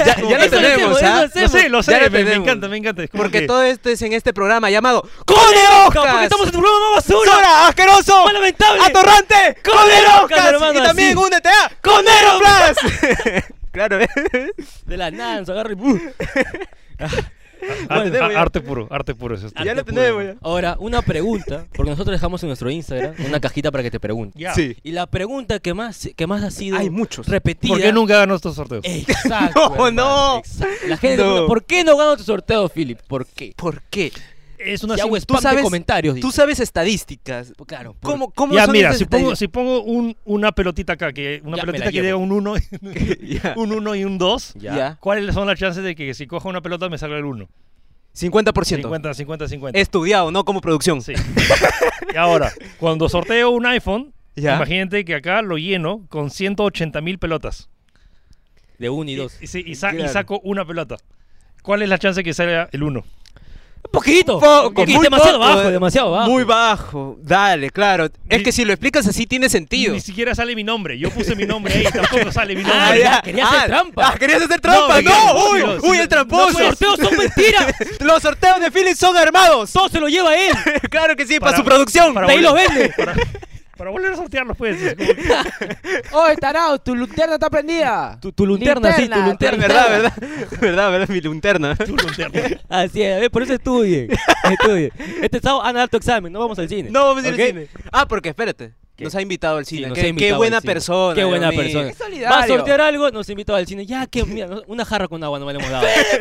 S2: ya
S1: Como
S2: ya lo
S1: que-
S2: tenemos,
S3: eso
S2: ¿ah?
S1: Lo sé, lo sé,
S2: Ya
S1: me,
S2: lo
S1: me
S2: tenemos.
S1: encanta, me encanta. es como
S2: Porque
S1: que-
S2: todo esto es en este programa llamado Conero Ocas.
S3: Porque estamos en tu programa más basura.
S2: ¡Zona, asqueroso!
S3: ¡Más lamentable!
S2: ¡Atorrante! ¡Conero
S3: Ocas, hermano,
S2: Y también
S3: así.
S2: únete a Conero Plus. claro, ¿eh?
S3: De la nada, nos agarra y ¡buf!
S1: Ar-
S2: Bueno, tenemos
S1: a-
S2: ya.
S1: arte puro, arte puro es esto.
S2: Ya
S3: Arte
S2: lo
S3: puro.
S2: tenemos, ya.
S3: Ahora, una pregunta, porque nosotros dejamos en nuestro Instagram una cajita para que te preguntes.
S1: Ya.
S2: Sí.
S3: Y la pregunta que más, que más ha sido
S2: Hay muchos.
S3: repetida.
S1: ¿Por qué nunca ganó estos
S3: Eh,
S1: sorteos?
S3: Exacto.
S2: No,
S3: hermano,
S2: no.
S3: exacto. La gente
S2: No.
S3: pregunta, ¿por qué no gano tu sorteo, Philip? ¿Por qué?
S2: ¿Por qué?
S1: Es una
S3: Si
S1: sim-
S3: hago
S2: tú
S3: spam de
S2: sabes-
S3: comentarios.
S2: Tú
S3: dice.
S2: sabes estadísticas.
S3: Pues claro, por-
S2: ¿Cómo, cómo
S1: Ya,
S2: son
S1: mira,
S2: esas
S1: si pongo,
S2: estadísticas?
S1: si pongo un- una pelotita acá, que una
S3: Ya me la
S1: pelotita que
S3: llevo.
S1: llega un 1,
S2: Ya.
S1: un 1 y un 2,
S3: Ya.
S2: Ya.
S1: ¿cuáles son las chances de que si cojo una pelota me salga el 1?
S2: 50%.
S1: 50, 50, 50.
S2: Estudiado, no como producción.
S1: Sí. y ahora, cuando sorteo un iPhone,
S2: Ya.
S1: imagínate que acá lo lleno con 180 mil pelotas.
S3: De uno y
S1: Y,
S3: dos.
S1: y sí, y sa- y
S2: Claro.
S1: saco una pelota. ¿Cuál es la chance que salga el 1?
S3: Poquito.
S2: Poco,
S3: Poquito,
S2: muy
S3: demasiado
S2: poco,
S3: bajo,
S2: eh.
S3: demasiado bajo.
S2: Muy bajo. Dale, claro. Es
S1: Ni-
S2: que si lo explicas así tiene sentido. Ah,
S1: Ni siquiera sale mi nombre. Yo puse mi nombre ahí, tampoco sale mi nombre.
S3: Ah, ya. querías hacer trampa.
S2: Ah, querías hacer trampa.
S1: No,
S2: No,
S1: no,
S2: uy,
S1: no,
S2: uy,
S1: no,
S2: el tramposo.
S3: Los sorteos son mentiras.
S2: Los sorteos de Philip son armados.
S3: Todo se lo lleva él.
S2: claro que sí, para,
S1: Para-
S2: su producción.
S1: para
S3: De ahí los
S1: volver-
S3: vende.
S1: Para, para volver a sortearlos, pues. es como-
S4: Oye, ¡Oh, tarado, tu linterna está prendida.
S3: Tu, tu linterna, sí, tu
S4: Linterna,
S3: linterna.
S2: verdad, verdad, verdad, verdad, mi linterna.
S1: Tú lo entiendes.
S3: Así es, ¿ves? por eso estudien. estudien. Este sábado han dado tu examen, no vamos al cine.
S2: No, vamos a ir
S3: ¿Ok?
S2: al cine. Ah, porque espérate,
S3: ¿Qué?
S2: nos ha invitado al
S3: Sí,
S2: cine.
S3: nos
S2: qué,
S3: ha
S2: qué
S3: invitado
S2: buena
S3: al cine.
S2: persona.
S3: Qué
S2: Dios
S3: buena
S2: mío.
S3: persona.
S2: Es
S3: Va a
S2: solidario.
S3: sortear algo, nos invitó al cine. Ya, que mira, no- una jarra con agua no me la hemos dado. No es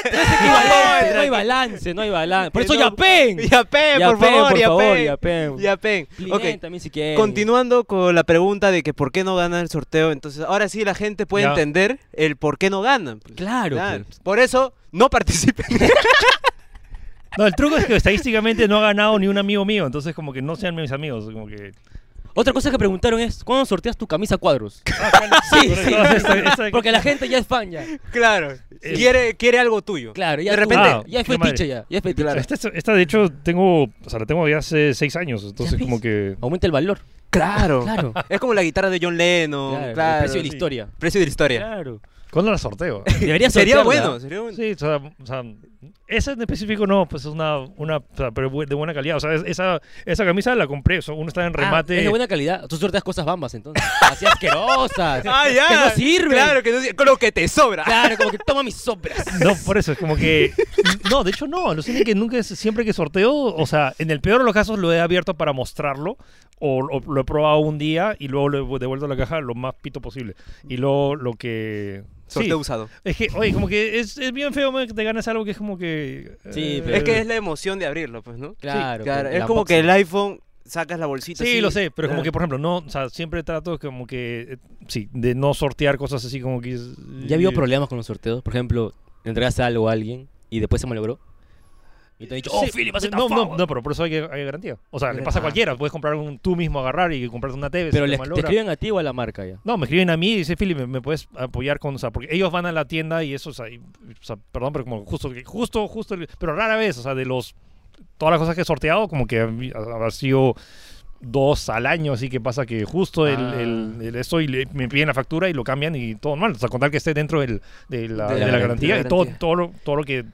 S3: equivalente, no hay balance, no hay balance. Por eso
S2: Que no-
S3: ya pen.
S2: Yapen,
S3: Ya
S2: por
S3: pen,
S2: favor,
S3: por favor,
S2: Yapen.
S3: ya pen.
S2: Yapen.
S3: Plinén
S2: Ok,
S3: también si quieren.
S2: continuando con la pregunta de que por qué no gana el sorteo. Entonces, ahora sí la gente puede
S1: Ya.
S2: entender el por qué no ganan.
S3: Claro,
S2: Claro.
S3: pues.
S2: Por eso, no participen.
S1: No, el truco es que estadísticamente no ha ganado ni un amigo mío. Entonces, como que no sean mis amigos. Como que.
S3: Otra cosa que preguntaron es, ¿cuándo sorteas tu camisa a cuadros?
S2: Ah,
S3: sí, sí.
S1: Esta- esta-
S3: Porque la gente ya es fan ya.
S2: claro.
S1: Eh,
S2: Quiere, quiere algo tuyo.
S3: Claro, ya
S2: De
S3: tú-
S2: repente-
S3: ah, ya es
S1: qué madre.
S3: fetiche ya, ya es fetiche.
S1: Esta, esta- esta, de hecho, tengo. O sea, la tengo ya hace seis años. Entonces,
S3: ves?
S1: como que.
S3: Aumenta el valor.
S2: Claro.
S3: Claro.
S2: Es como la guitarra de John Lennon. Claro.
S3: Claro, el precio de la
S2: sí.
S3: historia.
S2: Precio de la historia.
S3: Claro.
S1: ¿Cuándo la sorteo?
S3: Debería
S2: Sería
S3: sortearla.
S2: bueno, sería bueno.
S1: Sí, o sea, o sea, esa en específico no, pues es una, una o sea, pero bu- de buena calidad. O sea, es- esa, esa camisa la compré, o sea, uno está en
S3: Ah,
S1: remate.
S3: es de buena calidad. Tú sorteas cosas bambas entonces. Así asquerosas.
S2: Ah, ya.
S3: Que no sirven.
S2: Claro, que no sirve. Con lo que te sobra.
S3: Claro, como que toma mis sobras.
S1: No, por eso, es como que... No, de hecho no, lo que nunca, es- siempre que sorteo, o sea, en el peor de los casos lo he abierto para mostrarlo, o, o lo he probado un día y luego lo he devuelto a la caja lo más pito posible. Y luego lo que... sí.
S2: Sorteo usado.
S1: Es que, oye, como que es, es bien feo man, que te ganas algo que es como que...
S3: Sí,
S1: eh,
S3: pero-
S2: Es que es la emoción de abrirlo, pues, ¿no?
S3: Claro.
S2: Claro,
S3: el
S2: es como que el
S3: unboxing.
S2: iPhone sacas la bolsita.
S1: Sí,
S2: así.
S1: lo sé, pero como que,
S2: Claro.
S1: por ejemplo, no, o sea, siempre trato como que, eh, sí, de no sortear cosas así como que... es- eh,
S3: ¿Ya vio problemas con los sorteos? Por ejemplo, le entregaste algo a alguien y después se malogró. Y te han dicho, oh,
S1: Sí,
S3: Philip, acepta
S1: no, no,
S3: favor".
S1: no, pero por eso hay, que- hay garantía. O sea, le pasa a
S3: Ah.
S1: cualquiera. Puedes comprar un, tú mismo, agarrar y comprarte una TV.
S3: Pero
S1: si te
S3: les- te
S1: malogra.
S3: escriben a ti o a la marca ya.
S1: No, me escriben a mí y dice, Philip, ¿me, me puedes apoyar con...? O sea, porque ellos van a la tienda y eso, o sea, y- o sea, perdón, pero como justo, justo, justo, el- pero rara vez, o sea, de los... Todas las cosas que he sorteado, como que ha- habrá sido dos al año, así que pasa que justo el,
S3: Ah.
S1: el- el eso y le- me piden la factura y lo cambian y todo normal. O sea, contar que esté dentro del- de la,
S3: De la
S1: de la garantía,
S2: garantía.
S1: y todo, todo, lo, todo lo que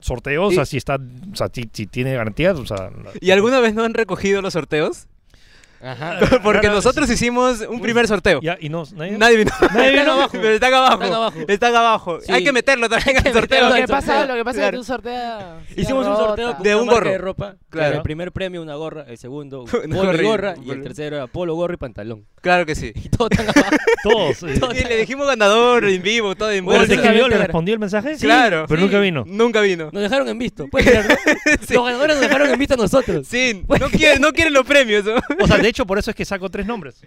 S1: sorteo, o sea, si está, o sea, si, si tiene garantías, o sea... la-
S2: ¿Y alguna vez no han recogido los sorteos?
S3: Ajá.
S2: Porque nosotros hicimos un primer sorteo.
S1: Ya, y no, nadie-
S2: Nadie vino.
S1: Nadie vino.
S2: Pero están abajo.
S3: Están abajo.
S2: Están abajo.
S3: Sí.
S2: Hay que meterlo también al sorteo.
S4: Lo
S3: Claro,
S4: que pasa,
S3: claro.
S4: lo que pasa es que
S2: Claro.
S4: tú sorteas.
S3: Hicimos un
S4: rota.
S3: sorteo con
S2: De
S3: una
S2: un
S3: marca
S2: gorro.
S3: de ropa.
S2: Claro.
S3: El primer premio una gorra, el segundo
S2: Una
S3: polo y
S2: gorra y-
S3: gorra
S2: un
S3: y el
S2: polo.
S3: tercero era polo, gorro y pantalón.
S2: Claro que sí.
S3: Y todo tan abajo.
S1: todos. eh.
S3: Todo-
S2: Y le dijimos ganador en vivo, todo en
S1: Pero
S3: Bueno,
S2: bolsa.
S1: te escribió, le
S3: claro.
S1: respondió el mensaje,
S2: Claro.
S1: pero nunca vino.
S2: Nunca vino.
S3: Nos dejaron en visto. Puedes creer, ¿no?
S2: Sí.
S3: Los ganadores nos dejaron en visto a nosotros.
S2: Sí, no quieren, no quieren los premios. ¿no?
S1: O sea, de hecho, por eso es que saco tres nombres.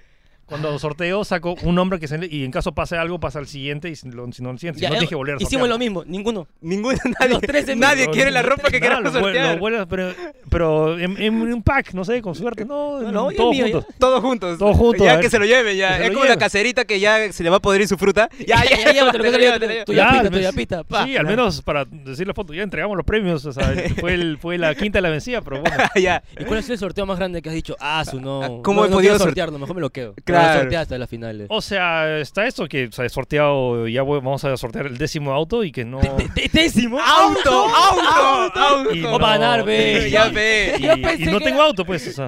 S1: Cuando sorteo, saco un nombre que se le- y en caso pase algo, pasa al siguiente y si lo- si no al siguiente, si
S3: Ya,
S1: no
S3: eh,
S1: tienes que volver a
S3: Hicimos lo
S1: sortear.
S3: mismo, ninguno.
S2: Ninguno, nadie,
S3: Los tres en
S2: nadie
S3: vivo.
S2: quiere la ropa que
S1: Nada,
S2: queramos
S1: lo vuel-
S2: sortear.
S1: lo vuelves, pero pero en, en un pack, no sé, con suerte. No,
S3: No, no,
S1: en- todos
S3: yo mío,
S1: juntos.
S2: Todos juntos.
S1: Todos juntos, a
S2: Ya
S1: ver.
S2: que se lo lleven,
S1: Que se
S2: ya. Es
S1: lo
S2: como la
S1: lleven.
S2: cacerita que ya se le va a podrir su fruta. Ya, ya, ya,
S3: llévatelo,
S2: llévatelo,
S3: llévatelo,
S2: llévatelo.
S3: Tu yapita,
S1: al
S3: tu
S1: mes-
S3: yapita, pa.
S1: Sí, al menos para decir la foto, ya entregamos los premios. O sea, fue, el- fue la quinta de la vencida, pero bueno.
S2: Ya.
S3: ¿Y cuál es el sorteo más grande que has dicho? Ah, su no.
S2: ¿cómo
S3: no,
S2: he
S3: no
S2: podido
S3: quiero
S2: sort-
S3: sortearlo? Mejor me lo quedo.
S2: Claro.
S3: No, sorteaste las finales.
S1: O sea, está esto que o sea, he sorteado, ya voy- vamos a sortear el décimo auto y que no.
S3: Té- ¡Décimo!
S2: ¡Auto! ¡Auto! ¡Auto!
S1: Y
S3: O para ganar, ve.
S2: Ya ve.
S1: Y,
S4: Yo
S1: y
S4: pensé
S1: no
S4: que
S1: tengo
S4: era-
S1: auto, pues. O sea.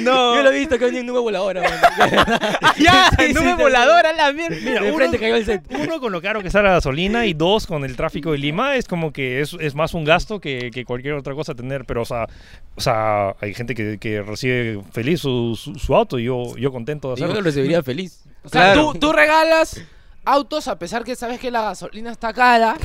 S2: No.
S3: Yo lo he visto que hay un nube voladora. man.
S2: Ya,
S3: Sí,
S2: nube
S3: sí,
S2: voladora, la mierda.
S3: De
S1: uno-
S3: frente cayó el set.
S1: Uno, con lo caro que está la gasolina y dos, con el tráfico de Lima, es como que es, es más un gasto que, que cualquier otra cosa tener. Pero, o sea, o sea hay gente que, que recibe feliz su, su, su auto y yo, yo contento de
S3: Yo
S1: hacerlo.
S3: lo recibiría feliz.
S4: O sea,
S2: Claro.
S4: tú, tú regalas autos a pesar que sabes que la gasolina está cara.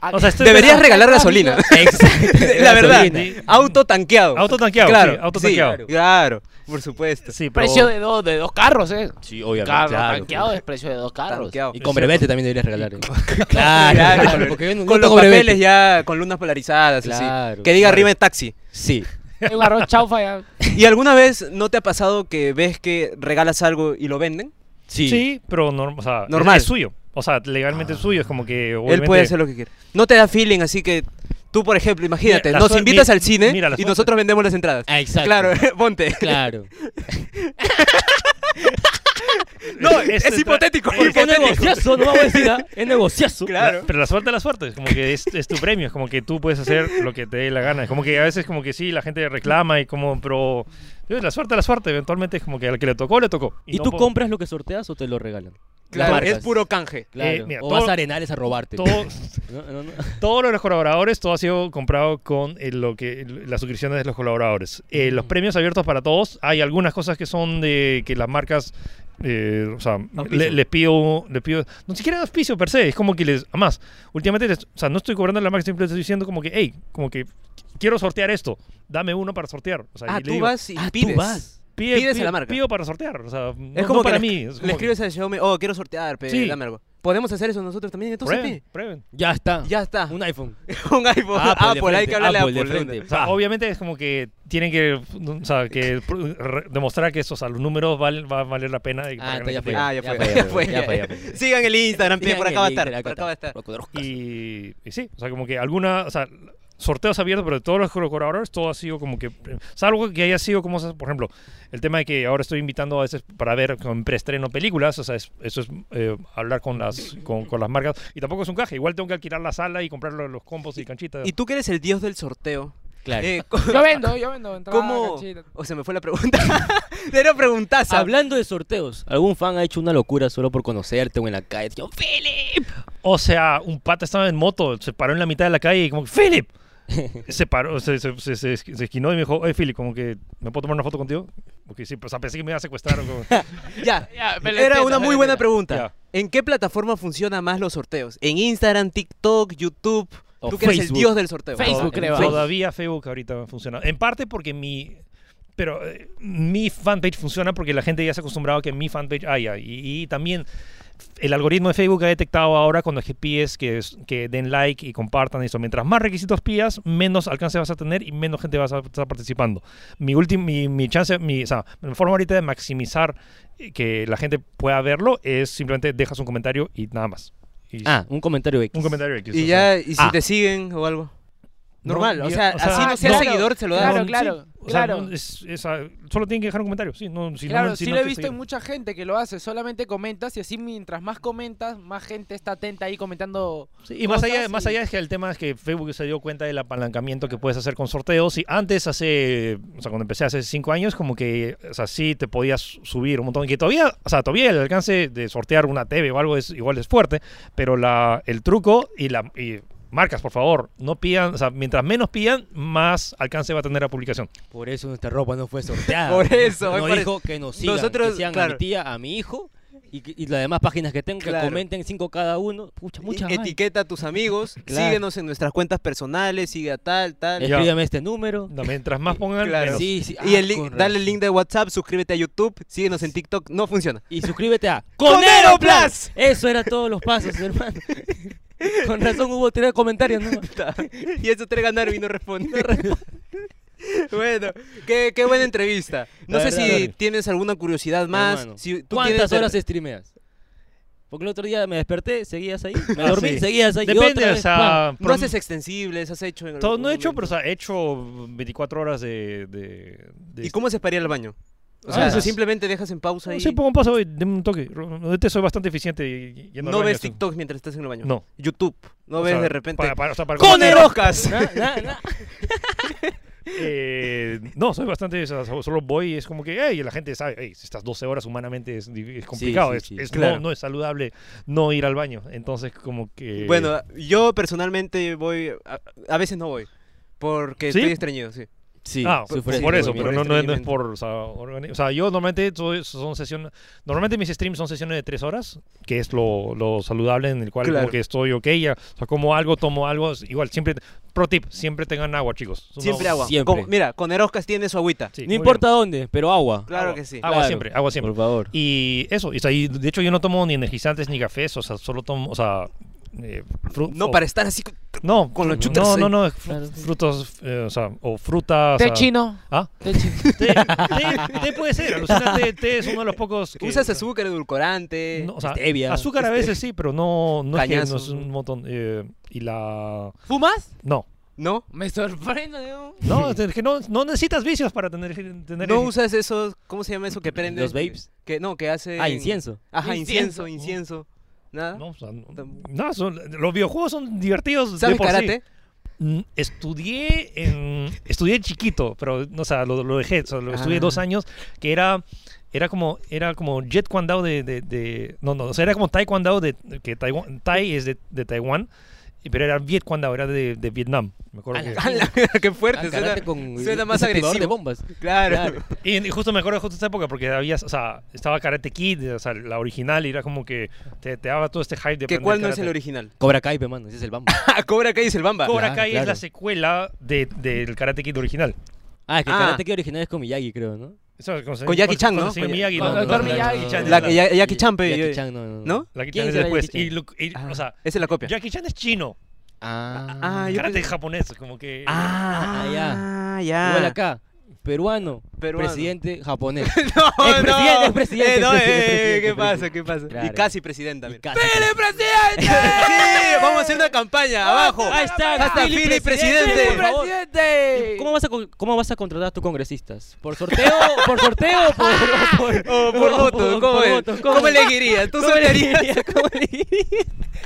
S4: A-
S1: O sea, estoy-
S2: Deberías
S4: Pero-
S2: regalar gasolina. La verdad.
S3: Gasolina.
S2: Auto tanqueado.
S1: Auto tanqueado,
S2: Claro,
S1: sí, auto
S2: sí,
S1: tanqueado.
S2: Claro, por supuesto.
S1: Sí, pero-
S4: precio de, dos de dos carros, ¿eh?
S3: Sí, obviamente.
S4: Carro
S3: claro.
S4: tanqueado es precio de dos carros.
S2: Tanqueado.
S3: Y con brevete también deberías regalar. ¿eh?
S2: Claro,
S3: claro,
S2: con-
S3: porque yo
S2: con
S3: no- no
S2: los
S3: tengo brevete.
S2: papeles ya, con lunas polarizadas, así.
S3: Claro,
S2: Que diga
S3: claro.
S2: arriba en taxi.
S3: Sí.
S4: Un arroz chaufa ya.
S2: ¿Y alguna vez no te ha pasado que ves que regalas algo y lo venden?
S3: Sí.
S1: Sí, pero norm- o sea,
S2: Normal.
S1: Es, es suyo. O sea, legalmente es suyo. Es como que.
S2: Él puede hacer lo que quiera. No te da feeling, así que tú, por ejemplo, imagínate,
S1: la
S2: nos
S1: suerte-
S2: invitas
S1: mira-
S2: al cine
S1: mira la
S2: y
S1: suerte.
S2: nosotros vendemos las entradas.
S3: Ah, exacto.
S2: Claro, ponte.
S3: Claro.
S2: No, es, hipotético.
S3: Porque es
S2: hipotético.
S3: negociazo, no vamos a decir, ¿ah? Es negociazo.
S1: Claro.
S2: Claro.
S1: pero la suerte es la suerte, es como que es, es tu premio, es como que tú puedes hacer lo que te dé la gana. Es como que a veces como que sí, la gente reclama y como, pero eh, la suerte es la suerte, eventualmente es como que al que le tocó, le tocó.
S3: ¿Y
S1: no
S3: tú
S1: po-
S3: compras lo que sorteas o te lo regalan?
S2: Claro,
S3: Las
S2: es
S3: marcas.
S2: puro canje.
S3: Claro.
S1: Eh, mira,
S3: o
S1: todo-
S3: vas a Arenales a robarte.
S1: todo-
S3: No, no, no.
S1: Todo lo de los colaboradores, todo ha sido comprado con eh, lo que el- las suscripciones de los colaboradores. Eh, los premios abiertos para todos, hay algunas cosas que son de que las marcas, eh, o sea, le- les pido, les pido, no siquiera auspicio per se, es como que les, además, últimamente, les- o sea, no estoy cobrando a la marca, siempre estoy diciendo como que, hey, como que quiero sortear esto, dame uno para sortear. O sea,
S2: Ah,
S1: y le
S2: tú
S1: digo,
S2: vas y
S3: Ah, tú
S2: pides.
S3: vas.
S1: pide-
S2: pides a
S1: pide-
S2: la marca.
S1: Pido para sortear, o sea, no-
S2: Es
S1: no
S2: como que
S1: para
S2: le-
S1: mí. es como
S2: Le
S1: que,
S2: escribes a Xiaomi, oh, quiero sortear, pe,
S1: Sí.
S2: dame algo. ¿Podemos hacer eso nosotros también entonces?
S1: prueben, prueben.
S3: Ya está.
S2: pe? Ya está.
S3: Un iPhone.
S2: Un iPhone.
S3: Apple de
S2: Apple, hay
S3: frente,
S2: que hablarle a
S3: Apple
S2: Apple.
S3: de frente.
S1: O sea,
S3: Ah.
S1: obviamente es como que tienen que, o sea, que pr- re- demostrar que esos o sea, los números val- va a valer la pena. y para
S3: Ah,
S1: que
S3: ya
S1: la
S3: fue.
S1: gente
S2: Ah, ya fue, ya fue, ya
S3: ya
S2: fue.
S3: fue.
S2: Sigan el Instagram, pe,
S3: Sigan
S2: por
S3: el
S2: acá va a
S3: link,
S2: estar. Por acá va a estar.
S1: diga. Y, y sí, o sea, como que alguna, o sea, sorteos abiertos, pero de todos los colaboradores, todo ha sido como que, salvo que haya sido como, por ejemplo, el tema de que ahora estoy invitando a veces para ver con preestreno películas, o sea, es- eso es eh, hablar con las, con, con las marcas, y tampoco es un caje, igual tengo que alquilar la sala y comprar los, los combos y canchitas.
S2: Y tú que eres el dios del sorteo.
S3: Claro.
S2: eh, co-
S4: Yo vendo, yo vendo. entrada,
S2: ¿Cómo?
S4: canchita.
S2: O se me fue la pregunta. Era preguntaza.
S3: Ah, Hablando de sorteos, ¿algún fan ha hecho una locura solo por conocerte o en la calle? Yo, Philip.
S1: O sea, un pata estaba en moto, se paró en la mitad de la calle y como, ¡Philip! Se paró, se, se, se- se- se esquinó y me dijo, oye, Philip, como que, ¿me puedo tomar una foto contigo? Porque sí, pues, o sea, pensé que me iba a secuestrar. o como-
S2: Ya.
S4: Ya, me lo
S2: Era
S4: entiendo,
S2: una
S4: me
S2: muy
S4: lo
S2: buena
S4: entiendo.
S2: pregunta. ¿En qué plataforma funciona más los sorteos? ¿En Instagram, TikTok, YouTube?
S3: O
S2: tú que eres el
S3: Facebook.
S2: dios del sorteo.
S4: Facebook,
S1: Toda-
S4: creo.
S1: Todavía Facebook ahorita funciona. En parte porque mi... pero eh, mi fanpage funciona porque la gente ya se ha acostumbrado a que mi fanpage haya. Y, y también el algoritmo de Facebook ha detectado ahora cuando es que pides que, es- que den like y compartan eso. Mientras más requisitos pidas, menos alcance vas a tener y menos gente vas a estar participando. Mi, ultim- mi, mi chance, mi, o sea, mi forma ahorita de maximizar eh, que la gente pueda verlo es simplemente dejas un comentario y nada más. Y-
S3: Ah, un comentario X.
S1: un comentario X.
S2: Y
S1: o sea.
S2: ya, y si
S1: Ah.
S2: te siguen o algo.
S1: No,
S2: Normal, o
S1: yo-
S2: sea,
S1: o sea,
S2: así no sea
S1: no.
S2: seguidor, se lo das.
S4: Claro,
S1: Sí,
S4: claro,
S1: o sea,
S4: claro.
S1: no, es- es, ah, solo tienen que dejar un comentario. Sí, no, si no
S4: claro,
S1: me- si
S4: sí
S1: no
S4: lo he
S1: te
S4: visto en
S1: siguen.
S4: mucha gente que lo hace, solamente comentas y así mientras más comentas, más gente está atenta ahí comentando.
S1: Sí, y más
S4: cosas
S1: allá, más
S4: y-
S1: allá es que el tema es que Facebook se dio cuenta del apalancamiento que puedes hacer con sorteos. Y antes, hace, o sea, cuando empecé hace cinco años, como que, o sea, sí te podías subir un montón. Que todavía, o sea, todavía el alcance de sortear una TV o algo es igual es fuerte, pero la, el truco y la. y marcas, por favor, no pidan, o sea, mientras menos pidan, más alcance va a tener la publicación.
S3: Por eso nuestra ropa no fue sorteada.
S2: Por eso,
S3: No
S2: por eso.
S3: dijo que nos sigan.
S2: Nosotros,
S3: que sigan a
S2: claro.
S3: mi tía, a mi hijo y, que- y las demás páginas que tengo
S2: Claro. E-,
S3: que comenten cinco cada uno. Pucha, mucha vaina.
S2: Etiqueta a tus amigos,
S3: Claro.
S2: síguenos en nuestras cuentas personales, sigue a tal, tal.
S1: Ya.
S3: Escríbame este número.
S1: No, mientras más pongan,
S2: Claro.
S1: menos.
S3: Sí, sí.
S2: Y
S3: Ah,
S2: el link,
S3: con
S2: dale el
S3: razón.
S2: link de WhatsApp, suscríbete a YouTube, síguenos en TikTok, no funciona.
S3: Y suscríbete a
S2: ¡Conero
S3: Conero
S2: Plus!
S3: Plus. Eso era todos los pasos, hermano. Con razón hubo tres comentarios, ¿no?
S2: y eso te ganar y no responde. bueno, qué, qué buena entrevista. No sé
S3: La verdad,
S2: si
S3: Dani.
S2: tienes alguna curiosidad más.
S3: Hermano,
S2: si tú
S3: ¿Cuántas
S2: tienes-
S3: horas streameas? Porque el otro día me desperté, seguías ahí. Me
S1: Ah,
S3: dormí,
S1: sí.
S3: seguías ahí. y
S1: Depende,
S3: otra
S1: o
S3: vez,
S1: sea,
S2: No
S1: prom-
S2: haces extensibles, has hecho. En
S1: Todo,
S2: algún
S1: no he hecho, pero o
S2: momento?
S1: sea, he hecho 24 horas de... de- de-
S2: ¿Y cómo se paría el baño? O
S1: Ah,
S2: sea,
S1: eso sí.
S2: simplemente dejas en pausa
S1: No,
S2: ahí.
S1: Sí, pongo un paso y deme un toque. Ahorita soy bastante eficiente. y- y- yendo al
S2: no
S1: baño,
S2: ves
S1: sí.
S2: TikTok mientras estás en el baño.
S1: No.
S2: YouTube. No
S1: O
S2: ves
S1: sea,
S2: de repente.
S1: para- para- o sea, para-
S2: ¡Cone Rojas!
S3: pam. Na, na, na.
S1: Eh, no, soy bastante. o sea, so- solo voy y es como que. "Ey", la gente sabe. "Ey, si estás 12 horas humanamente es, di- es complicado.
S3: sí,
S1: es-
S3: sí.
S1: es-
S2: Claro.
S1: no, no es saludable no ir al baño. Entonces, como que.
S2: Bueno, yo personalmente voy. A, a veces no voy. Porque
S1: ¿Sí?
S2: estoy estreñido, sí.
S3: Sí,
S1: Ah,
S3: sufrí
S1: por,
S3: ese
S1: por eso,
S3: movimiento.
S1: pero no, no es- no es por. O sea, organi- o sea, yo normalmente soy- son sesiones. Normalmente mis streams son sesiones de tres horas, que es lo, lo saludable en el cual
S2: Claro.
S1: como que estoy ok. Ya, o sea, como algo, tomo algo. es Igual, siempre. Pro tip, siempre tengan agua, chicos. Es una-
S2: Siempre agua.
S3: siempre.
S2: Con- mira, con Eroscas tiene su agüita.
S1: Sí,
S3: No
S1: muy
S3: importa dónde, pero agua.
S1: bien.
S2: Claro
S1: Agua.
S2: que sí.
S1: Agua
S3: Claro.
S1: siempre, agua siempre.
S3: Por favor.
S1: Y eso, y, o sea, y de hecho yo no tomo ni energizantes ni cafés, o sea, solo tomo, o sea, eh, fru-
S2: No
S1: o-
S2: para estar así.
S1: no,
S2: con los
S1: fru-
S2: shooters ¿eh?
S1: No,
S2: ahí.
S1: no, no, fru-
S4: Claro.
S1: frutos, eh, o sea, o frutas.
S4: Té chino.
S1: Ah,
S4: Té chino.
S1: té, té- té puede ser, alucina, té, té es uno de los pocos que...
S2: Usas azúcar, edulcorante. Este,
S1: no, o sea,
S3: stevia,
S1: azúcar a veces sí, pero no, no es que no
S2: Cañazo.
S1: es un montón. eh, y la...
S4: ¿Fumas?
S1: No,
S2: ¿No?
S4: Me sorprendo. ¿no?
S1: no, es que no, no necesitas vicios para tener... tener
S2: No usas esos. ¿Cómo se llama eso que prende?
S3: Los vapes.
S2: Que, no, que hace.
S3: Ah, incienso.
S2: Ajá, incienso,
S4: Incienso.
S2: incienso. Nada.
S1: No, o sea, no-
S2: Tampoco.
S1: no, son- los videojuegos son divertidos.
S2: ¿Sabes
S1: de por sí.
S2: karate?
S1: Mm, Estudié en, estudié chiquito, pero no, o sea, lo, lo dejé, o sea, lo estudié
S2: Ah.
S1: dos años, que era, era como, era como Jet Kwandao de, de, de- no, no, o sea, era como Taekwondo de, que Taiwán, Tai es de, de Taiwán, y- pero era Viet Kwandao, era de, de Vietnam, me acuerdo. que-
S2: ¡Hala! ¡Qué fuerte!
S3: Ah, karate
S2: Suena,
S3: con
S2: suena más
S3: desactivador
S2: agresivo.
S3: de bombas.
S2: Claro.
S1: Y, y justo me acuerdo justo esa época porque había, o sea, estaba Karate Kid, o sea, la original, y era como que te, te daba todo este hype de
S2: ¿Que
S1: aprender
S2: cuál no es
S1: karate.
S2: el original?
S3: Cobra Kai, pe, mano, ese es el bamba.
S2: Ah, Cobra Kai es el Bamba.
S1: Cobra
S3: Claro,
S1: Kai es la
S3: claro.
S1: secuela de- del Karate Kid original.
S3: Ah, es que el
S2: Ah.
S3: Karate Kid original es con Miyagi, creo, ¿no?
S1: Eso es como se-
S2: Con Jackie
S1: cuando-
S2: Chan, ¿no?
S1: cuando se llama
S2: Con-
S1: Miyagi,
S4: con-
S1: no, no,
S4: con
S1: no,
S4: Miyagi.
S1: Jackie Chan
S2: La
S1: es
S2: que ya- Jackie Chan, pe, yo-
S3: Jackie Chan, no, no.
S2: ¿No?
S1: Jackie
S3: ¿Quién
S1: Chan es
S3: será
S1: después.
S3: Jackie
S1: Y,
S3: Chan?
S1: lo- y,
S2: Ah,
S1: o sea,
S2: esa es la copia.
S1: Jackie Chan es chino.
S3: Ah.
S2: Ah, yo
S1: Karate
S2: pensé-
S1: es japonés, como que.
S3: Ah, ya.
S2: Ah,
S3: Igual
S2: ya.
S3: acá, peruano,
S2: Peruano.
S3: presidente japonés.
S2: No,
S3: Expresidente,
S2: no.
S3: expresidente,
S2: Eh, no,
S3: expresidente,
S2: eh, ¿Qué
S3: expresidente.
S2: pasa? ¿Qué pasa?
S3: Claro.
S2: Y casi presidenta. mira.
S3: Casi.
S2: ¡Sí! Vamos a hacer una campaña. Abajo.
S3: Ahí está,
S2: Hashtag
S3: Fili
S2: Fili
S3: presidente.
S2: presidente.
S3: Por favor.
S4: presidente!
S3: ¿Cómo vas, a, con- ¿Cómo vas a contratar a tus congresistas? ¿Por sorteo? ¿Por sorteo? o ¿Por, o por,
S2: O por
S3: o
S2: voto,
S3: por-
S2: ¿cómo
S3: por
S2: es?
S3: voto?
S2: ¿Cómo elegirías? ¿Tú
S3: ¿Cómo
S2: solo
S3: elegirías?
S2: elegirías?
S3: ¿Cómo elegirías?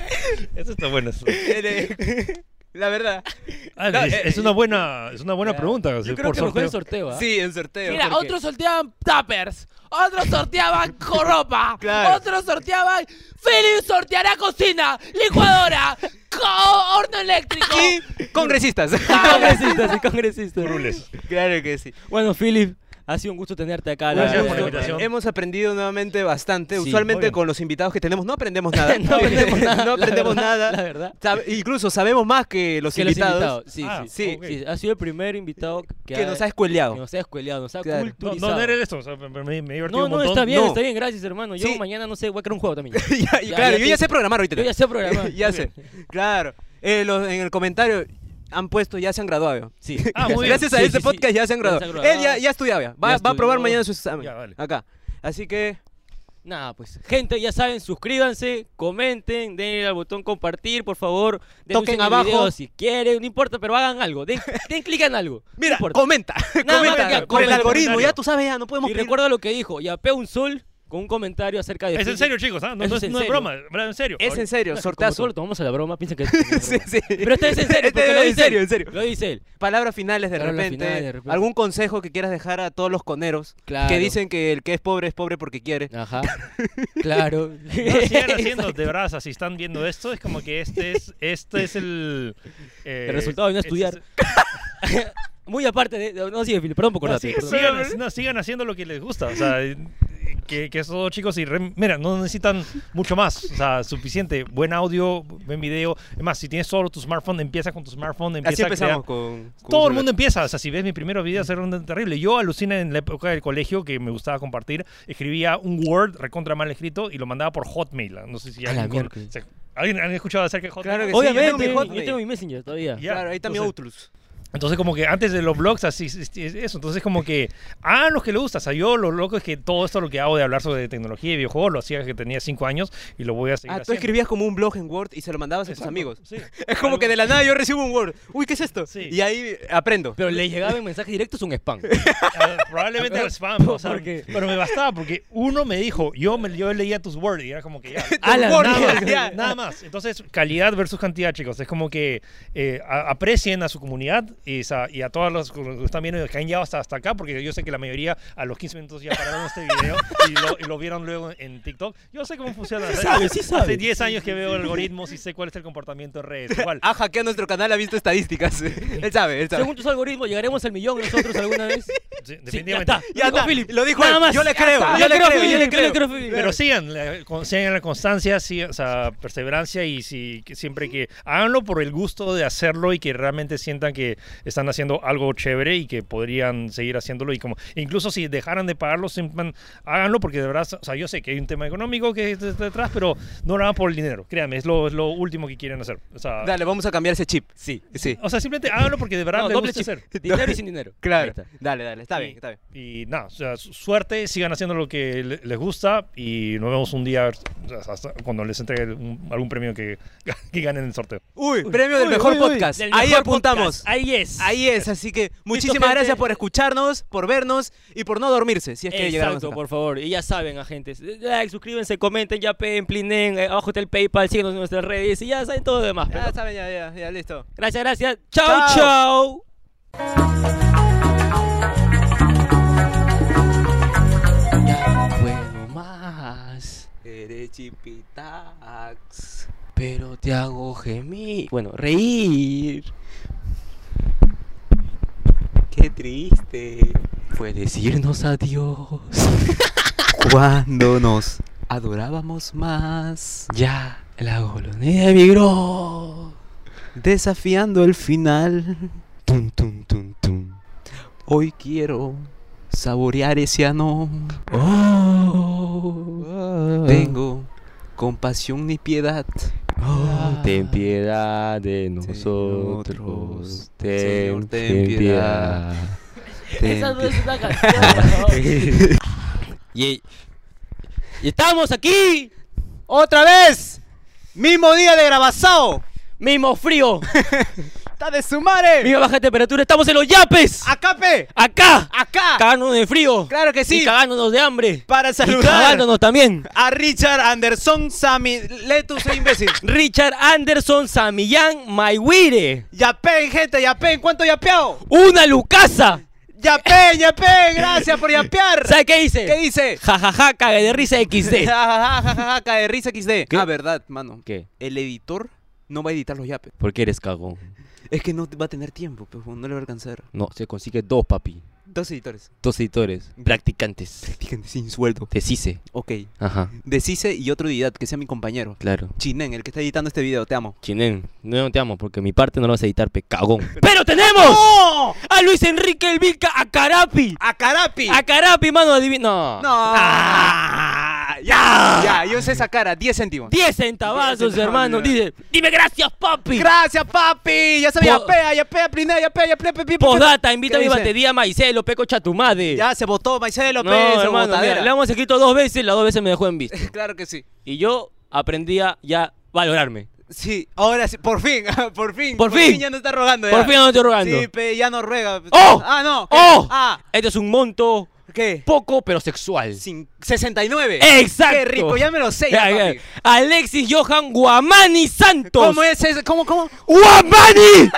S1: Eso está bueno. eso.
S2: Ele- La verdad.
S1: Ah,
S2: No,
S1: es,
S2: eh,
S1: es una buena, es una buena pregunta. o sea,
S3: Yo creo
S1: por
S3: que mejor
S1: sorteo.
S3: el sorteo, ¿ah?
S2: Sí, en sorteo.
S4: Mira,
S2: porque-
S4: otros sorteaban tuppers, otros sorteaban con ropa,
S2: Claro.
S4: otros sorteaban. Philip sorteará cocina, licuadora, co- horno eléctrico.
S2: Y congresistas.
S3: Y Congresistas, y congresistas.
S1: Curules.
S2: Claro que sí.
S3: Bueno, Philip, Ha sido un gusto tenerte acá. la
S1: Gracias por
S3: verdad.
S1: la invitación.
S2: Hemos aprendido nuevamente bastante.
S3: Sí,
S2: Usualmente
S3: obvio.
S2: con los invitados que tenemos no aprendemos nada.
S3: No aprendemos nada,
S2: No
S3: la
S2: aprendemos
S3: verdad,
S2: nada.
S3: la verdad.
S2: Sab- incluso sabemos más que los
S3: Que los
S2: invitados.
S3: invitados, Sí,
S1: Ah,
S3: sí.
S2: sí,
S1: ok.
S3: Sí, ha sido el primer invitado que,
S2: Que nos ha escueleado.
S3: que nos ha escueleado, nos ha
S2: Claro. No, no,
S1: No,
S3: culturizado.
S1: no eres esto, o sea, me, me- me he divertido
S3: No,
S1: un
S3: no,
S1: montón.
S3: está bien,
S2: No.
S3: está bien, gracias, hermano. Yo
S2: Sí.
S3: mañana, no sé, voy a crear un juego también.
S2: Ya, y
S3: Ya,
S2: claro,
S3: ya
S2: yo
S3: te-
S2: ya sé programar ahorita.
S3: Yo ya sé programar.
S2: ya
S3: Muy
S2: sé.
S3: bien.
S2: Claro. Eh, los- en el comentario han puesto ya se han graduado.
S3: Sí.
S1: Ah, muy bien.
S2: Gracias a
S3: Sí,
S2: este
S3: sí, sí.
S2: podcast ya se han graduado. Él ya, ya estudiaba. ya. Va,
S3: Ya
S2: va a probar
S3: estudió.
S2: mañana su examen.
S1: Ya, vale.
S2: Acá. Así que
S3: Nada, pues, gente, ya saben, suscríbanse, comenten, denle al botón compartir, por favor. denuncien
S2: Toquen
S3: el
S2: abajo.
S3: video si quieren, no importa, pero hagan algo. Den, den clic en algo. no
S2: mira,
S3: importa.
S2: comenta,
S3: Nada más
S2: comenta
S3: que ya,
S2: por el
S3: comenta.
S2: algoritmo, ya tú sabes ya, no podemos
S3: Y
S2: pedir-
S3: recuerda lo que dijo, yapé un sol con un comentario acerca de...
S1: Es en
S3: fútbol.
S1: serio, chicos, ¿ah? no,
S3: Eso
S1: no
S3: es
S1: es,
S3: en
S1: no es
S3: serio.
S1: broma, ¿verdad? en serio.
S2: Es en serio,
S3: Como
S2: sortazo.
S3: todo lo tomamos a la broma, piensa que... es una
S2: Sí,
S3: broma.
S2: sí.
S3: Pero este es en serio,
S2: Este
S3: porque lo
S2: es en
S3: dice
S2: serio,
S3: él.
S2: en serio.
S3: Lo dice él.
S2: Palabras finales de
S3: Palabras
S2: repente,
S3: finales, de repente.
S2: algún consejo que quieras dejar a todos los coneros
S3: Claro.
S2: que dicen que el que es pobre es pobre porque quiere.
S3: Ajá. Claro.
S1: No lo sigan haciendo, de verdad, o sea, si están viendo esto, es como que este es, este es el... eh,
S3: El resultado de no
S1: este es-
S3: estudiar. Muy aparte de... No, sigue, Filipe, perdón por
S1: No,
S3: cortarte.
S1: sí,
S3: perdón.
S1: sigan, no, sigan haciendo lo que les gusta. O sea, eh, que, que esos chicos, y re- mira, no necesitan mucho más. O sea, suficiente. Buen audio, buen video. Es más, si tienes solo tu smartphone, empieza con tu smartphone. Empieza
S2: Así
S1: a crear-
S2: empezamos con, con
S1: Todo el
S2: Zuleta.
S1: mundo empieza. O sea, si ves mis primeros videos, era un terrible. Yo alucina en la época del colegio que me gustaba compartir. Escribía un Word recontra mal escrito y lo mandaba por Hotmail. No sé si
S3: A la
S1: alguien. cono-
S3: miércoles.
S1: o sea, ¿Alguien han escuchado acerca de Hotmail?
S2: Claro que sí.
S3: Obviamente,
S2: yo tengo mi Hotmail.
S3: yo tengo mi Messenger todavía.
S1: Ya.
S2: Claro, ahí está mi
S1: Entonces-
S2: Outlus.
S1: Entonces, como que antes de los blogs, así es- es- es eso. Entonces, como que, ah, los que le gusta. O sea, yo lo loco es que todo esto lo que hago de hablar sobre tecnología y videojuegos lo hacía que tenía 5 años y lo voy a seguir
S2: Ah, tú
S1: haciendo.
S2: escribías como un blog en Word y se lo mandabas a tus
S1: Exacto,
S2: amigos.
S1: sí.
S2: Es como que de la nada yo recibo un Word. Uy, ¿qué es esto?
S1: Sí.
S2: Y ahí aprendo.
S3: Pero le llegaba en mensajes directos un spam.
S1: Ah, probablemente al spam, o sea,
S3: ¿Por qué?
S1: pero me bastaba porque uno me dijo, yo, me, yo leía tus Word y era como que ya.
S3: A la
S2: Word,
S1: nada, más,
S2: ya.
S1: nada más. Entonces, calidad versus cantidad, chicos. Es como que eh, a- aprecien a su comunidad y, sa- y a todos los que lo están viendo y que han llegado hasta, hasta acá, porque yo sé que la mayoría a los 15 minutos ya pararon este video y lo, y lo vieron luego en TikTok. Yo sé cómo funciona.
S3: Sí sabe, sí Ah, sabe.
S1: Hace 10 años que veo algoritmos y sé cuál es el comportamiento en redes. Igual.
S2: Ha hackeado Ah, nuestro canal, ha visto estadísticas. él sabe, él sabe.
S3: Según tus algoritmos, llegaremos al millón nosotros alguna vez.
S1: Sí,
S3: Sí,
S1: definitivamente.
S3: ya está.
S2: Ya
S3: Lo dijo
S2: está,
S3: Philip.
S2: lo dijo
S3: Nada
S2: él.
S3: más. Ah,
S2: Yo le
S3: Ya
S2: creo,
S3: está.
S2: yo le creo,
S3: Philip,
S2: yo le creo.
S3: Philip.
S1: Pero sigan la, con- sigan la constancia, sí, o sea, perseverancia y si, que siempre que háganlo por el gusto de hacerlo y que realmente sientan que están haciendo algo chévere y que podrían seguir haciéndolo y como incluso si dejaran de pagarlo, simpan- háganlo porque de verdad, o sea, yo sé que hay un tema económico que está detrás, pero no lo hagan por el dinero, créanme, es lo, es lo último que quieren hacer. O
S3: Ah.
S1: sea,
S2: Dale, vamos a cambiar ese chip.
S3: Sí.
S2: Sí,
S1: o sea, simplemente háganlo porque de verdad
S3: No,
S1: les
S3: doble
S1: gusta
S3: chip.
S1: hacer.
S3: Dinero y sin dinero. Ahí
S2: claro.
S3: está.
S2: Dale, dale, está bien,
S1: Y-
S2: está bien.
S1: Y nada, o sea, su- suerte, sigan haciendo lo que le- les gusta y nos vemos un día o sea, hasta cuando les entregue un- algún premio que, que ganen en el sorteo.
S2: Uy, premio del
S3: Uy,
S2: mejor
S3: uy, uy,
S2: podcast.
S3: del
S2: ahí
S3: mejor
S2: apuntamos.
S3: podcast. Ahí es.
S2: Ahí es, así que muchísimas
S3: gente.
S2: gracias por escucharnos, por vernos y por no dormirse, si es que llegaron hasta
S3: Exacto,
S2: acá.
S3: por favor. Y ya saben, agentes. Like, suscríbanse, comenten, ya peen, plinen, eh, abajo está el PayPal, síguenos en nuestras redes y ya saben todo lo demás.
S2: Ya
S3: pero-
S2: saben, Ah, ya, ya, ya, listo.
S3: Gracias, gracias.
S2: Chao.
S3: Chao, chao.
S4: Ya no puedo más,
S2: Eres chipitax.
S4: pero te hago gemir.
S3: Bueno, reír.
S2: Qué triste.
S4: Puedes irnos Pues adiós.
S2: Cuando nos adorábamos más,
S4: Ya la golonera emigró.
S2: desafiando el final.
S4: Tum, tum, tum, tum.
S2: Hoy quiero saborear ese ano.
S4: Ah. Oh,
S2: Tengo compasión ni piedad.
S4: oh,
S3: Ten piedad de
S2: nosotros,
S3: nosotros.
S2: ten-
S3: Ten,
S2: Señor, ten ten piedad.
S3: piedad.
S2: Ten-
S3: es una Ah, canción. y, y estamos aquí.
S2: ¡Otra vez! ¡Mismo día de grabazao!
S3: Mismo frío,
S2: ¡Está de su madre!
S3: misma baja temperatura. Estamos en los yapes.
S2: ¡Acape!
S3: Acá.
S2: ¡Acá!
S3: Cagándonos de frío.
S2: ¡Claro que
S3: Y
S2: sí!
S3: cagándonos de hambre.
S2: Para
S3: Y
S2: saludar
S3: cagándonos también.
S2: a Richard Anderson Sami. Letus e imbécil.
S3: Richard Anderson Samillán Maiwire.
S2: ¡Yapen, gente! ¡Yapen! ¿Cuánto yapeado?
S3: Una Lucasa.
S2: ¡Yapen, yapen! ¡Gracias por yapear!
S3: ¿Sabes qué dice?
S2: ¿Qué dice?
S3: Ja, ja, ja, cague de risa XD.
S2: Jajajaja, cae de risa XD.
S3: ¿Qué?
S2: Ah, verdad, mano.
S3: ¿Qué?
S2: El editor no va a editar los yapes.
S3: ¿Por qué eres cagón?
S2: Es que no va a tener tiempo, pues, no le va a alcanzar.
S3: No, se consigue dos, papi.
S2: Dos editores.
S3: Dos editores. Practicantes.
S2: Fíjense, sin sueldo.
S3: Te CICE.
S2: Ok.
S3: Ajá,
S2: Decise y otro editad, que sea mi compañero.
S3: claro.
S2: Chinen, el que está editando este video, te amo.
S3: Chinen, no te amo porque mi parte no lo vas a editar, pe cagón. ¡Pero tenemos! A Luis Enrique El Vilca, a Carapi.
S2: ¡A Carapi!
S3: A Carapi, mano, adivina. No.
S2: ¡No!
S3: ¡Ya!
S2: Ah, Ya, yo sé esa cara, 10 céntimos.
S3: 10 centavazos,
S2: Diez
S3: hermano.
S2: centavos,
S3: Dice, dime gracias, papi.
S2: Gracias, papi. Ya sabía,
S3: Po-
S2: pea, ya pea, plinea, ya pea, ya pea, pipi.
S3: Posdata, invita a mi
S2: dice?
S3: batería Maicelo, peco chatumade.
S2: Ya se votó Maicelo,
S3: no,
S2: pe, se
S3: hermano, mira,
S2: botadera.
S3: le hemos escrito dos veces, las dos veces me dejó en visto.
S2: Claro que sí.
S3: Y yo aprendí a ya valorarme.
S2: Sí, ahora sí, por fin, por fin.
S3: Por fin.
S2: ya no está rogando.
S3: Por
S2: ya.
S3: fin no estoy rogando.
S2: Sí, pe, ya no ruega.
S3: ¡Oh!
S2: Ah, no. ¿qué?
S3: ¡Oh!
S2: Ah,
S3: Este es un monto
S2: ¿qué?
S3: poco, pero sexual.
S2: Cin- 69.
S3: ¡Exacto!
S2: Qué rico, ya me lo sé. ya,
S3: Ya, ya.
S2: papi.
S3: Alexis Johan Guamani Santos.
S2: ¿Cómo es ese? ¿Cómo, cómo?
S3: ¡Guamani!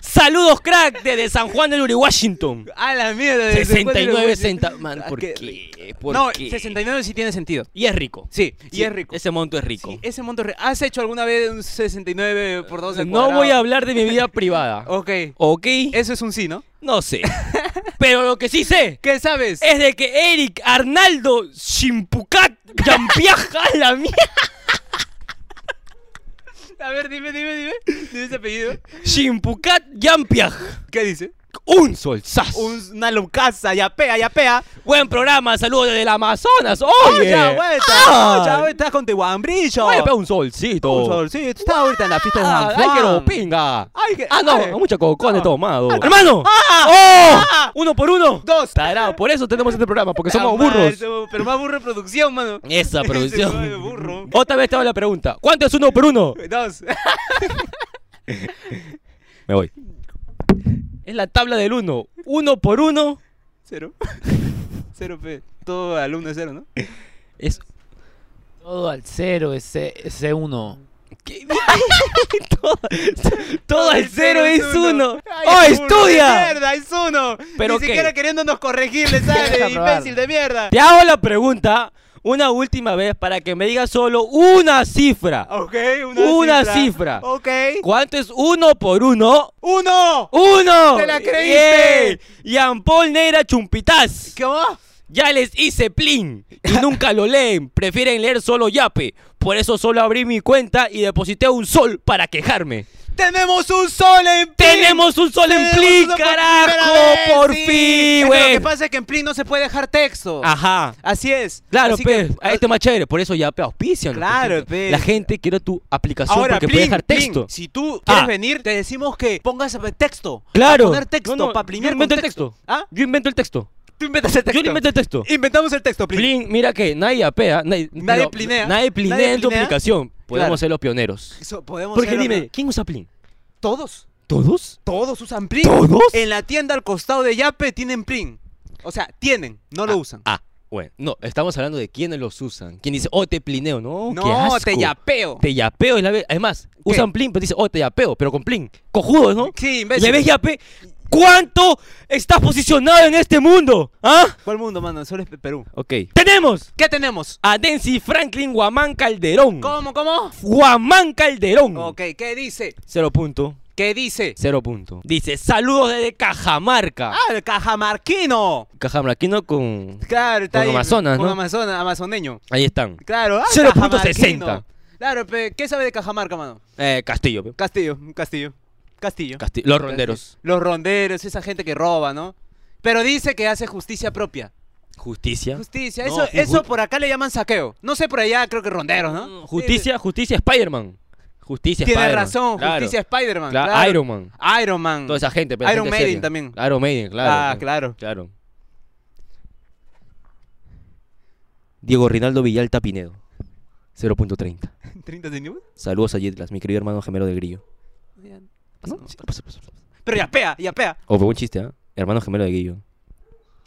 S3: Saludos, crack, desde San Juan del Uri, Washington.
S2: A la mierda. de- de-
S3: 69 centavos. Man,
S2: Ah,
S3: ¿por
S2: que-
S3: qué? ¿Por
S2: No,
S3: qué?
S2: 69 sí tiene sentido.
S3: Y es rico.
S2: Sí,
S3: Sí,
S2: y es rico.
S3: Ese monto es rico.
S2: Sí, ese monto es re- ¿Has hecho alguna vez un 69 por 2
S3: no voy a hablar de mi vida privada.
S2: Ok.
S3: ¿Ok?
S2: Eso Oh. es un sí, ¿no?
S3: No sé. Pero lo que sí sé
S2: ¿Qué sabes?
S3: es de que Eric Arnaldo Shimpucat Yampiaja a la mía.
S2: A ver, dime, dime, dime. Dime ese apellido.
S3: Shimpucat Yampiaj.
S2: ¿Qué dice?
S3: Un sol. sas.
S2: Un- una lucaza, ya pea, ya pea.
S3: Buen programa. Saludos desde el Amazonas. Oh,
S2: ¡Oye!
S3: Oye.
S2: ya, vuelta!
S3: Ah.
S2: ¡Ya, güey, estás con tu guambrillo!
S3: Oye, pe, un solcito.
S2: Un sol, sí, tú estás ahorita en la fiesta de San
S3: Ah,
S2: Juan.
S3: ay, quiero pinga.
S2: Ay, que-
S3: Ah, no,
S2: ay. Ah.
S3: mucha cocón he
S2: No.
S3: tomado. ¡Hermano! ¡Oh!
S2: Ah.
S3: ¡Uno por uno!
S2: ¡Dos!
S3: Tarado, por eso tenemos este programa, porque somos
S2: Ah, madre,
S3: burros.
S2: somos- Pero más burro de producción, mano.
S3: Esa
S2: Ese
S3: producción.
S2: burro.
S3: Otra vez te hago la pregunta. ¿Cuánto es uno por uno?
S2: Dos.
S3: Me voy. Es la tabla del uno. Uno por uno
S2: Cero. Cero, pe. Todo alumno es cero, ¿no?
S3: es...
S4: Todo al cero, ese, ese uno.
S3: ¿Qué? todo, todo al cero es uno.
S2: Ay,
S3: ¡Oh,
S2: burro de
S3: estudia!
S2: ¡Mierda, es uno!
S3: ¿Pero
S2: Ni
S3: qué?
S2: siquiera queriéndonos corregir le
S4: Deja
S2: sale,
S4: probar.
S2: imbécil de mierda.
S3: Te hago la pregunta una última vez para que me digas solo una cifra.
S2: Ok, una,
S3: Una cifra.
S2: cifra. Ok.
S3: ¿Cuánto es uno por uno?
S2: ¡Uno!
S3: ¡Uno!
S2: ¡Te la creíste!
S3: ¡Yay! Jean Paul Neira Chumpitas.
S2: ¿Qué va?
S3: Ya les hice plin y nunca lo leen. Prefieren leer solo yape. Por eso solo abrí mi cuenta y deposité un sol para quejarme.
S2: ¡Tenemos un sol en Plin!
S3: ¡Tenemos un sol en
S2: ¡Tenemos
S3: plin,
S2: un sol por
S3: carajo!
S2: primera vez,
S3: ¡Por
S2: sí! Es
S3: fin,
S2: que Lo
S3: güey!
S2: que pasa es que en Plin no se puede dejar texto.
S3: Ajá.
S2: Así es.
S3: Claro,
S2: Así
S3: pe,
S2: que- ah,
S3: ahí está más chévere, por eso yape auspician.
S2: Claro,
S3: por ejemplo.
S2: pe.
S3: La gente quiere tu aplicación
S2: Ahora,
S3: porque
S2: Plin,
S3: puede dejar
S2: Plin,
S3: texto.
S2: si tú quieres
S3: Ah.
S2: venir, te decimos que pongas eh, texto.
S3: Claro.
S2: A poner texto,
S3: No, no,
S2: para
S3: yo
S2: plinear
S3: invento
S2: con
S3: el texto.
S2: ¿Ah?
S3: Yo invento el texto.
S2: Tú inventas el texto.
S3: Yo invento el texto.
S2: Inventamos el texto, Plin.
S3: Plin, mira que nadie apea, nadie,
S2: Nadie
S3: pero
S2: plinea.
S3: Nadie plinea
S2: Nadie
S3: en tu
S2: plinea.
S3: aplicación. Podemos
S2: Claro.
S3: ser los pioneros.
S2: Eso, podemos
S3: Porque
S2: hacer-
S3: dime, ¿quién usa Plin?
S2: Todos.
S3: ¿Todos?
S2: Todos usan Plin.
S3: ¿Todos?
S2: En la tienda al costado de Yape tienen Plin. O sea, tienen, no lo usan.
S3: Ah, bueno, no, estamos hablando de quiénes los usan. Quien dice, oh, te plineo, no, qué
S2: no,
S3: asco.
S2: te yapeo.
S3: Te yapeo es la vez. Además, usan Plin, pero dice, oh, te yapeo, pero con Plin. Cojudos, ¿no?
S2: Sí,
S3: ¿Y
S2: imbécil.
S3: ¿Le ves yape? ¿Cuánto estás posicionado en este mundo? ¿Ah?
S2: ¿Cuál mundo, mano? Solo es Pe- Perú.
S3: Ok. ¡Tenemos!
S2: ¿Qué tenemos?
S3: A Denzi Franklin Guamán Calderón.
S2: ¿Cómo, cómo?
S3: Guamán Calderón.
S2: Ok, ¿qué dice?
S3: Cero punto.
S2: ¿Qué dice?
S3: Cero punto. Dice, saludos desde Cajamarca.
S2: Ah, el cajamarquino.
S3: Cajamarquino con...
S2: Claro, está
S3: Con
S2: ahí,
S3: Amazonas,
S2: con
S3: ¿no?
S2: Amazonas, amazoneño.
S3: Ahí están.
S2: Claro, ah,
S3: 0.60.
S2: cajamarquino. Claro, pe, ¿qué sabe de Cajamarca, mano?
S3: Eh, Castillo. pe.
S2: Castillo, Castillo, Castillo.
S3: Casti- Los ronderos.
S2: Los ronderos, esa gente que roba, ¿no? Pero dice que hace justicia propia.
S3: Justicia.
S2: Justicia,
S3: No,
S2: eso,
S3: ju-
S2: eso
S3: ju-
S2: por acá le llaman saqueo. No sé, por allá creo que ronderos, ¿no?
S3: Mm, Justicia, justicia Spider-Man. Justicia
S2: Tiene
S3: Spider-Man.
S2: razón,
S3: Claro.
S2: justicia Spider-Man.
S3: Cla-
S2: claro.
S3: Iron Man.
S2: Iron Man.
S3: Toda esa gente. pe,
S2: Iron
S3: gente
S2: Maiden
S3: seria.
S2: también.
S3: Iron Maiden, claro.
S2: Ah,
S3: pe.
S2: claro.
S3: Claro. Diego Rinaldo Villalta Pinedo. 0.30.
S2: 30 centímetros.
S3: Saludos a Yetlas, mi querido hermano gemelo del grillo.
S2: Pasa,
S3: No,
S2: no,
S3: sí,
S2: pasa.
S3: pasa, pasa, pasa.
S2: Pero ya pea, ya pea.
S3: O fue un chiste, ¿ah? Hermano gemelo del grillo.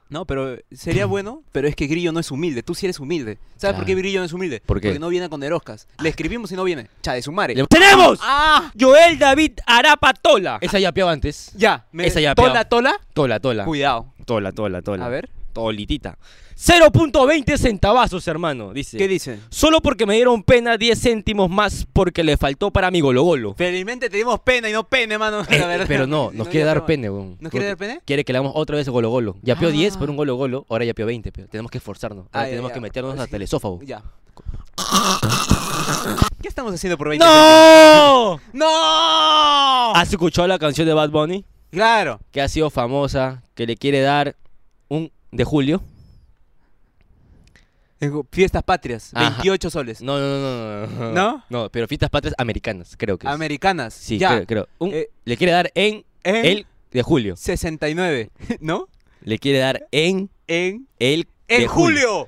S2: No, pero sería bueno, pero es que Grillo no es humilde, tú sí eres humilde. ¿Sabes por qué
S3: Claro.
S2: Grillo no es humilde?
S3: ¿Por qué?
S2: Porque no viene con Eroscas. Le escribimos y no viene. Cha de su madre.
S3: Le- ¡Tenemos!
S2: ¡Ah!
S3: Joel David Arapa Tola. Esa ya peaba antes.
S2: Ya, me...
S3: Esa ya,
S2: ¿Tola,
S3: pea.
S2: tola?
S3: Tola, tola.
S2: Cuidado.
S3: Tola, tola, tola.
S2: A ver.
S3: Tolitita. 0.20 centavazos, hermano, dice.
S2: ¿Qué dice?
S3: Solo porque me dieron pena 10 céntimos más porque le faltó para mi golo golo.
S2: Felizmente te dimos pena y no pene, mano. La verdad.
S3: Eh, Pero no, nos
S2: No
S3: quiere
S2: digas
S3: dar
S2: no.
S3: pene, weón.
S2: ¿Nos quiere dar
S3: Porque
S2: pene?
S3: Quiere que le hagamos otra vez golo golo. Ya pio
S2: Ah.
S3: 10 por un golo golo, ahora ya pio 20, pero tenemos que esforzarnos. Ahora
S2: Ah, ya,
S3: tenemos
S2: ya.
S3: que meternos hasta el esófago.
S2: Ya. ¿Qué estamos haciendo por 20
S3: ¡No!
S2: centavos? ¡No!
S3: ¿Has escuchado la canción de Bad Bunny?
S2: Claro.
S3: Que ha sido famosa, que le quiere dar un de julio.
S2: Tengo Fiestas patrias,
S3: Ajá.
S2: 28 soles.
S3: No, no, no, no, no.
S2: ¿No?
S3: No, pero fiestas patrias americanas, creo que es.
S2: Americanas.
S3: Sí,
S2: ya.
S3: creo. creo. Un-
S2: Eh,
S3: le quiere dar en,
S2: en-
S3: el de julio.
S2: 69, ¿no?
S3: Le quiere dar en
S2: En.
S3: el de
S2: En julio.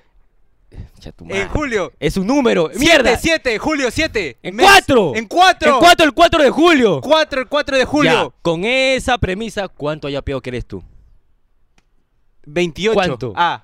S3: Cha tu madre.
S2: En Eh, julio.
S3: Es un número.
S2: Mierda.
S3: ¡Mierda!
S2: 7, julio 7.
S3: ¡En cuatro!
S2: En 4.
S3: En cuatro, el 4 de julio.
S2: 4, el 4 de julio.
S3: Ya, con esa premisa, ¿cuánto haya peor que eres tú?
S2: 28.
S3: ¿Cuánto?
S2: Ah.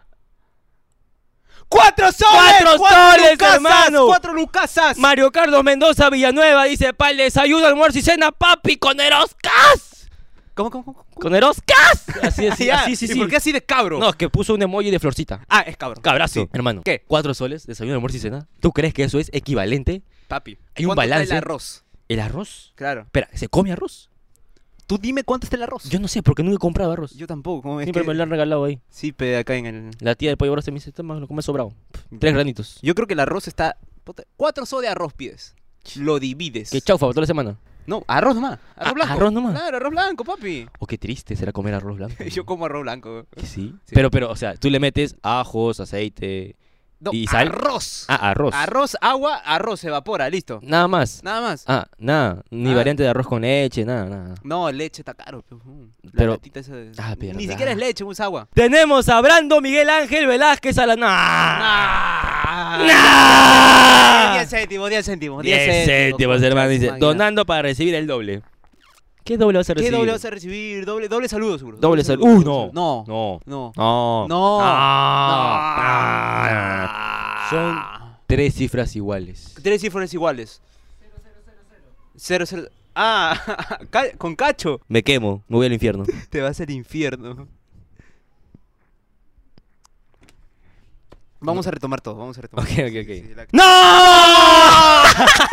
S2: ¡Cuatro soles!
S3: ¡Cuatro soles,
S2: lucasas!
S3: hermano!
S2: ¡Cuatro lucasas!
S3: Mario Carlos Mendoza Villanueva dice, pal, desayuno, almuerzo y cena, papi, con Eroscas.
S2: ¿Cómo, cómo, cómo? cómo?
S3: Con Eroscas. Así es,
S2: Ah, ya.
S3: así, sí,
S2: ¿Y
S3: sí.
S2: por qué así de cabro?
S3: No, es que puso un emoji de florcita.
S2: Ah, es cabro.
S3: Cabrazo.
S2: Sí.
S3: Hermano,
S2: ¿Qué?
S3: Cuatro soles, desayuno, almuerzo y cena. ¿Tú crees que eso es equivalente?
S2: Papi.
S3: Hay un
S2: ¿cuánto está
S3: balance.
S2: el arroz?
S3: ¿El arroz?
S2: Claro.
S3: Espera, ¿se come arroz?
S2: Tú dime cuánto está el arroz.
S3: Yo no sé, porque nunca he comprado arroz.
S2: Yo tampoco. como es
S3: Siempre
S2: que-
S3: me lo han regalado ahí.
S2: Sí, pero acá en el...
S3: La tía del pollo brasa me dice, toma, lo comes sobrado.
S2: Mm.
S3: Pff, Tres granitos.
S2: Yo creo que el arroz está... puta, Cuatro soles de arroz pides. Lo divides.
S3: Que chaufa para toda la semana.
S2: No, arroz nomás. Arroz
S3: Ah,
S2: blanco.
S3: arroz nomás.
S2: Claro, arroz blanco, papi.
S3: O qué triste será comer arroz blanco.
S2: Yo como arroz blanco.
S3: Que sí.
S2: Sí.
S3: Pero, pero, o sea, tú le metes ajos, aceite.
S2: No,
S3: ¿Y sal?
S2: Arroz.
S3: Ah, arroz.
S2: Arroz, agua, arroz, se evapora, listo.
S3: Nada más.
S2: Nada más.
S3: Ah, nada. Ni
S2: Ah.
S3: variante de arroz con leche, nada, nada.
S2: No, leche está caro. pe, ujú. La
S3: Pero-
S2: latita esa de-
S3: Ah,
S2: Ni
S3: verdad.
S2: siquiera es leche, es agua.
S3: Tenemos a Brando Miguel Ángel Velázquez a la. ¡Nah!
S2: Ah, 10
S3: ¡Nah!
S2: céntimos, 10 céntimos, 10
S3: Diez céntimos,
S2: concha
S3: hermano.
S2: de su
S3: Dice,
S2: máquina.
S3: donando para recibir el doble. ¿Qué doble vas a
S2: ¿Qué
S3: recibir?
S2: doble vas a recibir? Doble, doble saludo, seguro.
S3: Doble sal-
S2: saludo,
S3: ¡Uh,
S2: doble
S3: no!
S2: saludo. No.
S3: No. No.
S2: No.
S3: Ah. Son tres cifras iguales.
S2: Tres cifras iguales. 0, 0. Ah, ca- con cacho.
S3: Me quemo, me voy al infierno.
S2: Te vas al infierno. Vamos a retomar todo, vamos a retomar.
S3: Ok,
S2: todo.
S3: ok,
S2: Sí,
S3: ok.
S2: sí, sí, la-
S3: ¡No!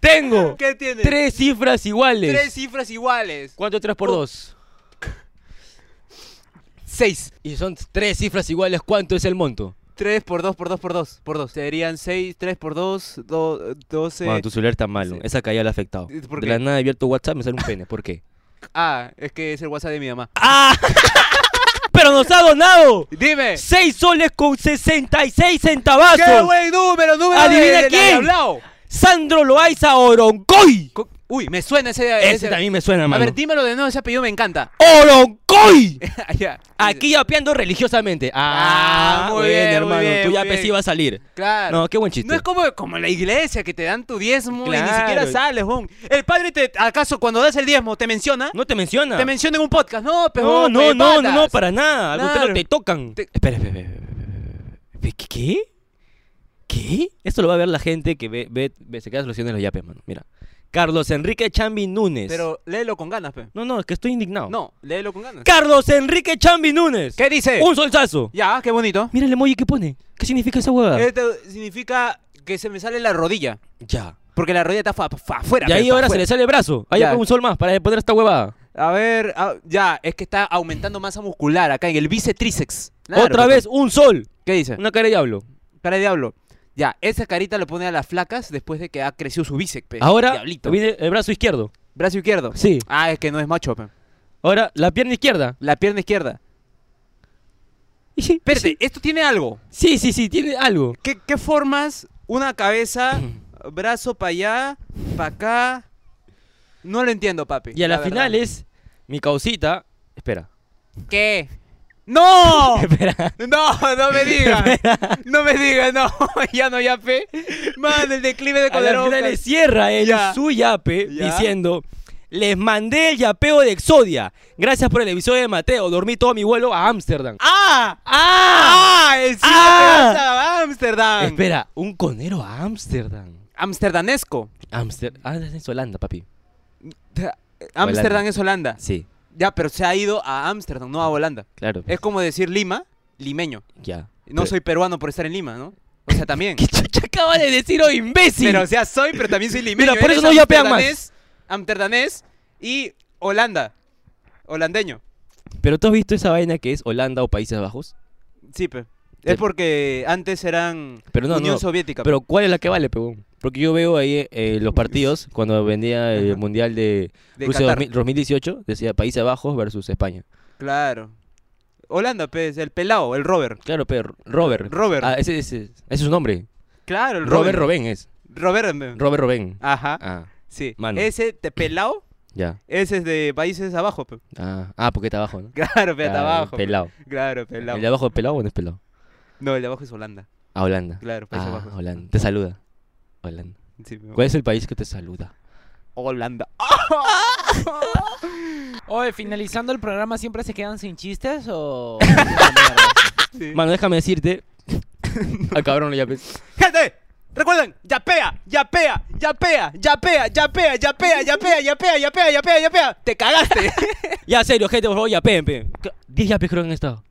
S3: Tengo
S2: ¿Qué tiene?
S3: tres cifras iguales.
S2: Tres cifras iguales.
S3: ¿Cuánto es tres por
S2: Oh.
S3: dos?
S2: Seis.
S3: Y son tres cifras iguales. ¿Cuánto es el monto?
S2: Tres por dos, por dos, por dos, por dos. Serían seis, tres por dos, do- doce.
S3: Bueno, tu celular está malo.
S2: Sí.
S3: Esa caída la ha afectado.
S2: ¿Por
S3: De
S2: qué?
S3: la nada he abierto WhatsApp me sale un pene. ¿Por qué?
S2: Ah, es que es el WhatsApp de mi mamá.
S3: ¡Ah! ¡Pero nos ha donado!
S2: Dime.
S3: ¡Seis soles con 66 centavazos!
S2: ¡Qué buen número, número
S3: ¿Adivina
S2: de, de la
S3: quién?
S2: Diablao!
S3: ¡Sandro Loaiza Oroncoy!
S2: Co- Uy, me suena ese.
S3: Ese también me suena,
S2: A
S3: mano.
S2: ver, dímelo de nuevo, ese apellido me encanta. Ah,
S3: ¡Oroncoy!
S2: Ya.
S3: Aquí yapeando religiosamente. Ah,
S2: Ah, muy
S3: muy bien,
S2: bien, muy
S3: hermano.
S2: bien,
S3: tu
S2: muy
S3: yape
S2: bien.
S3: sí va a salir.
S2: Claro.
S3: No, qué buen chiste.
S2: No es como, como la iglesia que te dan tu diezmo y ni
S3: Claro.
S2: siquiera sales, weón. El padre te, acaso cuando das el diezmo te menciona,
S3: No te menciona.
S2: te menciona en un podcast, no,
S3: no,
S2: pero
S3: no, no, no, no, para nada. Al contrario,
S2: Claro.
S3: te tocan.
S2: Te-
S3: Espera, espera, espera, espera, espera, espera. ¿Qué- ¿Qué? ¿Qué? Esto lo va a ver la gente que ve, ve, ve- se queda soluciones los yapes, mano. Mira. Carlos Enrique Chambi Núñez.
S2: Pero léelo con ganas, pe.
S3: No, no, es que estoy indignado.
S2: No, léelo con ganas.
S3: Carlos Enrique Chambi Núñez.
S2: ¿Qué dice?
S3: Un solsazo.
S2: Ya, qué bonito.
S3: Mira el emoji que pone. ¿Qué significa esa huevada?
S2: Esto significa que se me sale la rodilla,
S3: Ya.
S2: porque la rodilla está fa- fa- afuera.
S3: Y ahí
S2: pe, fa-
S3: ahora se
S2: afuera.
S3: le sale el brazo. Ahí
S2: Ya.
S3: con un sol más para poner esta huevada.
S2: A ver, ah, ya, es que está aumentando masa muscular acá en el bíceps tríceps. Claro,
S3: Otra
S2: pe.
S3: vez, un sol.
S2: ¿Qué dice?
S3: Una cara de diablo.
S2: Cara de diablo. Ya, esa carita lo pone a las flacas después de que ha crecido su bíceps. pe.
S3: Ahora
S2: Eh, Diablito.
S3: viene el brazo izquierdo.
S2: Brazo izquierdo.
S3: Sí.
S2: Ah, es que no es macho, pe.
S3: Ahora la pierna izquierda.
S2: La pierna izquierda.
S3: Y sí,
S2: Espérate, esto tiene algo.
S3: Sí, sí, sí, tiene algo.
S2: ¿Qué, qué formas? Una cabeza, brazo para allá, para acá. No lo entiendo, papi.
S3: Y a la, final
S2: verdad.
S3: es mi causita. Espera.
S2: ¿Qué? ¡No!
S3: Espera.
S2: No, no me digas. No me digas, no. Ya no, ya pe. Man, el declive de
S3: A la
S2: Coderón.
S3: final le cierra el
S2: Ya.
S3: su yape
S2: Ya.
S3: diciendo. Les mandé el yapeo de Exodia. Gracias por el episodio de Mateo. Dormí todo mi vuelo a Ámsterdam.
S2: ¡Ah! ¡Ah! ¡El cine
S3: ¡Ah!
S2: te vas a Ámsterdam!
S3: Espera, un conero a Ámsterdam.
S2: Amsterdanesco.
S3: Ámsterdam. Ah, es en Holanda, papi.
S2: Ámsterdam es Holanda.
S3: Sí.
S2: Ya, pero se ha ido a Ámsterdam, no a Holanda.
S3: Claro.
S2: Es como decir Lima, limeño.
S3: Ya.
S2: No soy peruano por estar en Lima, ¿no? O sea, también.
S3: ¿Qué chucha acaba de decir, oh imbécil?
S2: Pero, o sea, soy, pero también soy limeño.
S3: Mira, por
S2: Eres
S3: eso no yapean más.
S2: amsterdanés- amsterdanés y Holanda. Holandeño.
S3: Pero tú has visto esa vaina que es Holanda o Países Bajos.
S2: Sí, pe.
S3: Te-
S2: Es porque antes eran
S3: Pero no,
S2: Unión
S3: no.
S2: Soviética. pe.
S3: Pero ¿cuál es la que vale, pegón? Porque yo veo ahí eh, los partidos cuando vendía el
S2: Ajá.
S3: Mundial de,
S2: De
S3: Rusia
S2: Qatar.
S3: 2000 2018, decía Países Bajos versus España.
S2: Claro. Holanda, pues, el pelao, el Robert.
S3: Claro, pero Robert.
S2: Robert.
S3: Ah, ese, ese- ese es su nombre.
S2: Claro, el Robert.
S3: Robert Robén es.
S2: Robert. pe.
S3: Robert Robén.
S2: Ajá,
S3: Ah,
S2: sí.
S3: mano.
S2: Ese te pelao,
S3: ya.
S2: ese es de países abajo, pe.
S3: Ah, ah, porque está abajo, ¿no?
S2: Claro, pe,
S3: Claro,
S2: hasta abajo. pe.
S3: Pelado.
S2: Claro, pelao.
S3: ¿El de abajo es pelado o no es pelado?
S2: No, el de abajo es Holanda.
S3: A Holanda.
S2: Claro, Países
S3: Ah,
S2: Bajos.
S3: Holanda. Te saluda. Holanda.
S2: Sí, pe.
S3: ¿Cuál es el país que te saluda?
S2: Holanda.
S3: Ah,
S4: Oye, finalizando el programa, ¿siempre se quedan sin chistes o...?
S2: Sí.
S3: Mano, déjame decirte. Al cabrón pues. le llamé.
S2: Gente, recuerden, yapea, yapea, yapea, yapea, yapea, yapea, yapea, yapea, yapea, yapea, yapea. Te cagaste.
S3: Ya, serio, gente, por favor, ya pe. 10 yapes creo que han estado.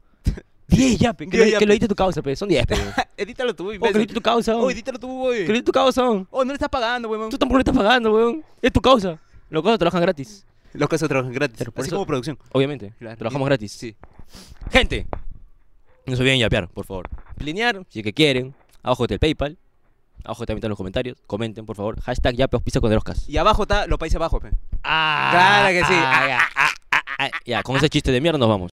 S3: 10 yapes. Que,
S2: Diez
S3: lo- que
S2: yapes.
S3: lo diste tu causa, pe. Son 10, pe. Oh,
S2: Edítalo tú,
S3: que lo
S2: imbécil.
S3: diste tu causa.
S2: Oh,
S3: weón.
S2: edítalo tú,
S3: Que lo
S2: boy.
S3: diste tu causa. weón.
S2: Oh, no le estás pagando, weón.
S3: Tú tampoco le estás pagando, weón. Es tu causa. Los cosas trabajan gratis.
S2: Los casos trabajan gratis.
S3: Pero por
S2: Así
S3: eso-
S2: como producción.
S3: Obviamente.
S2: Claro.
S3: Trabajamos gratis.
S2: Sí.
S3: Gente, no se olviden yapear, por favor. Linear, si es que quieren. Abajo está el PayPal. Abajo también están los comentarios. Comenten, por favor. Hashtag yape auspicia con Deroscas.
S2: Y abajo está los países bajos, pe.
S3: Ah,
S2: Claro que sí.
S3: ah, ya, ah, ah, ah, ya, con ese chiste de mierda nos vamos.